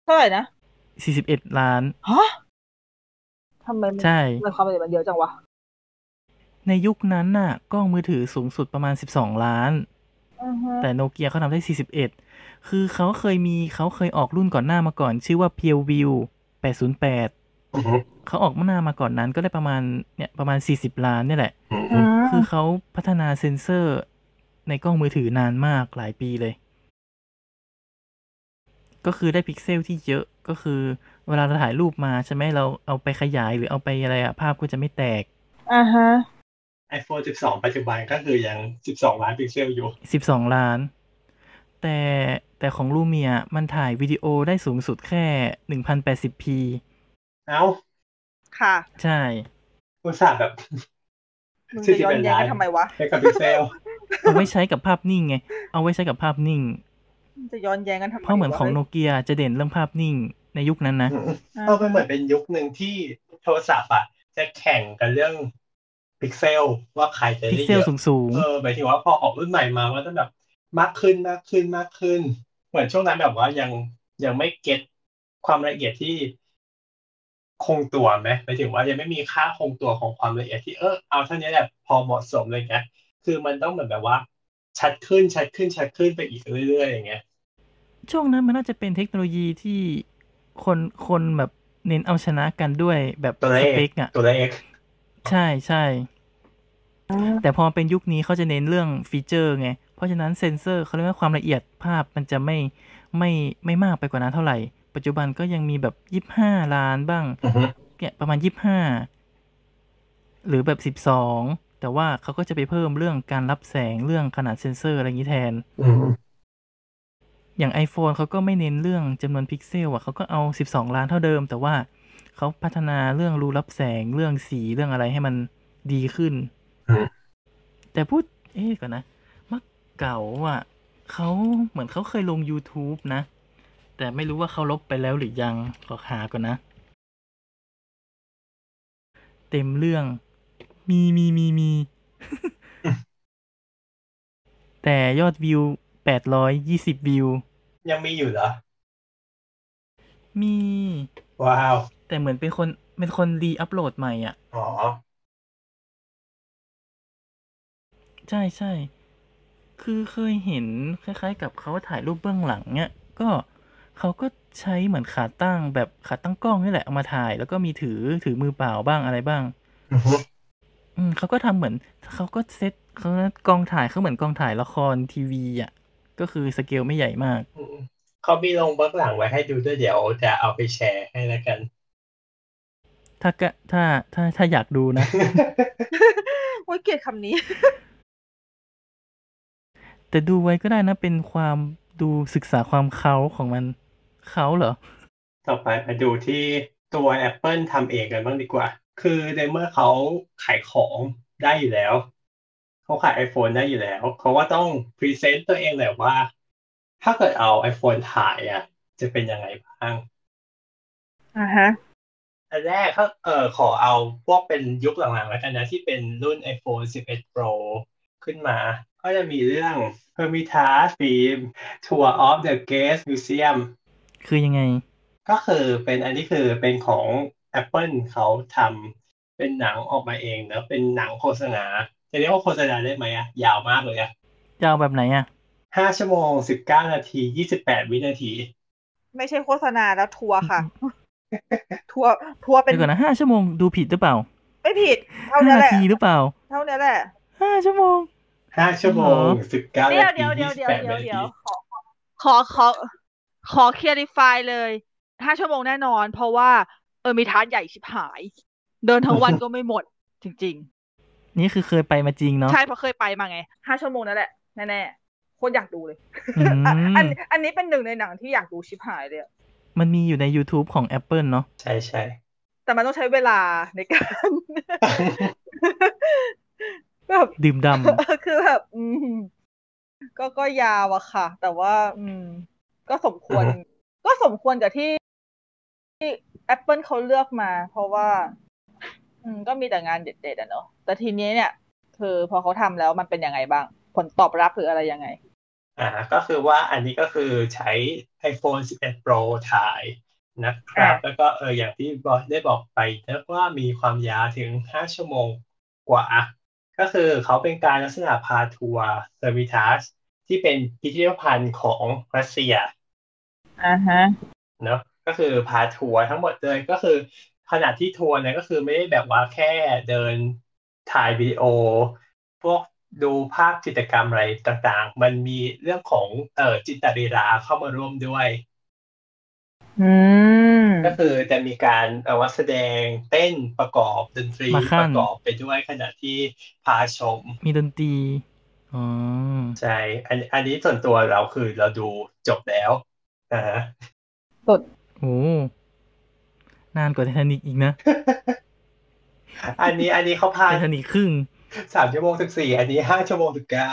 [SPEAKER 4] เท่าไหร่นะ
[SPEAKER 3] 41 ล้าน
[SPEAKER 4] ฮะทำไมมัน
[SPEAKER 3] ใช่
[SPEAKER 4] มันความละเอียดมันเยอะจังวะ
[SPEAKER 3] ในยุคนั้นน่ะกล้องมือถือสูงสุดประมาณ 12 ล้าน
[SPEAKER 4] อือฮึ
[SPEAKER 3] แต่โนเกียเขาทำได้ 41 คือเขาเคยมีเขาเคยออกรุ่นก่อนหน้ามาก่อน ชื่อว่า p พียววิว808
[SPEAKER 2] อือฮึ
[SPEAKER 3] เขาออกมาหน้ามาก่อนนั้นก็ได้ประมาณเนี่ยประมาณ 40 ล้านเนี่ยแหละ
[SPEAKER 2] อืม
[SPEAKER 4] อืม
[SPEAKER 3] คือเขาพัฒนาเซ็นเซอร์ในกล้องมือถือนานมากหลายปีเลย ก็คือได้พิกเซลที่เยอะก็คือ เวลาเราถ่ายรูปมาใช่ไหมเราเอาไปขยายหรือเอาไปอะไรอะภาพก็จะไม่แตก
[SPEAKER 4] อ่าฮะ
[SPEAKER 2] ไอโฟน12 ปัจจุบันก็คือยัง 12 ล้านพิกเซลอยู่
[SPEAKER 3] สิบสองล้าน แต่แต่ของลูเมียมันถ่ายวิดีโอได้สูงสุดแค่หนึ่งพันแปดสิบพี
[SPEAKER 2] เอ้า
[SPEAKER 4] ค่ะ
[SPEAKER 3] ใช่
[SPEAKER 2] อุตส่าห์แบบ
[SPEAKER 4] มึงจะย้อนแย้งกันทำไมวะ
[SPEAKER 2] ใช้กับพิกเซล
[SPEAKER 3] เอาไว้ใช้กับภาพนิ่งไง เอาไว้ใช้กับภาพนิ่ง
[SPEAKER 4] มึงจะย้อนแย้งกันทำไม
[SPEAKER 3] เพราะเหมือนของโน
[SPEAKER 4] วะ
[SPEAKER 3] เกียจะเด่นเรื่องภาพนิ่งในยุคนั้นนะ
[SPEAKER 2] เออมันเหมือนเป็นยุคหนึ่งที่โทรศัพท์อ่ะ จะแข่งกันเรื่องพิกเซลว่าใครจะ
[SPEAKER 3] พิก
[SPEAKER 2] ได้
[SPEAKER 3] เซล
[SPEAKER 2] เยอะ
[SPEAKER 3] สูงสูง
[SPEAKER 2] เออหมายถึงว่าพอออกรุ่นใหม่มาก็ต้องแบบมากขึ้นมากขึ้นมากขึ้น เหมือนช่วงนั้นแบบว่ายังยังไม่เก็ตความละเอียดที่คงตัวไหมหมายถึงว่ายังไม่มีค่าคงตัวของความละเอียดที่เออเอาเท่านี้แหละพอเหมาะสมเลยไงคือมันต้องเหมือนแบบว่า ชัดขึ้นชัดขึ้นชัดขึ้นไปอีกเรื่อยๆอย่างเงี้ย
[SPEAKER 3] ช่วงนั้นมันน่าจะเป็นเทคโนโลยีที่คนคนแบบเน้นเอาชนะกันด้วยแบบ
[SPEAKER 2] ตัวเลข
[SPEAKER 3] สเปคอะ
[SPEAKER 2] ตัวเลข
[SPEAKER 3] ใช่ใช่ แต่พอเป็นยุคนี้เขาจะเน้นเรื่องฟีเจอร์ไง เพราะฉะนั้นเซ็นเซอร์เขาเรียกว่าความละเอียดภาพมันจะไม่ไม่ไม่มากไปกว่านั้นเท่าไหร่ ปัจจุบันก็ยังมีแบบ 25 ล้านบ้าง
[SPEAKER 2] อือฮึ
[SPEAKER 3] เนี่ยประมาณ 25 หรือแบบ 12 แต่ว่าเขาก็จะไปเพิ่มเรื่องการรับแสงเรื่องขนาดเซ็นเซอร์อะไรอย่างนี้แทน
[SPEAKER 2] อืม
[SPEAKER 3] อย่าง iPhone เขาก็ไม่เน้นเรื่องจำนวนพิกเซลอ่ะเขาก็เอา 12 ล้านเท่าเดิม แต่ว่าเขาพัฒนาเรื่องรูรับแสงเรื่องสีเรื่องอะไรให้มันดีขึ้น
[SPEAKER 2] อืม
[SPEAKER 3] แต่พูด เอ๊ะก่อนนะมะเก๋าอ่ะเขาเหมือนเขาเคยลง YouTube นะ แต่ไม่รู้ว่าเขาลบไปแล้วหรือยัง ขอหาก่อนนะ เต็มเรื่อง มีมีมีมี แต่ยอดวิวแปดร้อยยี่สิบวิว
[SPEAKER 2] ยังมีอยู่เหรอ
[SPEAKER 3] มี
[SPEAKER 2] ว้าว
[SPEAKER 3] แต่เหมือนเป็นคนเป็นคนรีอัพโหลดใหม่อ่ะ
[SPEAKER 2] อ๋อ
[SPEAKER 3] ใช่ใช่ คือเคยเห็นคล้ายๆ กับเขาถ่ายรูปเบื้องหลังเนี่ยก็เขาก็ใช้เหมือนขาตั้งแบบขาตั้งกล้องนี่แหละเอามาถ่าย แล้วก็มีถือถือมือเปล่าบ้างอะไรบ้าง
[SPEAKER 2] อือฮึ
[SPEAKER 3] อืมเขาก็ทำเหมือนเขาก็เซตเขากองถ่ายเขาเหมือนกองถ่ายละครทีวีอ่ะ ก็คือสเกลไม่ใหญ่มาก
[SPEAKER 2] อืมเขามีลงเบื้องหลังไว้ให้ดูด้วยเดี๋ยวจะเอาไปแชร์ให้แล้วกัน
[SPEAKER 3] ถ้าก็ถ้าถ้าถ้าอยากดูนะ
[SPEAKER 4] โอ้ยเกลียดคำนี้
[SPEAKER 3] แต่ดูไว้ก็ได้นะเป็นความดูศึกษาความเขาของมันเขาเหรอ
[SPEAKER 2] ต่อไปไปดูที่ตัว Apple ทำเองกันบ้างดีกว่า คือในเมื่อเขาขายของได้อยู่แล้ว เขาขาย iPhone ได้อยู่แล้ว เขาก็ต้องพรีเซนต์ตัวเองแหละว่า ถ้าเกิดเอา iPhone ถ่ายอ่ะ จะเป็นยังไงบ้าง
[SPEAKER 4] อ่าฮะ
[SPEAKER 2] อันแรกก็เออขอเอาพวกเป็นยุคหลังๆแล้วกันนะ ที่เป็นรุ่น iPhone 11 Pro ขึ้นมา ก็จะมีเรื่อง Hermitage Film Tour of the Gates Museum
[SPEAKER 3] คือยังไง
[SPEAKER 2] ก็คือเป็นอันนี้คือเป็นของ Apple เขาทำเป็นหนังออกมาเองนะเป็นหนังโฆษณา จะเรียกว่าโฆษณาได้ไหมอะยาวมากเลยอะ
[SPEAKER 3] จะเอาแบบไหนอ่ะ
[SPEAKER 2] ห้าชั่วโมงสิบเก้านาทียี่สิบแปดวินาที
[SPEAKER 4] ไม่ใช่โฆษณาแล้วทัวร์ค่ะ ทัวร์ทัวร์เป็น
[SPEAKER 3] เดี๋ยวก่อนนะห้าชั่วโมงดูผิดหรือเปล่า
[SPEAKER 4] ไม่ผิด เท่า
[SPEAKER 3] ห้า
[SPEAKER 4] นี้
[SPEAKER 3] นา
[SPEAKER 4] แหละ
[SPEAKER 3] ทีหรือเปล่า
[SPEAKER 4] เท่านี้แหละ
[SPEAKER 3] ห้าชั่วโมง
[SPEAKER 2] ห้าชั่วโมงสิบเก้า
[SPEAKER 6] เดี๋ย
[SPEAKER 2] นาว ที
[SPEAKER 6] เดี๋ยวเดี๋
[SPEAKER 2] ยี่
[SPEAKER 6] ยว
[SPEAKER 2] สิบ
[SPEAKER 6] เดี๋ยว
[SPEAKER 2] แปด
[SPEAKER 6] เดี๋ยว
[SPEAKER 2] นาที
[SPEAKER 6] เดี๋ยวขอขอขอขอเคลียร์ฟายเลยห้าชั่วโมงแน่นอน เพราะว่าเออมีทานใหญ่ชิบหาย เดินทั้งวันก็ไม่หมด จริง
[SPEAKER 3] นี่คือเคยไปมาจริงเนาะ
[SPEAKER 6] ๆ ใช่เพราะเคยไปมาไง
[SPEAKER 4] ห้าชั่วโมงนั่นแหละ แน่ๆโคตรอยากดูเลย
[SPEAKER 3] อืม
[SPEAKER 4] อ่ะอันอันนี้เป็นหนึ่งในหนังที่อยากดูชิบหายเลยอะ
[SPEAKER 3] มันมีอยู่ใน YouTube ของ Apple เนาะ
[SPEAKER 2] ใช่ใช่
[SPEAKER 4] แต่มันต้องใช้เวลาในการ แบบ
[SPEAKER 3] ดื่มด
[SPEAKER 4] คือแบบอืมก็ก็ยาวอะค่ะ แต่ว่า อืม ก็สมควร
[SPEAKER 2] อ่าฮะ
[SPEAKER 4] ก็สมควรกับที่ที่ Apple เขาเลือกมา เพราะว่า อืม ก็มีแต่งานเด็ดๆอะเนาะแต่ทีนี้เนี่ย คือพอเขาทำแล้วมันเป็นยังไงบ้าง ผลตอบรับหรืออะไรยังไง
[SPEAKER 2] อ่าก็คือว่าอันนี้ก็คือใช้ iPhone 11 Pro ถ่ายนะครับ
[SPEAKER 4] อ่ะ
[SPEAKER 2] แล้วก็เอออย่างที่บอสได้บอกไปนะว่ามีความยาวถึง 5 ชั่วโมงกว่า ก็คือเขาเป็นการลักษณะพาทัวร์เซอร์วิทัสที่เป็นพิพิธภัณฑ์ของรัสเซีย
[SPEAKER 4] อ่าฮะ
[SPEAKER 2] เนอะก็คือพาทัวร์ทั้งหมดเลยก็คือขนาดที่ทัวร์เนี่ยก็คือไม่ได้แบบว่าแค่เดินถ่ายวิดีโอ พวกดูภาพจิตรกรรมอะไรต่างๆ มันมีเรื่องของเอ่อจิตรีลาเข้ามาร่วมด้วย
[SPEAKER 4] อืม
[SPEAKER 2] ก็คือจะมีการเอาวัดแสดงเต้นประกอบดนตรี
[SPEAKER 3] มา
[SPEAKER 2] ป
[SPEAKER 3] ขั้น
[SPEAKER 2] ระกอบไปด้วยขณะที่พาชม
[SPEAKER 3] ำ มีดนตรี อ๋อ
[SPEAKER 2] ใช่อันอันนี้ส่วนตัวเราคือเราดูจบแล้วอ่าฮะ
[SPEAKER 3] โอ้ นานกว่าไททานิกอีกนะ
[SPEAKER 2] อันนี้อันนี้เขาพา
[SPEAKER 3] ไททานิกครึ่ง
[SPEAKER 2] สามชั่วโมงถึงสี่อันนี้ห้าชั่วโมงถึงเก้า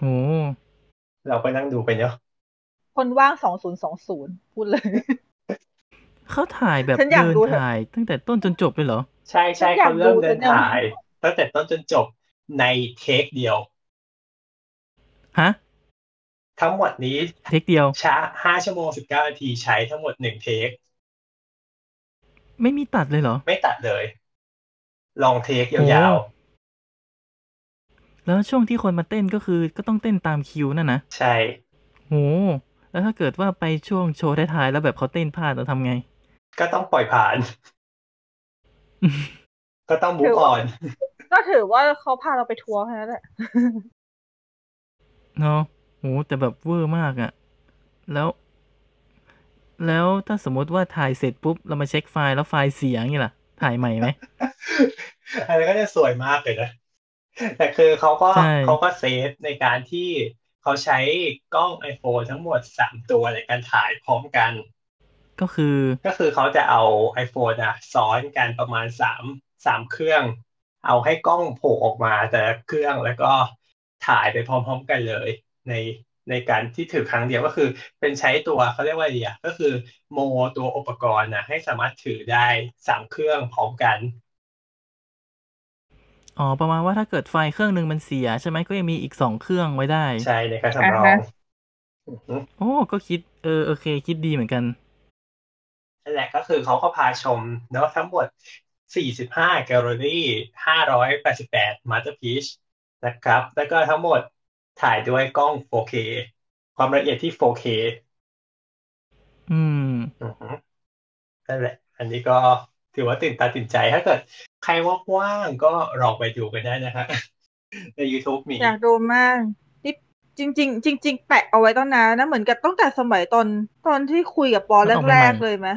[SPEAKER 3] โอ้
[SPEAKER 2] เราก็นั่งดูไปเนาะ
[SPEAKER 4] คนว่างสองศูนย์สองศูนย์พูดเลย
[SPEAKER 3] เขาถ่ายแบบ
[SPEAKER 4] ฉันอยาก
[SPEAKER 3] เดิน
[SPEAKER 4] ดูเถอะ
[SPEAKER 3] ถ่ายตั้งแต่ต้นจนจบเลยเหรอ
[SPEAKER 2] ใช่ใช่
[SPEAKER 4] ฉันอยาก
[SPEAKER 2] เขาเริ่มเดิน
[SPEAKER 4] ดูจนเนี่ย
[SPEAKER 2] ถ่าย ตั้งแต่ต้นจนจบในเทคเดียว
[SPEAKER 3] ฮะ
[SPEAKER 2] ทั้งหมดนี้
[SPEAKER 3] เทคเดียว
[SPEAKER 2] ช้าห้าชั่วโมงสิบเก้านาทีใช้ทั้งหมดหนึ่งเทค
[SPEAKER 3] ไม่มีตัดเลยเหรอ
[SPEAKER 2] ไม่ตัดเลย ลองเทคยาว
[SPEAKER 3] แล้วช่วงที่คนมาเต้นก็คือก็ต้องเต้นตามคิวนั่นนะ
[SPEAKER 2] ๆ ใช่
[SPEAKER 3] โอ้แล้วถ้าเกิดว่าไปช่วงโชว์ท้ายๆแล้วแบบเขาเต้นพลาดเราทำไง
[SPEAKER 2] ก็ต้องปล่อยผ่าน ก็ต้องบู
[SPEAKER 4] ถือ
[SPEAKER 2] อ่
[SPEAKER 4] ว่า
[SPEAKER 2] อน
[SPEAKER 4] ก็ถือว่าเขาพาเราไปทัวร์แค่นั้นแหละ
[SPEAKER 3] เนาะโหแต่แบบเวอร์มากอะแล้ว แล้วถ้าสมมติว่าถ่ายเสร็จปุ๊บ เรามาเช็คไฟล์แล้วไฟล์เสียงนี่ล่ะ ถ่ายใหม่ ไหม
[SPEAKER 2] อันนี้ก็จะสวยมากเลยนะ แต่คือเขาก็
[SPEAKER 3] ใช่
[SPEAKER 2] เขาก็เซฟในการที่เขาใช้กล้อง iPhone ทั้งหมดสามตัวในการถ่ายพร้อมกัน
[SPEAKER 3] ก็คือ
[SPEAKER 2] ก็คือเขาจะเอา iPhone นะซ้อนกันประมาณสามสามเครื่อง เอาให้กล้องโผล่ออกมาแต่ละเครื่องแล้วก็ถ่ายไปพร้อมๆกันเลย ในในการที่ถือครั้งเดียวก็คือ เป็นใช้ตัวเขาเรียกว่าอะไรอ่ะก็คือโมตัวอุปกรณ์นะให้สามารถถือได้สามเครื่องพร้อมกัน
[SPEAKER 3] อ๋อประมาณว่าถ้าเกิดไฟเครื่องหนึ่งมันเสียใช่ไหมก็ยังมีอีกสองเครื่องไว้ได้
[SPEAKER 2] ใช่เลยครับสำรอ
[SPEAKER 4] อ่าฮะ
[SPEAKER 2] งอือฮึ
[SPEAKER 3] โอ้ก็คิดเออโอเค คิดดีเหมือนกัน
[SPEAKER 2] นั่นแหละก็คือเขาก็พาชมเนาะทั้งหมด 45 แกลเลอรี่ 588 มาสเตอร์พีชนะครับ แล้วก็ทั้งหมดถ่ายด้วยกล้อง 4K ความละเอียดที่ 4K
[SPEAKER 3] อืม
[SPEAKER 2] อือฮึนั่นแหละ อันนี้ก็ถือว่าตื่นตาตื่นใจ ถ้าเกิดใครว่างๆก็ลองไปดูกันได้นะฮะ ใน YouTube มี
[SPEAKER 4] อยากดูมากนี่จริงจริงๆจริง ๆ แปะเอาไว้ตั้งนานนะเหมือนกับตั้งแต่สมัยตอนตอนที่คุยกับปอ
[SPEAKER 3] ตอน
[SPEAKER 4] แรกๆ
[SPEAKER 3] ใหม่ๆ
[SPEAKER 4] เลยไหม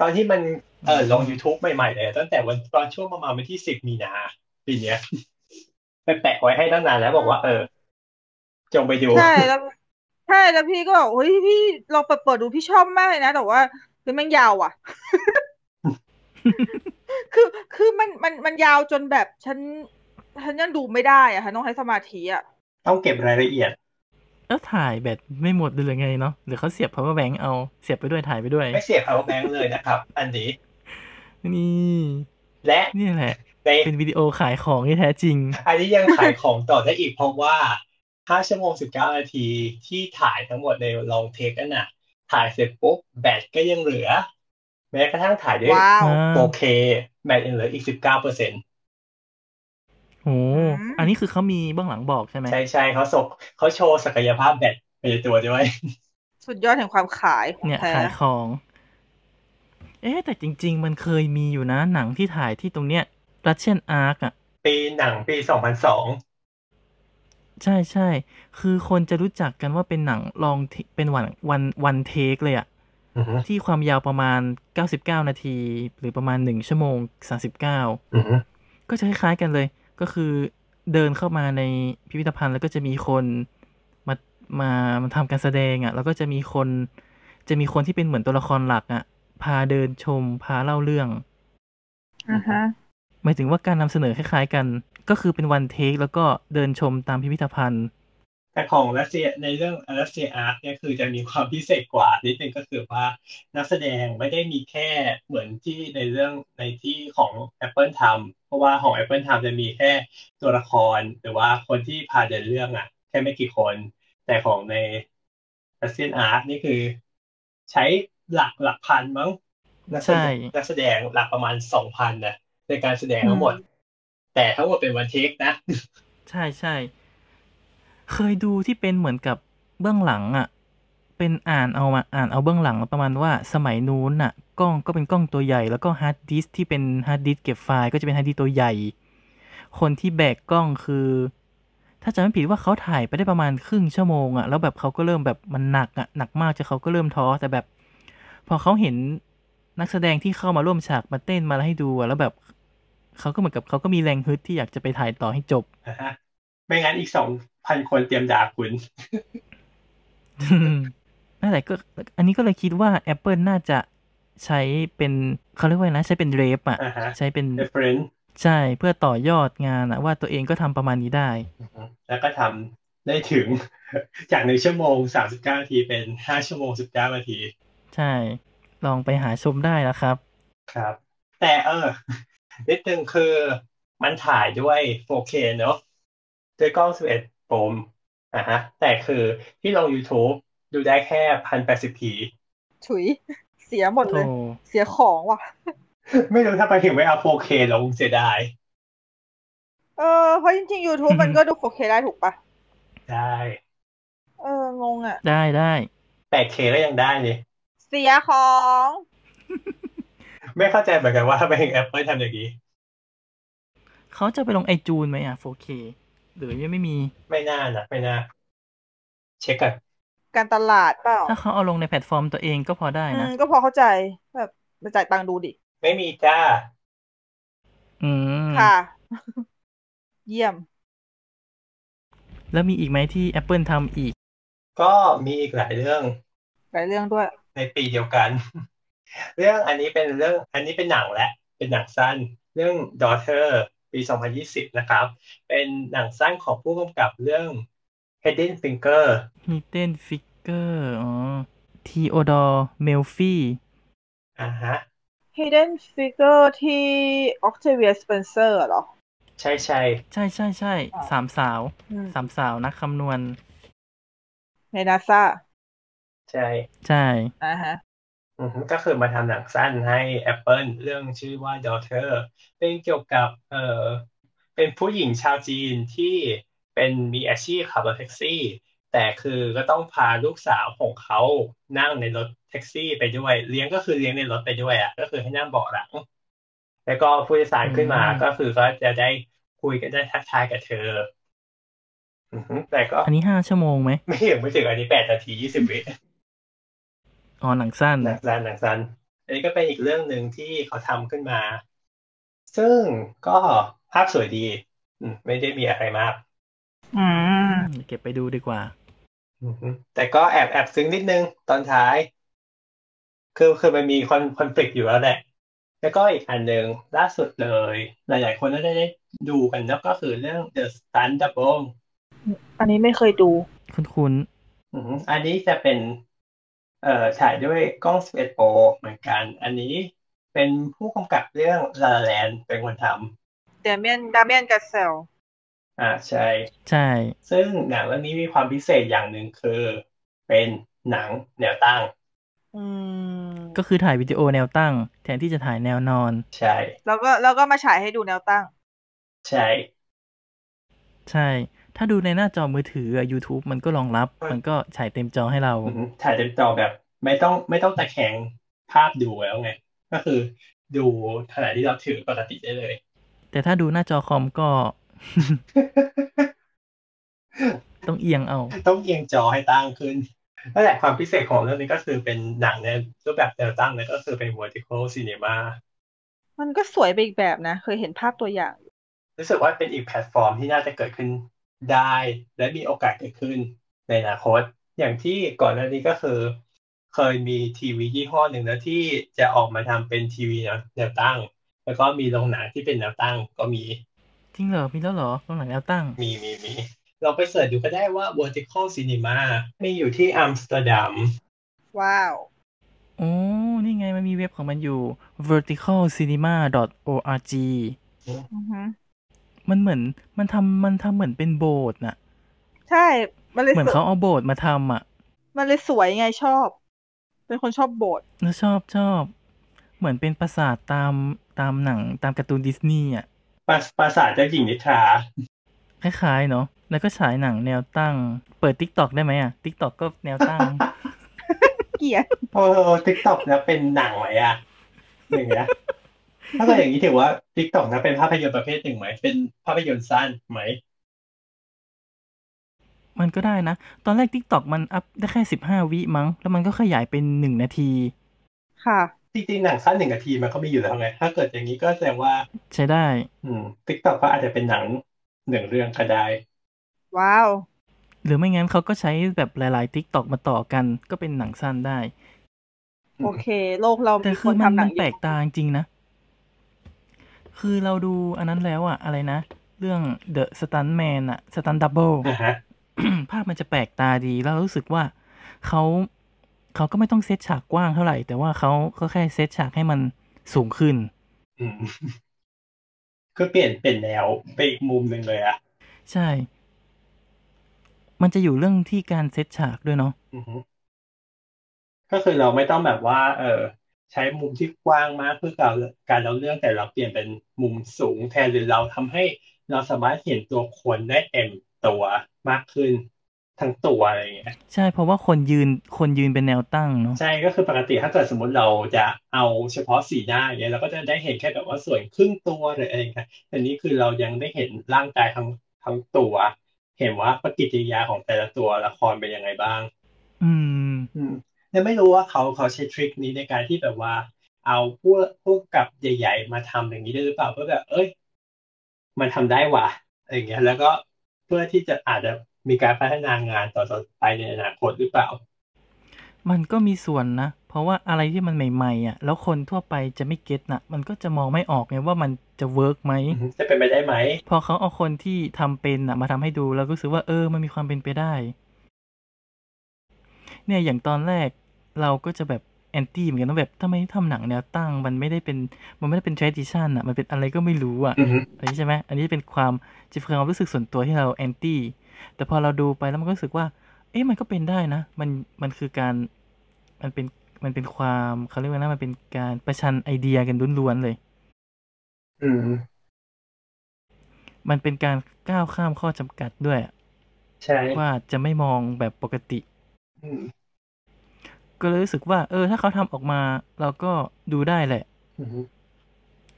[SPEAKER 2] ตอนที่มันเออลง YouTube ใหม่ๆเลยตั้งแต่วันตอนช่วงประมาณวันที่สิบมีนาปีเนี้ย ไปแปะไว้ให้ตั้งนานแล้วบอกว่า เออ จงไปดู
[SPEAKER 4] ใช่แล้วใช่แล้วพี่ก็บอกเฮ้ยพี่ลองเปิดเปิดดูพี่ชอบมากเลยนะ แต่ว่าคือมันยาวอ่ะ คือคือมันมันมันยาวจนแบบฉันฉันยังดูไม่ได้อะค่ะต้องให้สมาธิอ่ะ
[SPEAKER 2] ต้องเก็บรายละเอียด
[SPEAKER 3] แล้วถ่ายแบตไม่หมดเลยหรือไงเนาะหรือเขาเสียบ power bank เอาเสียบไปด้วยถ่ายไปด้วย
[SPEAKER 2] ไม่เสีย power bank เลยนะครับ อันนี้
[SPEAKER 3] นี่
[SPEAKER 2] และ
[SPEAKER 3] นี่แหละ
[SPEAKER 2] ใน
[SPEAKER 3] เป็นวิดีโอขายของที่แท้จริง
[SPEAKER 2] อันนี้ยังขายของต่อได้อีกเพราะว่าห้าชั่วโมงสิบเก้านาทีที่ถ่ายทั้งหมดในลองเทคนั่นน่ะ ถ่ายเสร็จปุ๊บแบตก็ยังเหลือ แม้กระทั่งถ่ายด้วย
[SPEAKER 4] ว้าว
[SPEAKER 3] อ่า
[SPEAKER 2] 4K แบตยังเหลืออีกสิบเก้าเปอร์เซ็นต์
[SPEAKER 3] โหอันนี้คือเขามีเบื้องหลังบอกใช่ไหม
[SPEAKER 2] ใช่ใช่เขาสกเขาโชว์ศักยภาพแบตไปในตัวด้วย
[SPEAKER 4] สุดยอดแห่งความขายของ
[SPEAKER 3] เนี่ย
[SPEAKER 4] แท้
[SPEAKER 3] ขายของ เอ๊ะ แต่จริง ๆ มันเคยมีอยู่นะ หนังที่ถ่ายที่ตรงเนี้ยรัชเชนอาร์กอ่ะ
[SPEAKER 2] ปีหนังปีสองพันสอง
[SPEAKER 3] ใช่ใช่ คือคนจะรู้จักกันว่าเป็นหนังลอง take- เป็นวันวันวันเทคเลยอ่ะ ที่ความยาวประมาณ 99 นาที หรือประมาณ 1 ชั่วโมง 39 ก็จะคล้าย ๆ กันเลย ก็คือเดินเข้ามาในพิพิธภัณฑ์ แล้วก็จะมีคนมามามาทำการแสดงอะ่ะ แล้วก็จะมีคน จะมีคนที่เป็นเหมือนตัวละครหลักอะ่ะ พาเดินชม พาเล่าเรื่อง
[SPEAKER 4] อ่าฮะ
[SPEAKER 3] หมายถึงว่าการนำเสนอคล้ายๆกัน ก็คือเป็นวันเทคแล้วก็เดินชมตามพิพิธภัณฑ์
[SPEAKER 2] แต่ของรัสเซียในเรื่องรัสเซียอาร์ตเนี่ยคือจะมีความพิเศษกว่านิดนึงก็คือว่านักแสดงไม่ได้มีแค่เหมือนที่ในเรื่องในที่ของ Apple ทำเพราะว่าของ Apple ทำจะมีแค่ตัวละครหรือว่าคนที่พาเดินเรื่องอ่ะ แค่ไม่กี่คน แต่ของในรัสเซียอาร์ตนี่คือ ใช้หลักหลักพันมั้งนักแสดง
[SPEAKER 3] ใช่
[SPEAKER 2] นักแสดงหลักประมาณสองพันนะในการแสดงทั้งหมด แต่ทั้งหมดเป็นวันเทคนะ
[SPEAKER 3] ใช่ใช่ เคยดูที่เป็นเหมือนกับเบื้องหลังอะ่ะ เป็นอ่านเอามาอ่านเอาเบื้องหลังมาประมาณว่าสมัยนู้นอ่ะ กล้องก็เป็นกล้องตัวใหญ่ แล้วก็ฮาร์ดดิสก์ที่เป็นฮาร์ดดิสก์เก็บไฟล์ก็จะเป็นฮาร์ดดิสก์ตัวใหญ่ คนที่แบกกล้องคือ ถ้าจำไม่ผิดว่าเขาถ่ายไปได้ประมาณครึ่งชั่วโมงอะ่ะ แล้วแบบเขาก็เริ่มแบบมันหนักอะ่ะหนักมากจนเขาก็เริ่มท้อแต่แบบ พอเขาเห็นนักแสดงที่เข้ามาร่วมฉากมาเต้นมาอะไรให้ดูอะแล้วแบบเขาก็เหมือนกับเขาก็มีแรงฮึดที่อยากจะไปถ่ายต่อให้จบ
[SPEAKER 2] นะฮะไม่งั้นอีกสองพันคนเตรียมด่าคุณ
[SPEAKER 3] อืม นั่นแหละก็อันนี้ก็เลยคิดว่า Apple น่าจะใช้เป็นเขาเรียกว่าไงนะใช้เป็นเรฟอ่ะ
[SPEAKER 2] อ่าฮะ
[SPEAKER 3] ใช้เป็น
[SPEAKER 2] reference
[SPEAKER 3] ใช่เพื่อต่อยอดงานอะว่าตัวเองก็ทำประมาณนี้ได้
[SPEAKER 2] แล้วก็ทำได้ถึง จากหนึ่งชั่วโมงสามสิบเก้านาทีเป็นห้าชั่วโมงสิบเก้านาที
[SPEAKER 3] ใช่ ลองไปหาชมได้นะครับ
[SPEAKER 2] ครับ แต่เอ อ นิดนึงคือมันถ่ายด้วย 4K เนอะด้วยกล้อง 11โปมอ่ะฮะ แต่คือที่ลง YouTube ดูได้แค่ 1080p
[SPEAKER 4] ถุย เสียหมด
[SPEAKER 3] โท
[SPEAKER 4] เลย เสียของว่ะ
[SPEAKER 2] ไม่รู้ทำไมถึงไม่เอา 4K ลงเสียดาย
[SPEAKER 4] เออเพราะจริงๆ YouTube มันก็ดู 4K ได้ถูกปะ
[SPEAKER 2] ได้
[SPEAKER 4] เอองงอ่ะ
[SPEAKER 3] ได้ได้
[SPEAKER 2] 8K ก็ยังได้เลย
[SPEAKER 4] เสียของ
[SPEAKER 2] ไม่เข้าใจเหมือนกันว่าทำไมถึง Apple ทำอย่างนี้
[SPEAKER 3] เขาจะไปลงไอจูนไหมอ่ะ 4K หรือยังไม่มี
[SPEAKER 2] ไม่น่านะไม่น่า เช็คกัน
[SPEAKER 4] การตลาดเปล่า
[SPEAKER 3] ถ้าเขาเอาลงในแพลตฟอร์มตัวเองก็พอได้
[SPEAKER 4] อื
[SPEAKER 3] นะ
[SPEAKER 4] มก็พอเข้าใจแบบไปจ่ายตังค์ดูดิ
[SPEAKER 2] ไม่มีจ้า
[SPEAKER 3] อืม
[SPEAKER 4] ค่ะ เยี่ยม
[SPEAKER 3] แล้วมีอีกไหมที่ Apple ทำอีก
[SPEAKER 2] ก็มีอีกหลายเรื่อง
[SPEAKER 4] หลายเรื่องด้วย
[SPEAKER 2] ในปีเดียวกัน เรื่องอันนี้เป็นเรื่อง อันนี้เป็นหนังและ เป็นหนังสั้น เรื่อง Daughter ปี 2020 นะครับ เป็นหนังสั้นของผู้กำกับเรื่อง Hidden Finger
[SPEAKER 3] มีเต้นฟิกเกอร์อ๋อทีโอดอร์เมลฟี่
[SPEAKER 2] อ่าฮะ
[SPEAKER 4] Hidden Figure ที่ Octavia Spencer เหรอ
[SPEAKER 2] ใช่ใช่
[SPEAKER 3] ใช่ใช่ใช่
[SPEAKER 4] อ่า
[SPEAKER 3] สามสาว
[SPEAKER 4] อืม
[SPEAKER 3] สามสาวนักคำนวณ
[SPEAKER 4] ในนาซา
[SPEAKER 2] ใช่
[SPEAKER 3] ใช่
[SPEAKER 4] อ่าฮะ
[SPEAKER 2] อือฮึก็คือมาทำหนังสั้นให้ Apple เรื่องชื่อว่า Daughter เป็นเกี่ยวกับเออเป็นผู้หญิงชาวจีนที่เป็นมีอาชีพขับรถแท็กซี่ แต่คือก็ต้องพาลูกสาวของเขานั่งในรถแท็กซี่ไปด้วย เลี้ยงก็คือเลี้ยงในรถไปด้วยอ่ะก็คือให้นั่งเบาะหลัง แล้วก็ผู้โดยสารขึ้นมาก็คือก็จะได้คุยกันได้ทักทายกับเธออือฮึแต่ก็
[SPEAKER 3] อันนี้ห้าชั่วโมงไหม
[SPEAKER 2] ไม่ถึงไม่ถึงอันนี้แปดนาทียี่สิบวิ
[SPEAKER 3] อ๋อหนังสั้น
[SPEAKER 2] หนักสั้นหนักสั้นอันนี้ก็เป็นอีกเรื่องหนึ่งที่เขาทำขึ้นมา ซึ่งก็ภาพสวยดีอืมไม่ได้มีอะไรมาก
[SPEAKER 4] อืม
[SPEAKER 3] อืมเก็บไปดูดีกว่า
[SPEAKER 2] อือฮึแต่ก็แอบแอบซึ้งนิดนึงตอนท้าย คือคือมันมีคอนคอนฟ lict อยู่แล้วแหละ แล้วก็อีกอันหนึ่งล่าสุดเลย หลายๆคนก็ได้ได้ดูกันแล้วก็คือเรื่อง The Stunt Double
[SPEAKER 4] อันนี้ไม่เคยดู
[SPEAKER 3] คุ้นคุ้น
[SPEAKER 2] อืมอันนี้จะเป็น เอ่อถ่ายด้วยกล้อง 11 Pro เหมือนกัน อันนี้เป็นผู้กำกับเรื่อง La La Land เป็นคนท
[SPEAKER 4] เดเมียนดาเมียนกัสเซล
[SPEAKER 2] ำอ่าใช่
[SPEAKER 3] ๆใช่
[SPEAKER 2] ซึ่งหนังเรื่องนี้มีความพิเศษอย่างหนึ่งคือ เป็นหนังแนวตั้ง
[SPEAKER 4] อืม
[SPEAKER 3] ก็คือถ่ายวิดีโอแนวตั้ง แทนที่จะถ่ายแนวนอน
[SPEAKER 2] ใช่
[SPEAKER 4] แล้วก็แล้วก็มาฉายให้ดูแนวตั้ง
[SPEAKER 2] ใช่
[SPEAKER 3] ใช่ ถ้าดูในหน้าจอมือถืออะ YouTube มันก็รองรับ มันก็ฉายเต็มจอให้เรา
[SPEAKER 2] อืมถ่ายเต็มจอแบบ ไม่ต้องไม่ต้องตะแคงภาพดูแล้วไง ก็คือดูขณะที่เราถือปกติได้เลย
[SPEAKER 3] แต่ถ้าดูหน้าจอคอมก็ ต้องเอียงเอา
[SPEAKER 2] ต้องเอียงจอให้ตั้งขึ้นนั่นแหละความพิเศษของเรื่องนี้ก็คือเป็นหนังในรูปแบบแนวตั้งแล้วก็คือเป็น vertical cinema
[SPEAKER 4] มันก็สวยไปอีกแบบนะ เคยเห็นภาพตัวอย่าง
[SPEAKER 2] รู้สึกว่าเป็นอีกแพลตฟอร์มที่น่าจะเกิดขึ้นได้ และมีโอกาสเกิดขึ้นในอนาคต อย่างที่ก่อนหน้านี้ก็คือ เคยมีทีวียี่ห้อหนึ่งนะที่จะออกมาทำเป็นทีวีแนวตั้ง แล้วก็มีโรงหนังที่เป็นแนวตั้งก็มี
[SPEAKER 3] จริงเหรอ มีแล้วเหรอต้องหนังแนวตั้ง
[SPEAKER 2] มีมีมีเราไปเสิร์ชดูก็ได้ว่า vertical cinema มีอยู่ที่อัมสเตอร์ดัม
[SPEAKER 4] ว้าว
[SPEAKER 3] โอ้ นี่ไงมันมีเว็บของมันอยู่ verticalcinema.org
[SPEAKER 4] อือฮึ
[SPEAKER 3] มันเหมือนมันทำมันทำเหมือนเป็นโบสถ์น่ะ
[SPEAKER 4] ใช่ มันเลย
[SPEAKER 3] เหมือน
[SPEAKER 4] สวย
[SPEAKER 3] เขาเอาโบสถ์มาทำอ่ะ
[SPEAKER 4] มันเลยสวยไงชอบ เป็นคนชอบโบสถ์
[SPEAKER 3] แล้วชอบชอบ เหมือนเป็นปราสาทตามตามหนังตามการ์ตูนดิสนีย์อ่ะ
[SPEAKER 2] ปราปราสาทเจ้าหญิงนิทรา
[SPEAKER 3] คล้ายๆเนาะ แล้วก็ฉายหนังแนวตั้ง เปิด t ิ k t o k ได้ไหมอ่ะ t ิ k t o k ก็แนวตั้ง
[SPEAKER 4] เกลียด
[SPEAKER 2] โอ้ทิกตอกนะเป็นหนังไหมอะอย่างเงี้ยถ้าเป็นอย่างนี้ถือว่าทิกตอกนะเป็นภาพยนตร์ประเภทหนึ่งไหม เป็นภาพยนตร์สั้นไหม
[SPEAKER 3] มันก็ได้นะ ตอนแรก t ิ k t o k มันอัพได้แค่ 15 วิมั้ง แล้วมันก็ขยายเป็น 1 นาที
[SPEAKER 4] ค่ะ
[SPEAKER 2] จริงๆหนังสั้นหนึ่งนาทีมันก็มีอยู่แล้วไง ถ้าเกิดอย่างนี้ก็แสดงว่า
[SPEAKER 3] ใช้ได้
[SPEAKER 2] อืมทิกตอกก็อาจจะเป็นหนังหนึ่งเรื่องก็ได้
[SPEAKER 4] ว้าว
[SPEAKER 3] หรือไม่งั้นเขาก็ใช้แบบหลายๆ t ิ k t o k มาต่อกัน ก็เป็นหนังสั้นได้
[SPEAKER 4] โอเค โลกเรา
[SPEAKER 3] แต่
[SPEAKER 4] มี
[SPEAKER 3] คื
[SPEAKER 4] ค
[SPEAKER 3] อน มัน
[SPEAKER 4] ทำหนั
[SPEAKER 3] มั
[SPEAKER 4] ง
[SPEAKER 3] น
[SPEAKER 4] เย
[SPEAKER 3] แปล
[SPEAKER 4] อะ
[SPEAKER 3] กตาจริงๆนะ คือเราดูอันนั้นแล้วอะอะไรนะ เรื่อง The Stuntman อะ Stunt Double
[SPEAKER 2] นะฮะ
[SPEAKER 3] ภาพมันจะแปลกตาดีแล้วรู้สึกว่าเขาเขาก็ไม่ต้องเซตฉากกว้างเท่าไหร่ แต่ว่าเขาก็แค่เซตฉากให้มันสูงขึ้น
[SPEAKER 2] อืม ก็เปลี่ยนเป็นแนวไปอีกมุมหนึ่งเลยอะ
[SPEAKER 3] ใช่ มันจะอยู่เรื่องที่การเซตฉากด้วยเนาะ
[SPEAKER 2] อือฮึก็คือเราไม่ต้องแบบว่า เออใช้มุมที่กว้างมากเพื่อการการเล่าเรื่องแต่เราเปลี่ยนเป็นมุมสูงแทนหรือเราทำให้เราสามารถเห็นตัวคนได้เต็มตัวมากขึ้น ทั้งตัวอะไรอย่างเงี้ย
[SPEAKER 3] ใช่เพราะว่าคนยืนคนยืนเป็นแนวตั้งเนาะ
[SPEAKER 2] ใช่ก็คือปกติถ้าเกิดสมมติเราจะเอาเฉพาะสีหน้าอย่างเนี่ยเราก็จะได้เห็นแค่แบบว่าส่วนครึ่งตัวหรืออะไรอย่างเงี้ยแต่นี้คือเรายังได้เห็นร่างกายทั้งทั้งตัว เห็นว่าปฏิกิริยาของแต่ละตัวละครเป็นยังไงบ้าง
[SPEAKER 3] อืม
[SPEAKER 2] อืมเนี่ยไม่รู้ว่าเขาเขาใช้ทริคนี้ในการที่แบบว่า เอาพวกพวกกับใหญ่ๆมาทำอย่างนี้ด้วยหรือเปล่าเพื่อแบบเอ้ย มันทำได้ว่ะอะไรอย่างเงี้ย แล้วก็เพื่อที่จะอาจจะมีการพัฒนางานต่อๆไปในอนาคตหรือเปล่า
[SPEAKER 3] มันก็มีส่วนนะ เพราะว่าอะไรที่มันใหม่ๆอ่ะ แล้วคนทั่วไปจะไม่เก็ตน่ะ มันก็จะมองไม่ออกไงว่ามันจะเวิร์กไหม
[SPEAKER 2] อืมจะเป็นไปได้ไหม
[SPEAKER 3] พอเขาเอาคนที่ทำเป็นน่ะมาทำให้ดูแล้วก็รู้สึกว่าเออ มันมีความเป็นไปได้ เนี่ยอย่างตอนแรกเราก็จะแบบ แอนตี้เหมือนกันว่าแบบทำไมทำหนังแนวตั้ง มันไม่ได้เป็นมันไม่ได้เป็น tradition อ่ะมันเป็นอะไรก็ไม่รู้อ่ะ
[SPEAKER 2] อือฮึ
[SPEAKER 3] อันนี้ใช่ไหม อันนี้เป็นความจะเป็นความรู้สึกส่วนตัวที่เราแอนตี้ แต่พอเราดูไปแล้วมันก็รู้สึกว่า เอ๊ะมันก็เป็นได้นะ มัน มันคือการ มันเป็น มันเป็นความเขาเรียกว่านะ มันเป็นการประชันไอเดียกันล้วนๆเลย
[SPEAKER 2] อืม
[SPEAKER 3] มันเป็นการก้าวข้ามข้อจำกัดด้วยอะ
[SPEAKER 2] ใช่
[SPEAKER 3] ว่าจะไม่มองแบบปกติ
[SPEAKER 2] อืม
[SPEAKER 3] ก็เลยรู้สึกว่า เออ ถ้าเขาทำออกมา เราก็ดูได้แหละ
[SPEAKER 2] อือฮึ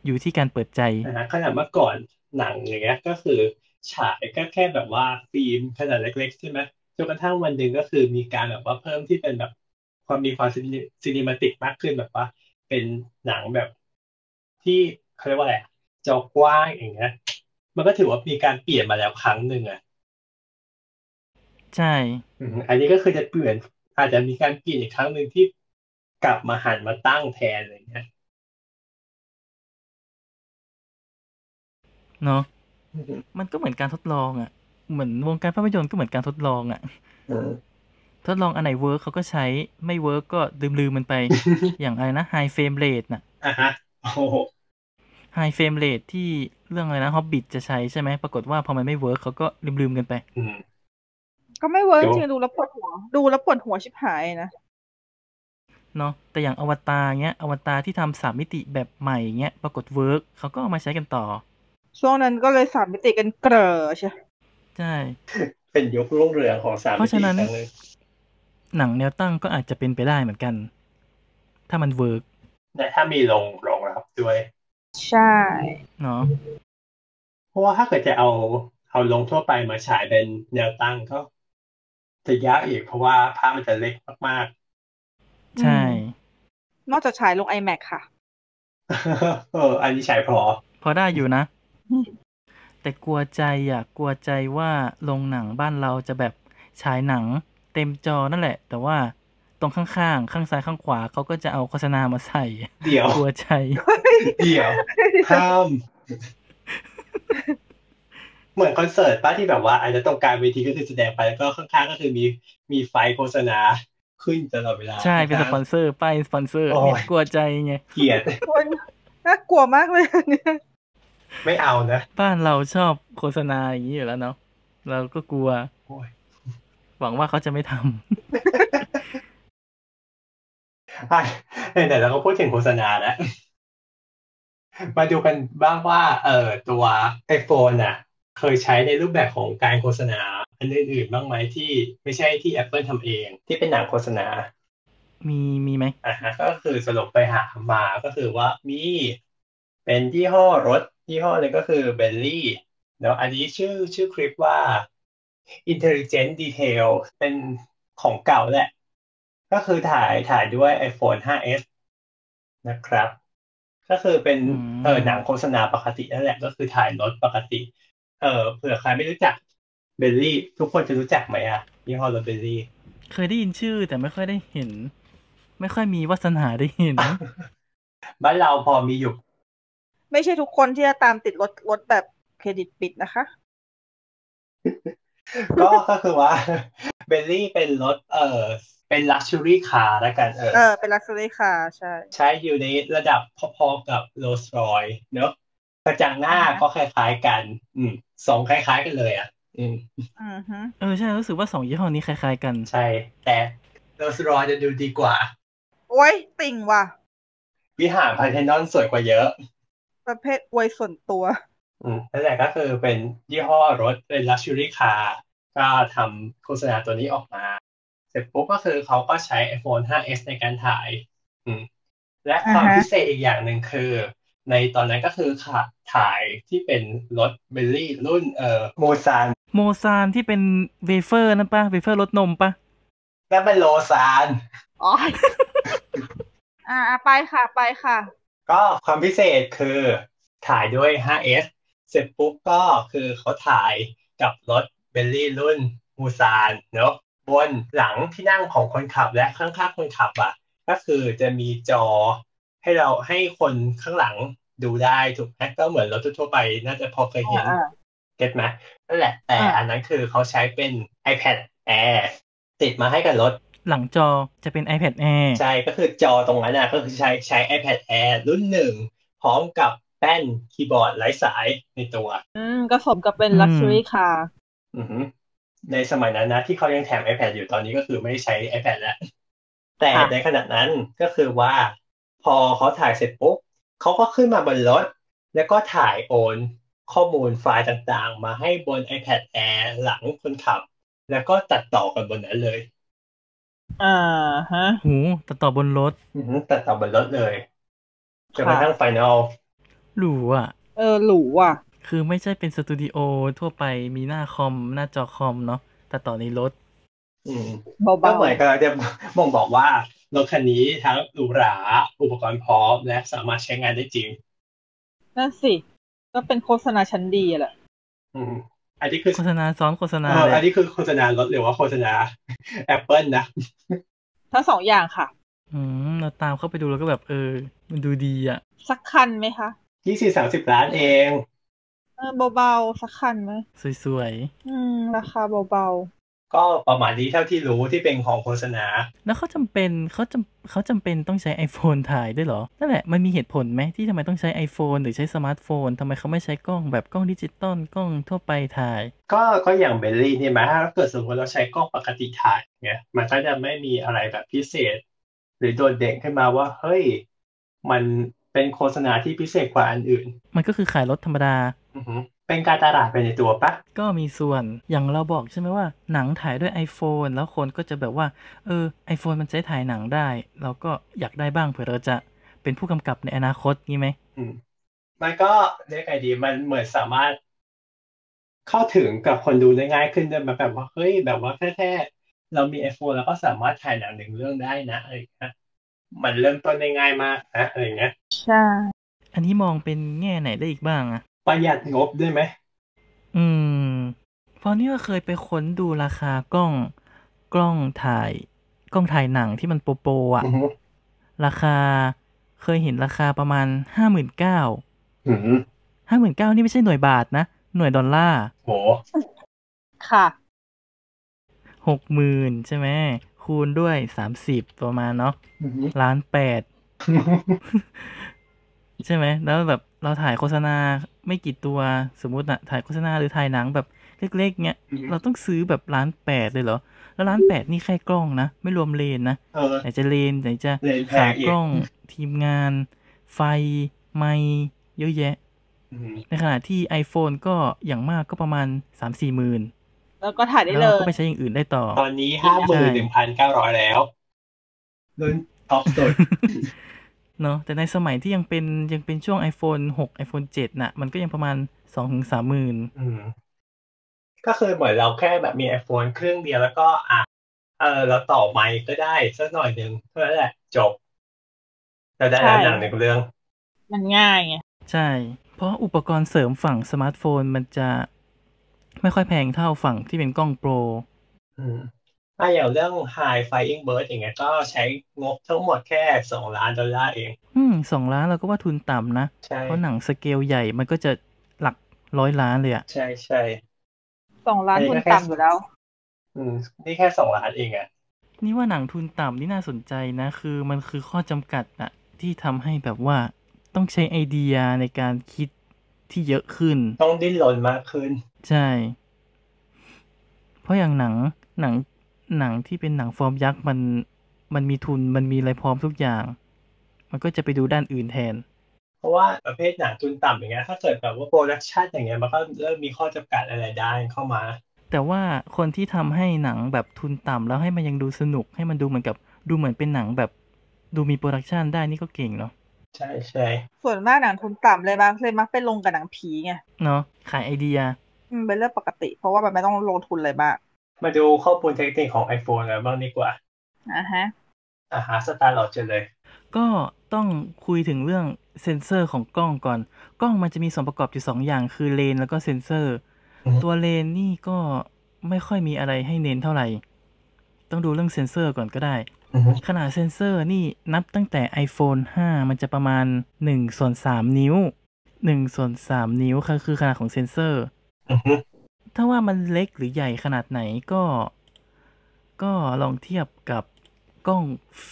[SPEAKER 3] อยู่ที่การเปิดใจ
[SPEAKER 2] นะฮะขนาดเมื่อก่อนหนังอย่างเงี้ยก็คือฉายก็แค่แบบว่าฟิล์มขนาดเล็กๆใช่ไหมจนกระทั่งวันหนึ่งก็คือมีการแบบว่าเพิ่มที่เป็นแบบความมีความซีนิมาติกมากขึ้นแบบว่า เป็นหนังแบบที่เขาเรียกว่าอะไรอะจอกว้างอย่างเงี้ยมันก็ถือว่ามีการเปลี่ยนมาแล้วครั้งหนึ่งอ่ะ
[SPEAKER 3] ใช่
[SPEAKER 2] อืมอันนี้ก็คือจะเปลี่ยนอาจจะมีการเปลี่ยนอีกครั้งหนึ่งที่กลับมาหันมาตั้งแทนอะไรเงี้ย
[SPEAKER 3] เนอะ มันก็เหมือนการทดลองอะ่ะ เหมือนวงการภาพยนตร์ก็เหมือนการทดลองอะ่ะ ทดลองอันไหนเวิร์กเขาก็ใช้ ไม่เวิร์กก็ลืมลืมๆมันไป อย่างอะไรนะไฮเฟรมเรทน่ะ
[SPEAKER 2] อ่ะฮะโอ้โห
[SPEAKER 3] ไฮเฟรมเรทที่เรื่องอะไรนะฮอบบิทจะใช้ใช่ไหม ปรากฏว่าพอมันไม่เวิร์กเขาก็ลืมลืมๆกันไป
[SPEAKER 2] อืม
[SPEAKER 4] ก็ไม่เวิร์กจ
[SPEAKER 2] เดี๋ยว
[SPEAKER 4] ริงดูแล้วปวดหัว ดูแล้วปวดหัวชิบหายนะ
[SPEAKER 3] เนาะ แต่อย่างอวตารเงี้ย อวตารที่ทำสามมิติแบบใหม่เงี้ย ปรากฏเวิร์กเขาก็เอามาใช้กันต่อ
[SPEAKER 4] ช่วงนั้นก็เลยสามมิติกันเกลอใช่
[SPEAKER 3] ใช่
[SPEAKER 2] เป็นยุครุ่งเรืองของสาม
[SPEAKER 3] เพราะฉะนั้น
[SPEAKER 2] มิติอีกคงหง
[SPEAKER 3] หนังแนวตั้งก็อาจจะเป็นไปได้เหมือนกัน ถ้ามันเวิร์ก
[SPEAKER 2] และถ้ามีลงลงรับด้วย
[SPEAKER 4] ใช่
[SPEAKER 3] เนาะ
[SPEAKER 2] เพราะว่าถ้าเกิดจะเอาเอาลงทั่วไปมาฉายเป็นแนวตั้งก็ จะยากอีกเพราะว่าภาพมันจะเล็กมาก
[SPEAKER 3] ใช่
[SPEAKER 4] อืมนอกจากฉายลง iMac ค่ะ
[SPEAKER 2] ๆ เออ อันนี้ฉายพอ
[SPEAKER 3] พอได้อยู่นะ
[SPEAKER 4] อืม
[SPEAKER 3] แต่กลัวใจอ่ะ กลัวใจว่าโรงหนังบ้านเราจะแบบฉายหนังเต็มจอนั่นแหละ แต่ว่าตรงข้างๆ ข้างซ้ายข้างขวาเขาก็จะเอาโฆษณามาใส่
[SPEAKER 2] เดี๋ยว
[SPEAKER 3] กลัวใจ
[SPEAKER 2] เดี๋ยว ห้าม เหมือนคอนเสิร์ตป้าที่แบบว่า อาจจะต้องกลารเวทีก็คือแสดงไปแล้วก็ข้างๆก็คือมีมีไฟโฆษณาขึ้นตลอดเวลา
[SPEAKER 3] ใช่เป็นสปอนเซอร์ป้ายสปอนเซอร์
[SPEAKER 2] โอ้ย
[SPEAKER 3] เนี่ยกลัวใจไง
[SPEAKER 2] เกลียด
[SPEAKER 4] คนน่ากลัวมากเลย อันเนี่ย
[SPEAKER 2] ไม่เอานะ
[SPEAKER 3] บ้านเราชอบโฆษณาอย่างนี้อยู่แล้วเนาะเราก็กลัว
[SPEAKER 2] โอ้ย
[SPEAKER 3] หวังว่าเขาจะไม่ท
[SPEAKER 2] อ่ะ ไหนๆเราก็พูดถึงโฆษณาแล้ว มาดูกันบ้างว่า เออตัว iPhone น่ะ เคยใช้ในรูปแบบของการโฆษณา อันอื่นๆบ้างไหมที่ไม่ใช่ที่ Apple ทำเอง ที่เป็นหนังโฆษณา
[SPEAKER 3] ำมีมีไหม
[SPEAKER 2] อ่ะฮะก็คือสรุปไปหามาก็คือว่ามีเป็นยี่ห้อรถยี่ห้อหนึงก็คือ Bentley แล้วอันนี้ชื่อชื่อคลิปว่า Intelligent Detail เป็นของเก่าแหละ ก็คือถ่ายถ่ายด้วย iPhone 5s นะครับ ก็คือเป็นเออหนังโฆษณาปกตินั่นแหละก็คือถ่ายรถปกติ เออเผื่อใครไม่รู้จักเบลลี่ ทุกคนจะรู้จักไหมอ่ะยี่ห้อรถเบลลี่
[SPEAKER 3] เคยได้ยินชื่อแต่ไม่ค่อยได้เห็น ไม่ค่อยมีวาสนาได้เห็ น
[SPEAKER 2] บ้านเราพอมีอยู่
[SPEAKER 4] ไม่ใช่ทุกคนที่จะตามติดรถรถแบบเครดิตปิดนะคะ
[SPEAKER 2] ก็ก็คือว่า เบลลี่เป็นรถเออเป็นลักชัวรี่คาร์ละกันเออ
[SPEAKER 4] เออ เป็นลักซ์เลยค่ะ ใช่
[SPEAKER 2] ใช้อยู่ในระดับพอๆกับโรลส์รอยเนอะกระจังหน้า
[SPEAKER 4] อ่าฮะ
[SPEAKER 2] ก็คล้ายๆกัน อืมสองคล้าย ๆ กันเลยอ่ะ อืม
[SPEAKER 4] อือฮึ
[SPEAKER 3] เออใช่รู้สึกว่าสองยี่ห้อนี้คล้ายๆกัน
[SPEAKER 2] ใช่ แต่โรลส์รอยจะดูดีกว่า
[SPEAKER 4] โอ้ยติ่งว่ะ
[SPEAKER 2] วิหารพาเทนอนสวยกว่าเยอะ
[SPEAKER 4] ประเภทอวยส่วนตัว
[SPEAKER 2] อืมนั่นแหละก็คือเป็นยี่ห้อรถเป็น luxury car ก็ทำโฆษณาตัวนี้ออกมา เสร็จปุ๊บก็คือเขาก็ใช้ iPhone 5s ในการถ่าย อืม และความ
[SPEAKER 4] อ่าฮะ
[SPEAKER 2] พิเศษอีกอย่างหนึ่งคือ ในตอนนั้นก็คือขาถ่ายที่เป็นรถเบลลี่รุ่นเอ่อโมซาน
[SPEAKER 3] โมซานที่เป็นเวเฟอร์นั่นปะเวเฟอร์รสนมปะ
[SPEAKER 2] นั่นเป็นโลซาน
[SPEAKER 6] อ๋อ
[SPEAKER 4] อ่าอ่าไปค่ะไปค่ะ
[SPEAKER 2] ก็ความพิเศษคือถ่ายด้วย 5S เสร็จปุ๊บก็คือเขาถ่ายกับรถเบลลี่รุ่นมูซานเนาะบนหลังที่นั่งของคนขับและข้างๆคนขับอ่ะ ก็คือจะมีจอให้เราให้คนข้างหลังดูได้ถูกไหมก็เหมือนรถทั่วๆไปน่าจะพอเคยเห็น
[SPEAKER 4] อ่า
[SPEAKER 2] เก็ตไหมนั่นแหละแต่อันนั้นคือเขาใช้เป็น iPad Air ติดมาให้กับรถ
[SPEAKER 3] หลังจอจะเป็น iPad Air
[SPEAKER 2] ใช่ก็คือจอตรงนั้นน่ะก็คือใช้ใช้ iPad Air รุ่นหนึ่ง พร้อมกับแป้นคีย์บอร์ดไร้สายในตัว
[SPEAKER 6] อืมก็สมกับเป็น luxury car
[SPEAKER 2] อือฮึในสมัยนั้นนะ ที่เขายังแถม iPad อยู่ตอนนี้ก็คือไม่ใช้ iPad แล้ว แต่
[SPEAKER 6] ค่ะ
[SPEAKER 2] ในขณะนั้นก็คือว่า พอเขาถ่ายเสร็จปุ๊บเขาก็ขึ้นมาบนรถ แล้วก็ถ่ายโอนข้อมูลไฟล์ต่างๆ มาให้บน iPad Air หลังคนขับ แล้วก็ตัดต่อกันบนนั้นเลย
[SPEAKER 6] อ่าฮะ
[SPEAKER 3] หูตัดต่อบนรถ
[SPEAKER 2] อือฮึตัดต่อบนรถเลยจนกระ
[SPEAKER 6] ค่ะ
[SPEAKER 2] ทั่งไฟนอล
[SPEAKER 3] หรูอ่ะ
[SPEAKER 6] เออหรูอ่ะ
[SPEAKER 3] คือไม่ใช่เป็นสตูดิโอทั่วไปมีหน้าคอม หน้าจอคอมเนาะตัดต่อในรถ
[SPEAKER 2] อืม
[SPEAKER 6] เบา
[SPEAKER 2] ก็เหมือนกับเราจะบ่งบอกว่ารถคันนี้ทั้งหรูหราอุปกรณ์พร้อม และสามารถใช้งานได้จริง
[SPEAKER 6] ๆ นั่นสิ ก็เป็นโฆษณาชั้นดีอะแหละ
[SPEAKER 2] อืมอันนี้คือ
[SPEAKER 3] โฆษณาซ้อนโฆษณา
[SPEAKER 2] เอ่อ
[SPEAKER 3] เล
[SPEAKER 2] อัน
[SPEAKER 3] ย
[SPEAKER 2] นี้คือโฆษณารถหรือว่าโฆษณา Apple นะ
[SPEAKER 6] ทั้งสองอย่างค่ะ
[SPEAKER 3] อืมเราตามเข้าไปดูแล้วก็แบบเออ มันดูดีอ่ะ
[SPEAKER 6] สักคันไหมคะ
[SPEAKER 2] ยี่สิบสามสิบล้านเอง
[SPEAKER 6] เออเบาๆ สักคันไหม
[SPEAKER 3] สวย
[SPEAKER 6] อืม ราคาเบา
[SPEAKER 2] ก็ประมาณนี้เท่าที่รู้ที่เป็นของโฆษณา
[SPEAKER 3] ๆ แล้วเขาจำเป็นเขาจำเขาจำเป็นต้องใช้ iPhone ถ่ายด้วยเหรอ นั่นแหละมันมีเหตุผลไหมที่ทำไมต้องใช้ iPhone หรือใช้สมาร์ทโฟนทำไมเขาไม่ใช้กล้องแบบกล้องดิจิตอลกล้องทั่วไปถ่าย
[SPEAKER 2] ก็ก็อย่างเบลลี่เนี่ยไหมถ้าเกิดสมมติเราใช้กล้องปกติถ่ายเนี่ยมันก็จะไม่มีอะไรแบบพิเศษ หรือโดดเด่นขึ้นมาว่า เฮ้ย มันเป็นโฆษณาที่พิเศษกว่าอันอื่น
[SPEAKER 3] มันก็คือขายรถธรรมดา
[SPEAKER 2] อือหือเป็นการตลาดไปในตัวปะ
[SPEAKER 3] ก็มีส่วนอย่างเราบอกใช่ไหมว่าหนังถ่ายด้วย iPhone แล้วคนก็จะแบบว่า เออ iPhone มันใช้ถ่ายหนังได้ เราก็อยากได้บ้างเผื่อเราจะเป็นผู้กำกับในอนาคตงี้ไหม
[SPEAKER 2] อืมมันก็เรียกไงดี มันเหมือนสามารถเข้าถึงกับคนดูได้ง่ายขึ้นด้วยมันแบบว่าเฮ้ยแบบว่าแค่แค่เรามี iPhone แล้วก็สามารถถ่ายหนังหนึ่งเรื่องได้นะอะไรอย่างเงี้ยมันเริ่มต้นได้ง่ายมากนะอะไรอย่างเงี้ย
[SPEAKER 6] ๆ ใช่
[SPEAKER 3] อันนี้มองเป็นแง่ไหนได้อีกบ้างอะ
[SPEAKER 2] ประหยัดงบด้วยไหม
[SPEAKER 3] อืม เพราะนี่ก็เคยไปค้นดูราคากล้องกล้องถ่าย กล้องถ่ายหนังที่มันโปโปๆอะ
[SPEAKER 2] อือหือ
[SPEAKER 3] ราคาเคยเห็นราคาประมาณห้าหมื่นเก้า
[SPEAKER 2] อืม
[SPEAKER 3] ห้าหมื่นเก้านี่ไม่ใช่หน่วยบาทนะ หน่วยดอลลาร์
[SPEAKER 2] โห
[SPEAKER 6] ค่ะ
[SPEAKER 3] หกหมื่นใช่ไหมคูณด้วยสามสิบประมาณเนาะ
[SPEAKER 2] อือหือ
[SPEAKER 3] ล้านแปดใช่ไหม แล้วแบบเราถ่ายโฆษณาไม่กี่ตัวสมมติอะถ่ายโฆษณาหรือถ่ายหนังแบบเล็กๆเนี้ย
[SPEAKER 2] อือฮึ
[SPEAKER 3] เราต้องซื้อแบบล้านแปดเลยเหรอ แล้วล้านแปดนี่แค่กล้องนะ ไม่รวมเลนนะ
[SPEAKER 2] เออ
[SPEAKER 3] ไหนจะเลนไหนจะ
[SPEAKER 2] เลนแพ
[SPEAKER 3] ขาง
[SPEAKER 2] อีก
[SPEAKER 3] กล้องทีมงาน ไฟ ไม้เยอะแยะ
[SPEAKER 2] อืม
[SPEAKER 3] ในขณะที่ iPhone ก็อย่างมากก็ประมาณสามสี่หมื่น
[SPEAKER 6] แล้วก็ถ่ายได้
[SPEAKER 3] แล้ว
[SPEAKER 6] เล
[SPEAKER 3] เรา
[SPEAKER 6] ย
[SPEAKER 3] ก็ไปใช้อย่างอื่นได้ต่อ
[SPEAKER 2] ตอนนี้ห้าหมื่นหนึ่งพันเก้าร้อยแล้วรุ่นท็อปสุด
[SPEAKER 3] เนาะแต่ในสมัยที่ยังเป็นยังเป็นช่วง iPhone 6 iPhone 7 น่ะ มันก็ยังประมาณ 2-3ถึง3หมื่น
[SPEAKER 2] อืมก็คือเหมือนเราแค่แบบมี iPhone เครื่องเดียวแล้วก็อ่ะเออเราต่อไมค์ก็ได้สักหน่อยหนึ่งเท่านั้นแหละจบเราได้
[SPEAKER 6] ใช่
[SPEAKER 2] แล้วหนังหนึ่งเรื่อง
[SPEAKER 6] มันง่ายไง
[SPEAKER 3] ใช่ เพราะอุปกรณ์เสริมฝั่งสมาร์ทโฟนมันจะไม่ค่อยแพงเท่าฝั่งที่เป็นกล้องโปร
[SPEAKER 2] อืมถ้าอย่างเรื่อง High Flying Bird อย่างเงี้ยก็ใช้งบทั้งหมดแค่สองล้านดอลลาร์เอง
[SPEAKER 3] อืมสองล้านเราก็ว่าทุนต่ำนะ
[SPEAKER 2] ใช่
[SPEAKER 3] เพราะหนังสเกลใหญ่มันก็จะหลักร้อยล้านเลยอะ
[SPEAKER 2] ใช่ใช่
[SPEAKER 6] สองล้านทุนต่ำอยู่แล้ว
[SPEAKER 2] อืมนี่แค่สองล้านเองอ่ะ
[SPEAKER 3] นี่ว่าหนังทุนต่ำนี่น่าสนใจนะ คือมันคือข้อจำกัดอะที่ทำให้แบบว่าต้องใช้ไอเดียในการคิดที่เยอะขึ้น
[SPEAKER 2] ต้องดิ้นรนมากขึ้น
[SPEAKER 3] ใช่ เพราะอย่างหนังหนังหนังที่เป็นหนังฟอร์มยักษ์มันมันมีทุนมันมีอะไรพร้อมทุกอย่าง มันก็จะไปดูด้านอื่นแทน
[SPEAKER 2] เพราะว่าประเภทหนังทุนต่ำอย่างเงี้ยถ้าเกิดแบบว่าโปรดักชันอย่างเงี้ยมันก็เริ่มมีข้อจำกัดอะไรด้านเข้ามา
[SPEAKER 3] แต่ว่าคนที่ทำให้หนังแบบทุนต่ำแล้วให้มันยังดูสนุกให้มันดูเหมือนกับดูเหมือนเป็นหนังแบบดูมีโปรดักชันได้นี่ก็เก่งเนาะ
[SPEAKER 2] ใช่ใช่
[SPEAKER 4] ส่วนมากหนังทุนต่ำเลยมักเลยมักไปลงกับหนังผีไง
[SPEAKER 3] เนาะขายไอเดีย
[SPEAKER 4] อืมเป็นเรื่องปกติ เพราะว่ามันไม่ต้องลงทุนอะไรมาก
[SPEAKER 2] มาดูข้อมูลเทคนิคของ iPhone กันบ้างดีกว่า
[SPEAKER 4] อ่ะฮะ
[SPEAKER 2] อาหาสตาร์หลอดเจอเลย
[SPEAKER 3] ก็ต้องคุยถึงเรื่องเซ็นเซอร์ของกล้องก่อน กล้องมันจะมีส่วนประกอบอยู่สองอย่างคือเลนแล้วก็เซ็นเซอร์
[SPEAKER 2] อือฮึ
[SPEAKER 3] ตัวเลนนี่ก็ไม่ค่อยมีอะไรให้เน้นเท่าไหร่ ต้องดูเรื่องเซ็นเซอร์ก่อนก็ได้ ขนาดเซ็นเซอร์นี่นับตั้งแต่ iPhone 5 มันจะประมาณ1ส่วน3นิ้ว1ส่วน3นิ้วค่ะคือขนาดของเซ็นเซอร์
[SPEAKER 2] อือฮึ
[SPEAKER 3] ถ้าว่ามันเล็กหรือใหญ่ขนาดไหนก็ ก็ลองเทียบกับ กล้อง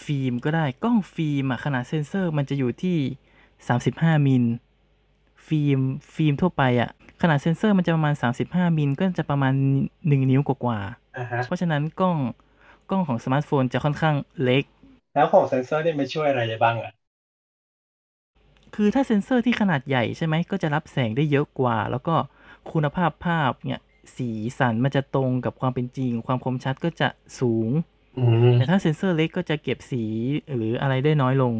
[SPEAKER 3] ฟิล์มก็ได้ กล้องฟิล์มอะขนาดเซนเซอร์มันจะอยู่ที่ 35 มิล ฟิล์มฟิล์มทั่วไปอะขนาดเซนเซอร์มันจะประมาณ 35 มิลก็จะประมาณ 1 นิ้วกว่า
[SPEAKER 2] อ่าฮะ
[SPEAKER 3] ๆเพราะฉะนั้นกล้องกล้องของสมาร์ทโฟนจะค่อนข้างเล็ก
[SPEAKER 2] แล้วของเซนเซอร์เนี่ยมันช่วยอะไรได้บ้างอ่ะ
[SPEAKER 3] คือถ้าเซ็นเซอร์ที่ขนาดใหญ่ใช่ไหมก็จะรับแสงได้เยอะกว่า แล้วก็คุณภาพภาพเนี่ยสีสันมันจะตรงกับความเป็นจริง ความคมชัดก็จะสูง
[SPEAKER 2] อืม
[SPEAKER 3] แต่ถ้าเซ็นเซอร์เล็กก็จะเก็บสีหรืออะไรได้น้อยลง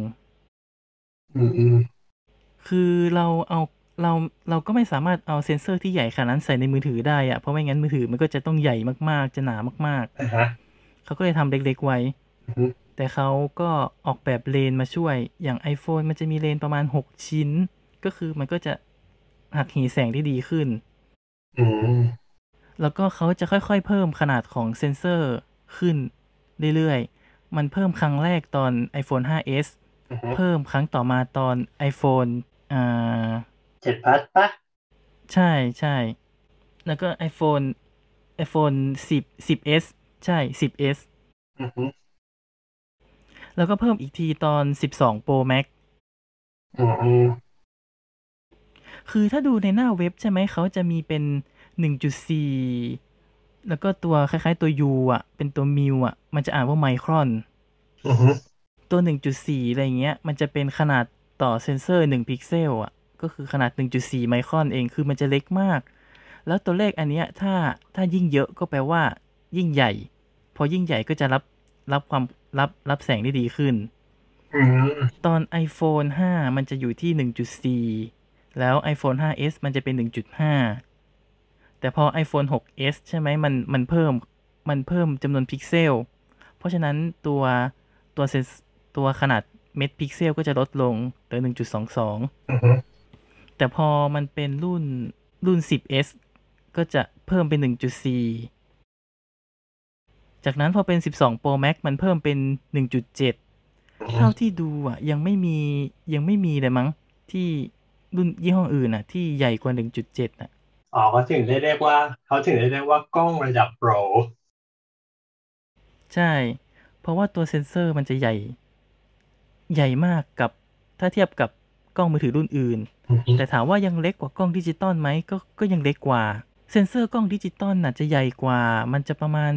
[SPEAKER 2] อืมอืม
[SPEAKER 3] คือเราเอาเราเราก็ไม่สามารถเอาเซ็นเซอร์ที่ใหญ่ขนาดนั้นใส่ในมือถือได้อะเพราะไม่งั้นมือถือมันก็จะต้องใหญ่มากๆ จะหนามาก
[SPEAKER 2] อ่าฮะ
[SPEAKER 3] ๆ เขาก็เลยทำเล็กๆไว้
[SPEAKER 2] อือฮึ
[SPEAKER 3] แต่เขาก็ออกแบบเลนมาช่วย อย่าง iPhone มันจะมีเลนประมาณ 6 ชิ้น ก็คือมันก็จะหักหีแสงที่ดีขึ้น
[SPEAKER 2] อืม
[SPEAKER 3] แล้วก็เขาจะค่อยๆ เพิ่มขนาดของเซ็นเซอร์ขึ้นเรื่อยๆ มันเพิ่มครั้งแรกตอน iPhone 5s
[SPEAKER 2] อือฮึ
[SPEAKER 3] เพิ่มครั้งต่อมาตอน iPhone อ่า
[SPEAKER 2] เจ็ดพัทปะ
[SPEAKER 3] ใช่ใช่ แล้วก็ iPhone iPhone 10 10s ใช่ 10s
[SPEAKER 2] อือฮึ
[SPEAKER 3] แล้วก็เพิ่มอีกทีตอน 12 Pro Max
[SPEAKER 2] อืมอืม
[SPEAKER 3] คือถ้าดูในหน้าเว็บใช่ไหม เขาจะมีเป็น 1.4 แล้วก็ตัวคล้ายๆตัว U อ่ะ เป็นตัวมิวอ่ะ มันจะอ่านว่าไมครอน
[SPEAKER 2] อือฮึ
[SPEAKER 3] ตัว 1.4 อะไรเงี้ย มันจะเป็นขนาดต่อเซนเซอร์ 1 พิกเซลอ่ะ ก็คือขนาด 1.4 ไมครอนเอง คือมันจะเล็กมาก แล้วตัวเลขอันเนี้ย ถ้า ถ้ายิ่งเยอะก็แปลว่า ยิ่งใหญ่ พอยิ่งใหญ่ก็จะรับ รับความ รับ รับแสงได้ดีขึ้น
[SPEAKER 2] อืม
[SPEAKER 3] ตอน iPhone 5 มันจะอยู่ที่ 1.4 แล้ว iPhone 5s มันจะเป็น 1.5 แต่พอ iPhone 6s ใช่ไหมมันมันเพิ่ม มันเพิ่มจำนวนพิกเซล เพราะฉะนั้นตัวตัวเซนส์ตัวขนาดเม็ดพิกเซลก็จะลดลงเหลือ 1.22
[SPEAKER 2] อือฮึ
[SPEAKER 3] แต่พอมันเป็นรุ่นรุ่น 10s ก็จะเพิ่มเป็น 1.4 จากนั้นพอเป็น 12 Pro Max มันเพิ่มเป็น 1.7 เท่าที่ดูอ่ะ ยังไม่มียังไม่มีเลยมั้ง ที่รุ่นยี่ห้ออื่นอ่ะ ที่ใหญ่กว่า 1.7อ่ะ
[SPEAKER 2] อ๋อเขาถึงได้เรียกว่า เขาถึงได้เรียกว่ากล้องระดับโปร
[SPEAKER 3] ใช่ เพราะว่าตัวเซ็นเซอร์มันจะใหญ่ ใหญ่มากกับถ้าเทียบกับกล้องมือถือรุ่นอื่น
[SPEAKER 2] อือฮึ
[SPEAKER 3] แต่ถามว่ายังเล็กกว่ากล้องดิจิตอลไหมก็ก็ยังเล็กกว่า เซ็นเซอร์กล้องดิจิตอลน่ะจะใหญ่กว่า มันจะประมาณ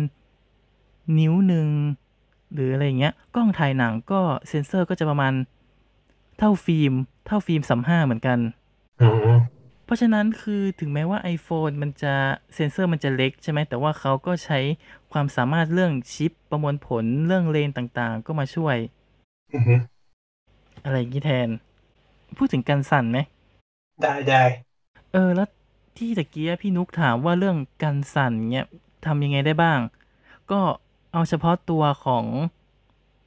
[SPEAKER 3] นิ้วหนึ่งหรืออะไรอย่างเงี้ย กล้องถ่ายหนังก็เซ็นเซอร์ก็จะประมาณเท่าฟิล์ม เท่าฟิล์มสามห้าเหมือนกัน
[SPEAKER 2] อืม
[SPEAKER 3] เพราะฉะนั้นคือถึงแม้ว่า iPhone มันจะเซ็นเซอร์มันจะเล็กใช่ไหม แต่ว่าเขาก็ใช้ความสามารถเรื่องชิปประมวลผลเรื่องเลนต่างๆ ก็มาช่วย
[SPEAKER 2] อือฮึ
[SPEAKER 3] อะไรอย่างนี้แทน พูดถึงการสั่นไหม
[SPEAKER 2] ได้ได้
[SPEAKER 3] เออ แล้วที่ตะกี้พี่นุกถามว่าเรื่องการสั่นเนี้ยทำยังไงได้บ้าง ก็เอาเฉพาะตัวของ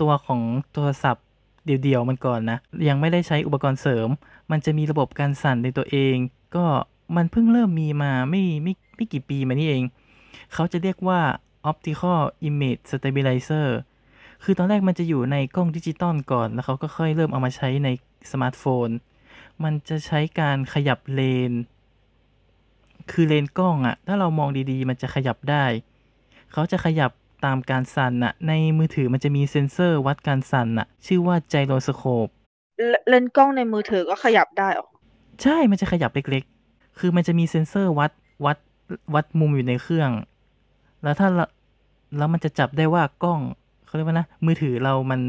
[SPEAKER 3] ตัวของโทรศัพท์เดี่ยวๆมันก่อนนะ ยังไม่ได้ใช้อุปกรณ์เสริม มันจะมีระบบการสั่นในตัวเอง ก็มันเพิ่งเริ่มมีมาไม่ไม่ไม่กี่ปีมานี่เอง เขาจะเรียกว่า optical image stabilizer คือตอนแรกมันจะอยู่ในกล้องดิจิตอลก่อน แล้วเขาก็ค่อยเริ่มเอามาใช้ในสมาร์ทโฟน มันจะใช้การขยับเลน คือเลนกล้องอะถ้าเรามองดีๆ มันจะขยับได้ เขาจะขยับตามการสั่นอะในมือถือมันจะมีเซ็นเซอร์วัดการสั่นอะชื่อว่าไจโรสโคป
[SPEAKER 4] เลเลนส์กล้องในมือถือก็ขยับได้เหรอ
[SPEAKER 3] ใช่ มันจะขยับเล็กๆ คือมันจะมีเซ็นเซอร์วัดวัดวัดมุมอยู่ในเครื่อง แล้วถ้าเราแล้วมันจะจับได้ว่ากล้องเขาเรียกว่านะ มือถือเรามัน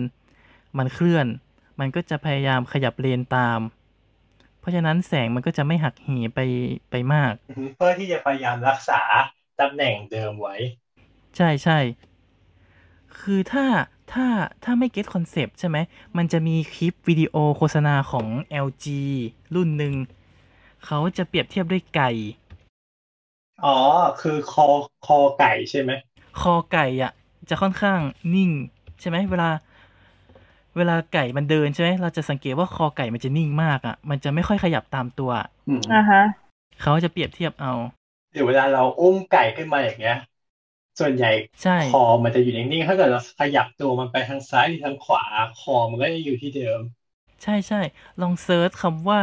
[SPEAKER 3] มันเคลื่อน มันก็จะพยายามขยับเลนตาม เพราะฉะนั้นแสงมันก็จะไม่หักเหไปไปมาก
[SPEAKER 2] อือฮึเพื่อที่จะพยายามรักษาตำแหน่งเดิมไว้
[SPEAKER 3] ใช่ใช่ คือถ้าถ้าถ้าไม่เก็ตคอนเซปต์ใช่ไหม มันจะมีคลิปวิดีโอโฆษณาของ LG รุ่นหนึ่ง เขาจะเปรียบเทียบด้วยไก่
[SPEAKER 2] อ๋อ คือคอคอไก่ใช่ไหม
[SPEAKER 3] คอไก่อะจะค่อนข้างนิ่ง ใช่ไหมเวลา เวลาไก่มันเดินใช่ไหมเราจะสังเกตว่าคอไก่มันจะนิ่งมากอะมันจะไม่ค่อยขยับตามตัว
[SPEAKER 2] อืม
[SPEAKER 4] อ่าฮะ
[SPEAKER 3] เขาจะเปรียบเทียบเอา
[SPEAKER 2] เดี๋ยวเวลาเราอุ้มไก่ขึ้นมาอย่างเงี้ย ส่วนใหญ่
[SPEAKER 3] ใช่
[SPEAKER 2] คอมันจะอยู่นิ่งๆ ถ้าเกิดเราขยับตัวมันไปทางซ้ายหรือทางขวา คอมันก็จะอยู่ที่เดิม
[SPEAKER 3] ใช่ใช่ลองเซิร์ชคำว่า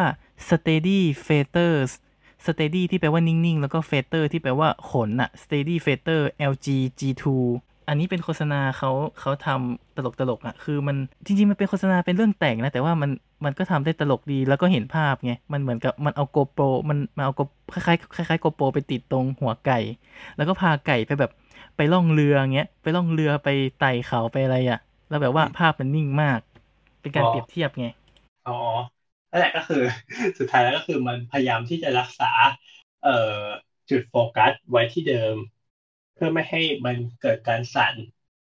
[SPEAKER 3] steady feathers steady ที่แปลว่านิ่ง ๆ แล้วก็ feather ที่แปลว่าขนอะ steady feather LG G2 อันนี้เป็นโฆษณาเขาเขาทำตลกตลกๆอ่ะ คือมันจริงๆ มันเป็นโฆษณาเป็นเรื่องแต่งนะ แต่ว่ามันมันก็ทำได้ตลกดีแล้วก็เห็นภาพไง มันเหมือนกับมันเอาโกโปรมันมาเอา Go- คล้ายๆคล้ายๆโกโปรไปติดตรงหัวไก่ แล้วก็พาไก่ไปแบบไปล่องเรือเงี้ยไปล่องเรือไปไต่เขาไปอะไรอ่ะ แล้วแบบว่าภาพมันนิ่งมาก เป็นการ
[SPEAKER 2] อ๋อ
[SPEAKER 3] เปรียบเทียบไง
[SPEAKER 2] อ๋อนั่นแหละก็คือ สุดท้ายแล้วก็คือมันพยายามที่จะรักษา เอ่อจุดโฟกัสไว้ที่เดิม เพื่อไม่ให้มันเกิดการสั่น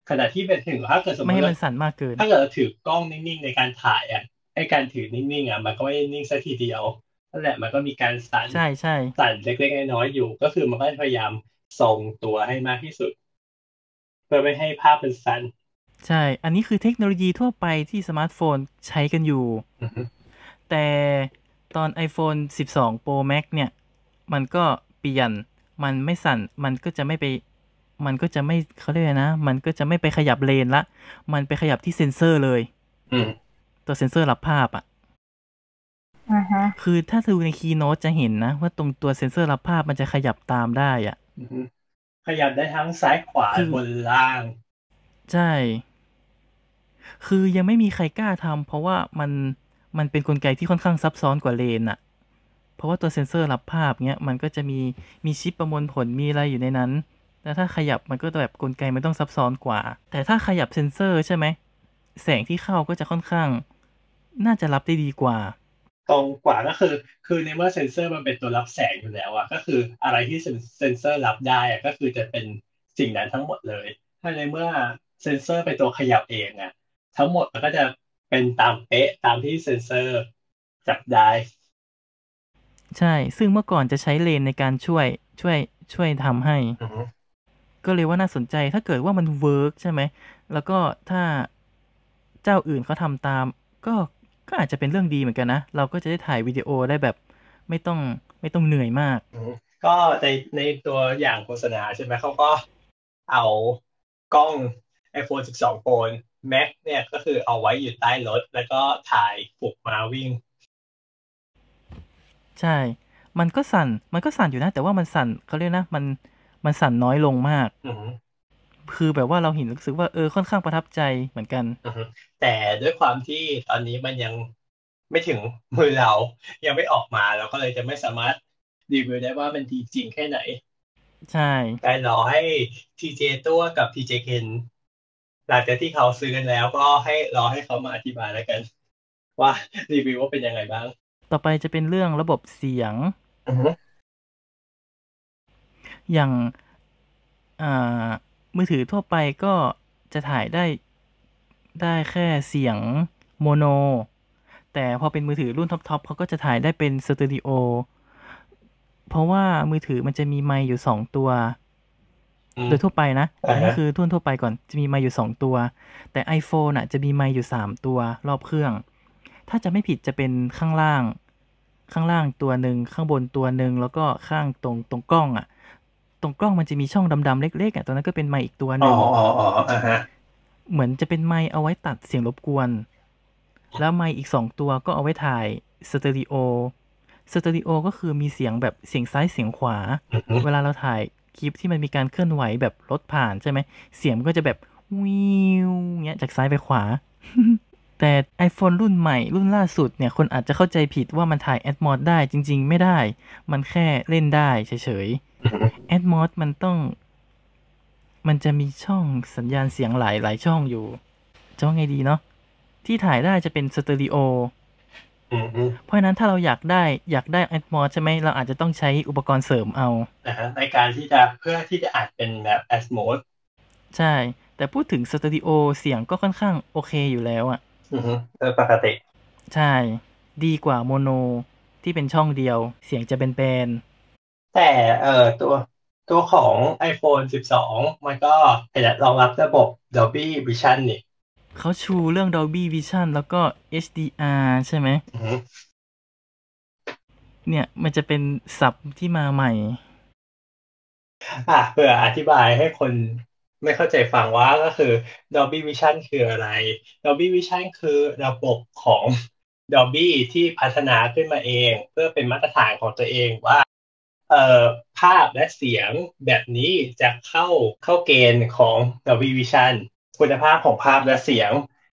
[SPEAKER 2] ขณะที่เป็นถึงถ้าเกิดสมม
[SPEAKER 3] ไม่ให้
[SPEAKER 2] ติ
[SPEAKER 3] มันสั่นมากเกิน
[SPEAKER 2] ถ้าเกิดเราถือกล้องนิ่งๆในการถ่ายอ่ะไอการถือนิ่งๆอ่ะมันก็ไม่ได้นิ่งซะทีเดียวนั่นแหละมันก็มีการสั่น
[SPEAKER 3] ใช่ใช่
[SPEAKER 2] สั่นเล็กๆน้อยๆอยู่ ก็คือมันก็พยายามทรงตัวให้มากที่สุด เพื่อไม่ให้ภาพเป็นสั่น
[SPEAKER 3] ใช่ อันนี้คือเทคโนโลยีทั่วไปที่สมาร์ทโฟนใช้กันอยู่
[SPEAKER 2] อือฮึ
[SPEAKER 3] แต่ตอน iPhone 12 Pro Max เนี่ย มันก็เปลี่ยน มันไม่สั่น มันก็จะไม่ไป มันก็จะไม่เขาเรียกอะไรนะ มันก็จะไม่ไปขยับเลนละ มันไปขยับที่เซ็นเซอร์เลย
[SPEAKER 2] อืม
[SPEAKER 3] ตัวเซ็นเซอร์รับภาพอ่ะ
[SPEAKER 4] อ่าฮะ
[SPEAKER 3] คือถ้าดูในคีโน e จะเห็นนะ ว่าตรงตัวเซ็นเซอร์รับภาพมันจะขยับตามได้อ่ะ
[SPEAKER 2] อือฮึขยับได้ทั้งซ้ายขวา
[SPEAKER 3] คือ
[SPEAKER 2] บนล่าง
[SPEAKER 3] ใช่ คือยังไม่มีใครกล้าทำเพราะว่ามันมันเป็นกลไกที่ค่อนข้างซับซ้อนกว่าเลนอะเพราะว่าตัวเซ็นเซอร์รับภาพเนี้ยมันก็จะมีมีชิปประมวลผลมีอะไรอยู่ในนั้น แต่ถ้าขยับมันก็จะแบบกลไกมันต้องซับซ้อนกว่า แต่ถ้าขยับเซ็นเซอร์ใช่ไหม แสงที่เข้าก็จะค่อนข้าง น่าจะรับได้ดีกว่า
[SPEAKER 2] ตรงกว่าก็คือ คือในเมื่อเซ็นเซอร์มันเป็นตัวรับแสงอยู่แล้วอะก็คืออะไรที่เซ็นเซ็นเซอร์รับได้อะก็คือจะเป็นสิ่งนั้นทั้งหมดเลย ถ้าในเมื่อเซ็นเซอร์เป็นตัวขยับเองอะทั้งหมดมันก็จะเป็นตามเป๊ะตามที่เซ็นเซอร์จับได้
[SPEAKER 3] ใช่ ซึ่งเมื่อก่อนจะใช้เลนในการช่วยช่วยช่วยทำให้
[SPEAKER 2] อือฮึ
[SPEAKER 3] ก็เลยว่าน่าสนใจถ้าเกิดว่ามันเวิร์กใช่ไหม แล้วก็ถ้าเจ้าอื่นเขาทำตาม ก็ก็อาจจะเป็นเรื่องดีเหมือนกันนะ เราก็จะได้ถ่ายวิดีโอได้แบบไม่ต้องไม่ต้องเหนื่อยมาก
[SPEAKER 2] อือฮึก็ในในตัวอย่างโฆษณาใช่ไหมเขาก็เอากล้อง iPhone 12 Pro Max เนี่ยก็คือเอาไว้อยู่ใต้รถ แล้วก็ถ่ายปลุกมาวิ่ง
[SPEAKER 3] ใช่ มันก็สั่น มันก็สั่นอยู่นะ แต่ว่ามันสั่นเขาเรียกนะ มันมันสั่นน้อยลงมาก
[SPEAKER 2] อือฮึ
[SPEAKER 3] คือแบบว่าเราเห็นรู้สึกว่าเออค่อนข้างประทับใจเหมือนกัน
[SPEAKER 2] อือฮึแต่ด้วยความที่ตอนนี้มันยังไม่ถึงมือเรา ยังไม่ออกมาเราก็เลยจะไม่สามารถรีวิวได้ว่ามันดีจริงแค่ไหน
[SPEAKER 3] ใช่
[SPEAKER 2] แต่รอให้ TJ ตัวกับ TJ เคนหลังจากที่เขาซื้อกันแล้วก็ให้รอให้เขามาอธิบายแล้วกัน ว่ารีวิวว่าเป็นยังไงบ้าง
[SPEAKER 3] ต่อไปจะเป็นเรื่องระบบเสียง
[SPEAKER 2] อือฮึ
[SPEAKER 3] อย่างอ่ามือถือทั่วไปก็จะถ่ายได้ได้แค่เสียงโมโน แต่พอเป็นมือถือรุ่นท็อปๆเขาก็จะถ่ายได้เป็นสตูดิโอ เพราะว่ามือถือมันจะมีไมค์อยู่ 2 ตัว
[SPEAKER 2] อืม
[SPEAKER 3] โดยทั่วไปนะ
[SPEAKER 2] อ่าฮะ
[SPEAKER 3] อันนี้คือทุ่นทั่วไปก่อน จะมีไมค์อยู่ 2 ตัว แต่ iPhone อ่ะ จะมีไมค์อยู่ 3 ตัวรอบเครื่อง ถ้าจะไม่ผิดจะเป็นข้างล่าง ข้างล่างตัวหนึ่ง ข้างบนตัวหนึ่ง แล้วก็ข้างตรงตรงกล้องอ่ะ ตรงกล้องมันจะมีช่องดำๆเล็กๆอ่ะตรงนั้นก็เป็นไมค์อีกตัวห
[SPEAKER 2] อ๋
[SPEAKER 3] นึ่
[SPEAKER 2] อง อ๋ออ๋ออ่าฮะ
[SPEAKER 3] เหมือนจะเป็นไมค์เอาไว้ตัดเสียงรบกวน แล้วไมค์อีก 2 ตัวก็เอาไว้ถ่ายสเตอริโอ สเตอริโอก็คือมีเสียงแบบเสียงซ้ายเสียงขวา
[SPEAKER 2] อือฮึ
[SPEAKER 3] เวลาเราถ่ายคลิปที่มันมีการเคลื่อนไหวแบบรถผ่านใช่ไหม เสียงมันก็จะแบบวิวเงี้ยจากซ้ายไปขวา แต่ iPhone รุ่นใหม่รุ่นล่าสุดเนี่ย คนอาจจะเข้าใจผิดว่ามันถ่าย a d m o d ได้จริง ๆ ไม่ได้ มันแค่เล่นได้เฉย
[SPEAKER 2] อือฮึ
[SPEAKER 3] ๆ a d m o d มันต้อง มันจะมีช่องสัญญาณเสียงหลายหลายช่องอยู่จะว่าไงดีเนาะที่ถ่ายได้จะเป็นสเตอริโอ
[SPEAKER 2] อือฮึ
[SPEAKER 3] เพราะฉะนั้นถ้าเราอยากได้อยากได้ a d m o d ใช่ไหมเราอาจจะต้องใช้อุปกรณ์เสริมเอา
[SPEAKER 2] อ่าฮะในการที่จะเพื่อที่จะอัดเป็นแบบ as mode
[SPEAKER 3] ใช่ แต่พูดถึงสตูดิโอเสียงก็ค่อนข้างโอเคอยู่แล้วอ่ะ
[SPEAKER 2] อือฮึเออปกติ
[SPEAKER 3] ใช่ ดีกว่าโมโนที่เป็นช่องเดียว เสียงจะเป็นแบน
[SPEAKER 2] แต่เอ่อตัวตัวของ iPhone 12 มันก็เป็นรองรับระบบ Dolby Vision นี่
[SPEAKER 3] ๆเขาชูเรื่อง Dolby Vision แล้วก็ HDR ใช่ไหม
[SPEAKER 2] อือฮึ
[SPEAKER 3] เนี่ย มันจะเป็นศัพท์ที่มาใหม่
[SPEAKER 2] อ่ะเพื่ออธิบายให้คนไม่เข้าใจฟังว่าก็คือ Dolby Vision คืออะไร Dolby Vision คือระบบของ Dolby ที่พัฒนาขึ้นมาเอง เพื่อเป็นมาตรฐานของตัวเองว่า เอ่อภาพและเสียงแบบนี้จะเข้าเข้าเกณฑ์ของ The V Vision คุณภาพของภาพและเสียง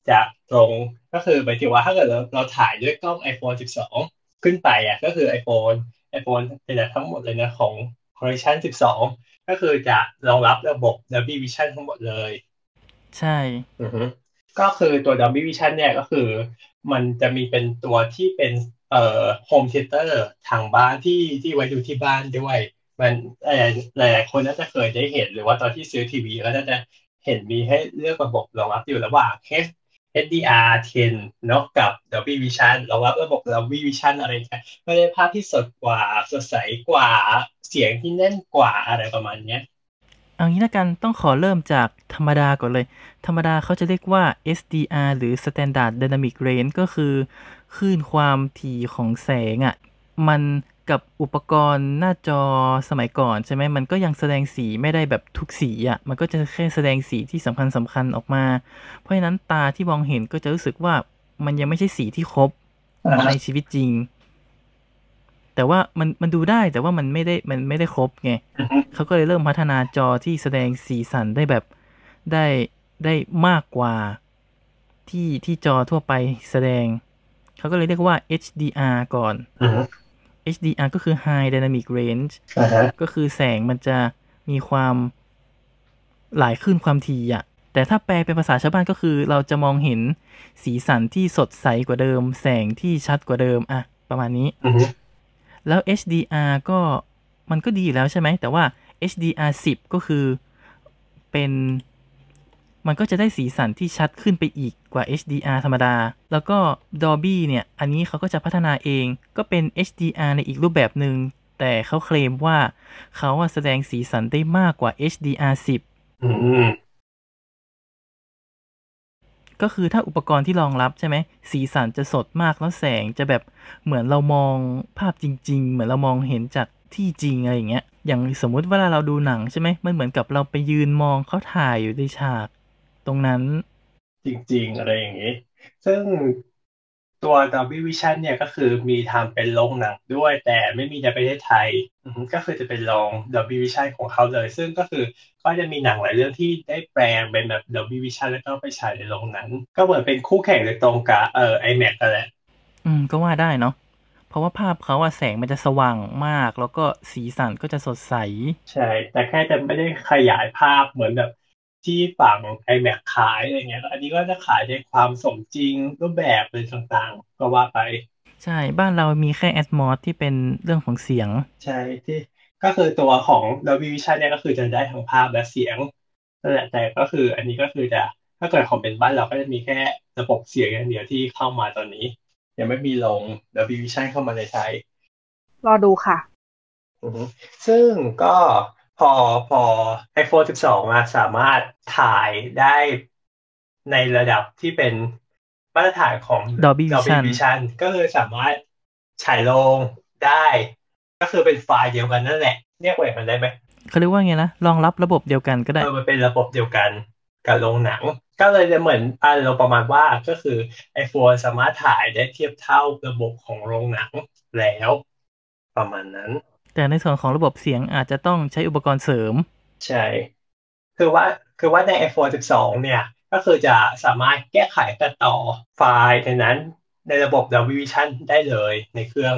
[SPEAKER 2] จะตรงก็คือหมายถึงว่าถ้าเกิดเราเราถ่ายด้วยกล้อง iPhone 12 ขึ้นไปอ่ะก็คือ iPhone iPhone เป็นทั้งหมดเลยนะของ Collection 12 ก็คือจะรองรับระบบ Dolby Vision ทั้งหมดเลย
[SPEAKER 3] ใช่
[SPEAKER 2] อือฮึก็คือตัว Dolby Vision เนี่ยก็คือ มันจะมีเป็นตัวที่เป็นเอ่อโฮมเทเตอร์ทางบ้านที่ที่ไว้ดูที่บ้านด้วย มันเอ่อหลายๆคนน่าจะเคยได้เห็นหรือว่าตอนที่ซื้อทีวีก็น่าจะเห็นมีให้เลือกระบบรองรับอยู่ระหว่าง H- HDR 10เนาะกับ Dolby Vision รองรับระบบ Dolby Vision อะไรเงี้ยก็ได้ภาพที่สดกว่าสดใสกว่าเสียงที่แน่นกว่าอะไรประมาณเนี้ย
[SPEAKER 3] เอางี้ละกันต้องขอเริ่มจากธรรมดาก่อนเลย ธรรมดาเขาจะเรียกว่า SDR หรือ Standard Dynamic Range ก็คือคลื่นความถี่ของแสงอะ่ะ มันกับอุปกรณ์หน้าจอสมัยก่อนใช่ไหมมันก็ยังแสดงสีไม่ได้แบบทุกสีอะ่ะ มันก็จะแค่แสดงสีที่สำคัญสำคัญๆออกมา เพราะฉะนั้นตาที่มองเห็นก็จะรู้สึกว่ามันยังไม่ใช่สีที่ครบ
[SPEAKER 2] อ่าฮะ
[SPEAKER 3] ในชีวิตจริง แต่ว่ามันมันดูได้แต่ว่ามันไม่ได้มันไม่ได้ครบไง เขาก็เลยเริ่มพัฒนาจอที่แสดงสีสันได้แบบได้ได้มากกว่าที่ที่จอทั่วไปแสดง เขาก็เลยเรียกว่า HDR ก่อน
[SPEAKER 2] อือฮึ
[SPEAKER 3] HDR ก็คือ High Dynamic Range
[SPEAKER 2] อ่าฮะ
[SPEAKER 3] ก็คือแสงมันจะมีความหลายขึ้นความถี่อะแต่ถ้าแปลเป็นภาษาชาวบ้านก็คือเราจะมองเห็นสีสันที่สดใสกว่าเดิม แสงที่ชัดกว่าเดิมอะประมาณนี้
[SPEAKER 2] อือฮึ
[SPEAKER 3] แล้ว HDR ก็มันก็ดีอยู่แล้วใช่ไหม แต่ว่า HDR 10 ก็คือเป็น มันก็จะได้สีสันที่ชัดขึ้นไปอีกกว่า HDR ธรรมดา แล้วก็ Dolby เนี่ย อันนี้เขาก็จะพัฒนาเอง ก็เป็น HDR ในอีกรูปแบบหนึง่ง แต่เขาเคลมว่าเขาอะแสดงสีสันได้มากกว่า HDR 10
[SPEAKER 2] อืม
[SPEAKER 3] ก็คือถ้าอุปกรณ์ที่รองรับใช่ไหม สีสันจะสดมากแล้วแสงจะแบบเหมือนเรามองภาพจริง ๆ เหมือนเรามองเห็นจากที่จริงอะไรอย่างเงี้ย อย่างสมมุติเวลาเราดูหนังใช่ไหมมันเหมือนกับเราไปยืนมองเขาถ่ายอยู่ในฉาก ตรงนั้น
[SPEAKER 2] จริงๆ อะไรอย่างนี้ ซึ่งตัว Dolby Vision เนี่ยก็คือมีทำเป็นโรงหนังด้วย แต่ไม่มีในประเทศไทยอือฮึก็คือจะเป็นโรง Dolby Vision ของเขาเลย ซึ่งก็คือก็จะมีหนังหลายเรื่องที่ได้แปลงเป็นแบบ Dolby Vision แล้วก็ไปฉายในโรงหนังก็เหมือนเป็นคู่แข่งโดยตรงกับเอ่อ IMAX กันแหละ
[SPEAKER 3] อืมก็ว่าได้เนาะ เพราะว่าภาพเขาอะแสงมันจะสว่างมาก แล้วก็สีสันก็จะสดใส
[SPEAKER 2] ใช่ แต่แค่จะไม่ได้ขยายภาพเหมือนแบบที่ฝั่ง iMac ขายอะไรเงี้ย อันนี้ก็จะขายในความสมจริงรูปแบบเลยต่างๆ ก็ว่าไป
[SPEAKER 3] ใช่ บ้านเรามีแค่แอดมอสที่เป็นเรื่องของเสียง
[SPEAKER 2] ใช่ที่ก็คือตัวของ Dolby Vision เนี่ยก็คือจะได้ทั้งภาพและเสียงนั่นแหละแต่ก็คืออันนี้ก็คือจะถ้าเกิดของเป็นบ้านเราก็จะมีแค่ระบบเสียงอย่างเดียวที่เข้ามาตอนนี้ ยังไม่มีลง Dolby Vision เข้ามาในไทย
[SPEAKER 4] รอดูค่ะ
[SPEAKER 2] อือฮึซึ่งก็พอพอ iPhone 12มาสามารถถ่ายได้ในระดับที่เป็นมาตรฐานของ
[SPEAKER 3] Dolby Vision
[SPEAKER 2] Vision ก็คือสามารถฉายลงได้ ก็คือเป็นไฟล์เดียวกันนั่นแหละ เรียกว่าอย่างนั้นได้ไหม
[SPEAKER 3] เขาเรียกว่าไงนะรองรับระบบเดียวกันก็ได้
[SPEAKER 2] เออมันเป็นระบบเดียวกันกับโรงหนัง ก็เลยจะเหมือนอารมณ์ประมาณว่าก็คือ iPhone สามารถถ่ายได้เทียบเท่าระบบของโรงหนังแล้ว ประมาณนั้น
[SPEAKER 3] แต่ในส่วนของระบบเสียงอาจจะต้องใช้อุปกรณ์เสริม
[SPEAKER 2] ใช่ คือว่า คือว่าใน iPhone 12 เนี่ย ก็คือจะสามารถแก้ไขตัดต่อไฟล์ในนั้นในระบบ Dolby Vision ได้เลยในเครื่อง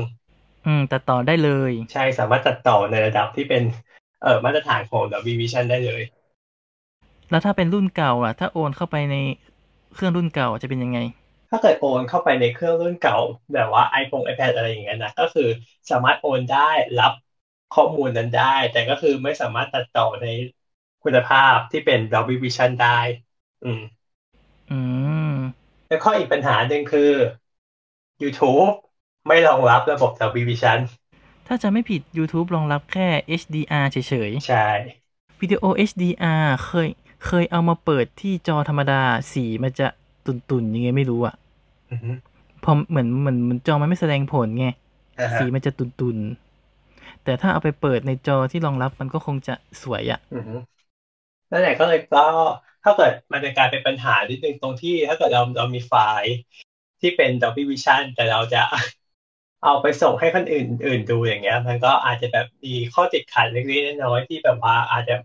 [SPEAKER 3] อืมตัดต่อได้เลย
[SPEAKER 2] ใช่ สามารถตัดต่อในระดับที่เป็น เอ่อ มาตรฐานของ Dolby Vision ได้เลย
[SPEAKER 3] แล้วถ้าเป็นรุ่นเก่าล่ะ ถ้าโอนเข้าไปในเครื่องรุ่นเก่าจะเป็นยังไง
[SPEAKER 2] ถ้าเกิดโอนเข้าไปในเครื่องรุ่นเก่า แบบว่า iPhone iPad อะไรอย่างเงี้ยนะ ก็คือสามารถโอนได้รับข้อมูลนั้นได้ แต่ก็คือไม่สามารถตัดต่อในคุณภาพที่เป็น Dolby Vision ได้ อืม
[SPEAKER 3] อืม
[SPEAKER 2] แล้วข้ออีกปัญหาหนึ่งคือ YouTube ไม่รองรับระบบ Dolby Vision
[SPEAKER 3] ถ้าจะไม่ผิด YouTube รองรับแค่ HDR เฉย
[SPEAKER 2] ใช่
[SPEAKER 3] ๆ วิดีโอ HDR เคยเคยเอามาเปิดที่จอธรรมดาสีมันจะตุ่นๆ ยังไงไม่รู้อะ
[SPEAKER 2] อือฮึ
[SPEAKER 3] พอเหมือนเหมือนเหมือนจอมันไม่แสดงผลไง
[SPEAKER 2] อ่าฮะ
[SPEAKER 3] สีมันจะตุ่นๆ แต่ถ้าเอาไปเปิดในจอที่รองรับมันก็คงจะสวยอะ
[SPEAKER 2] อือฮึนั่นแหละก็เลยก็ถ้าเกิดมันจะกลายเป็นปัญหานิดนึงตรงที่ ถ้าเกิดเราเรามีไฟล์ที่เป็น Dolby Vision แต่เราจะ เอาไปส่งให้คนอื่นอื่นดูอย่างเงี้ย มันก็อาจจะแบบมีข้อติดขัดเล็กๆน้อยๆที่แบบว่าอาจจะ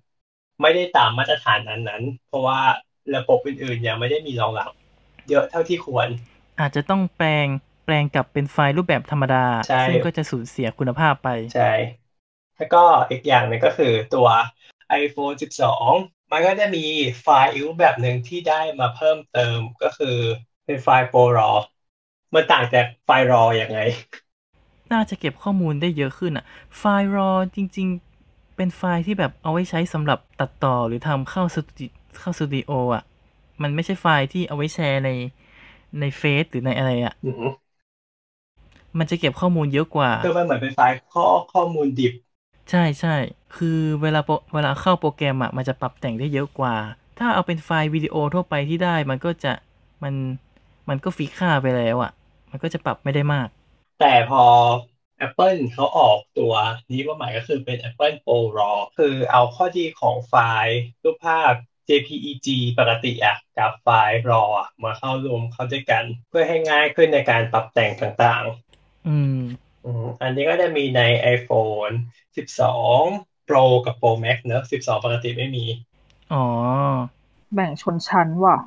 [SPEAKER 2] ไม่ได้ตามมาตรฐานนั้นๆเพราะว่าระบบอื่นๆยังไม่ได้มีรองรับ เยอะเท่าที่ควร
[SPEAKER 3] อาจจะต้องแปลงแปลงกลับเป็นไฟล์รูปแบบธรรมดา
[SPEAKER 2] ใช่
[SPEAKER 3] ซึ่งก็จะสูญเสียคุณภาพไป
[SPEAKER 2] ใช่ แล้วก็อีกอย่างหนึงก็คือตัว iPhone 12 มันก็จะมีไฟล์อีกรูปแบบหนึ่งที่ได้มาเพิ่มเติมก็คือเป็นไฟล์ ProRAW มันต่างจากไฟล์ RAW ยังไง
[SPEAKER 3] น่าจะเก็บข้อมูลได้เยอะขึ้นอ่ะ ไฟล์ raw จริง ๆ เป็นไฟล์ที่แบบเอาไว้ใช้สำหรับตัดต่อหรือทำเข้าสตูดิเข้าสตูดิโออ่ะ มันไม่ใช่ไฟล์ที่เอาไว้แชร์ในในเฟซหรือในอะไรอ่ะ
[SPEAKER 2] อือฮึ
[SPEAKER 3] มันจะเก็บข้อมูลเยอะกว่า
[SPEAKER 2] คือมันเหมือนเป็นไฟล์ข้อข้อมูลดิบ
[SPEAKER 3] ใช่ใช่ คือเวลาโปรเวลาเข้าโปรแกรมอะมันจะปรับแต่งได้เยอะกว่า ถ้าเอาเป็นไฟล์วิดีโอทั่วไปที่ได้ มันก็จะมันมันก็ฟิกค่าไปแล้วอะมันก็จะปรับไม่ได้มาก
[SPEAKER 2] แต่พอ Apple เขาออกตัวนี้มาใหม่ก็คือเป็น Apple Pro RAW คือเอาข้อดีของไฟล์รูปภาพ JPEG ปกติอะกับไฟล์ RAW อะมาเข้ารวมเข้าด้วยกัน เพื่อให้ง่ายขึ้นในการปรับแต่งต่าง
[SPEAKER 3] อืม
[SPEAKER 2] ๆอืมอันนี้ก็จะมีใน iPhone 12 Pro กับ Pro Max เนอะ12 ปกติไม่มี
[SPEAKER 3] อ๋อ
[SPEAKER 4] แบ่งชนชั้นว่ะ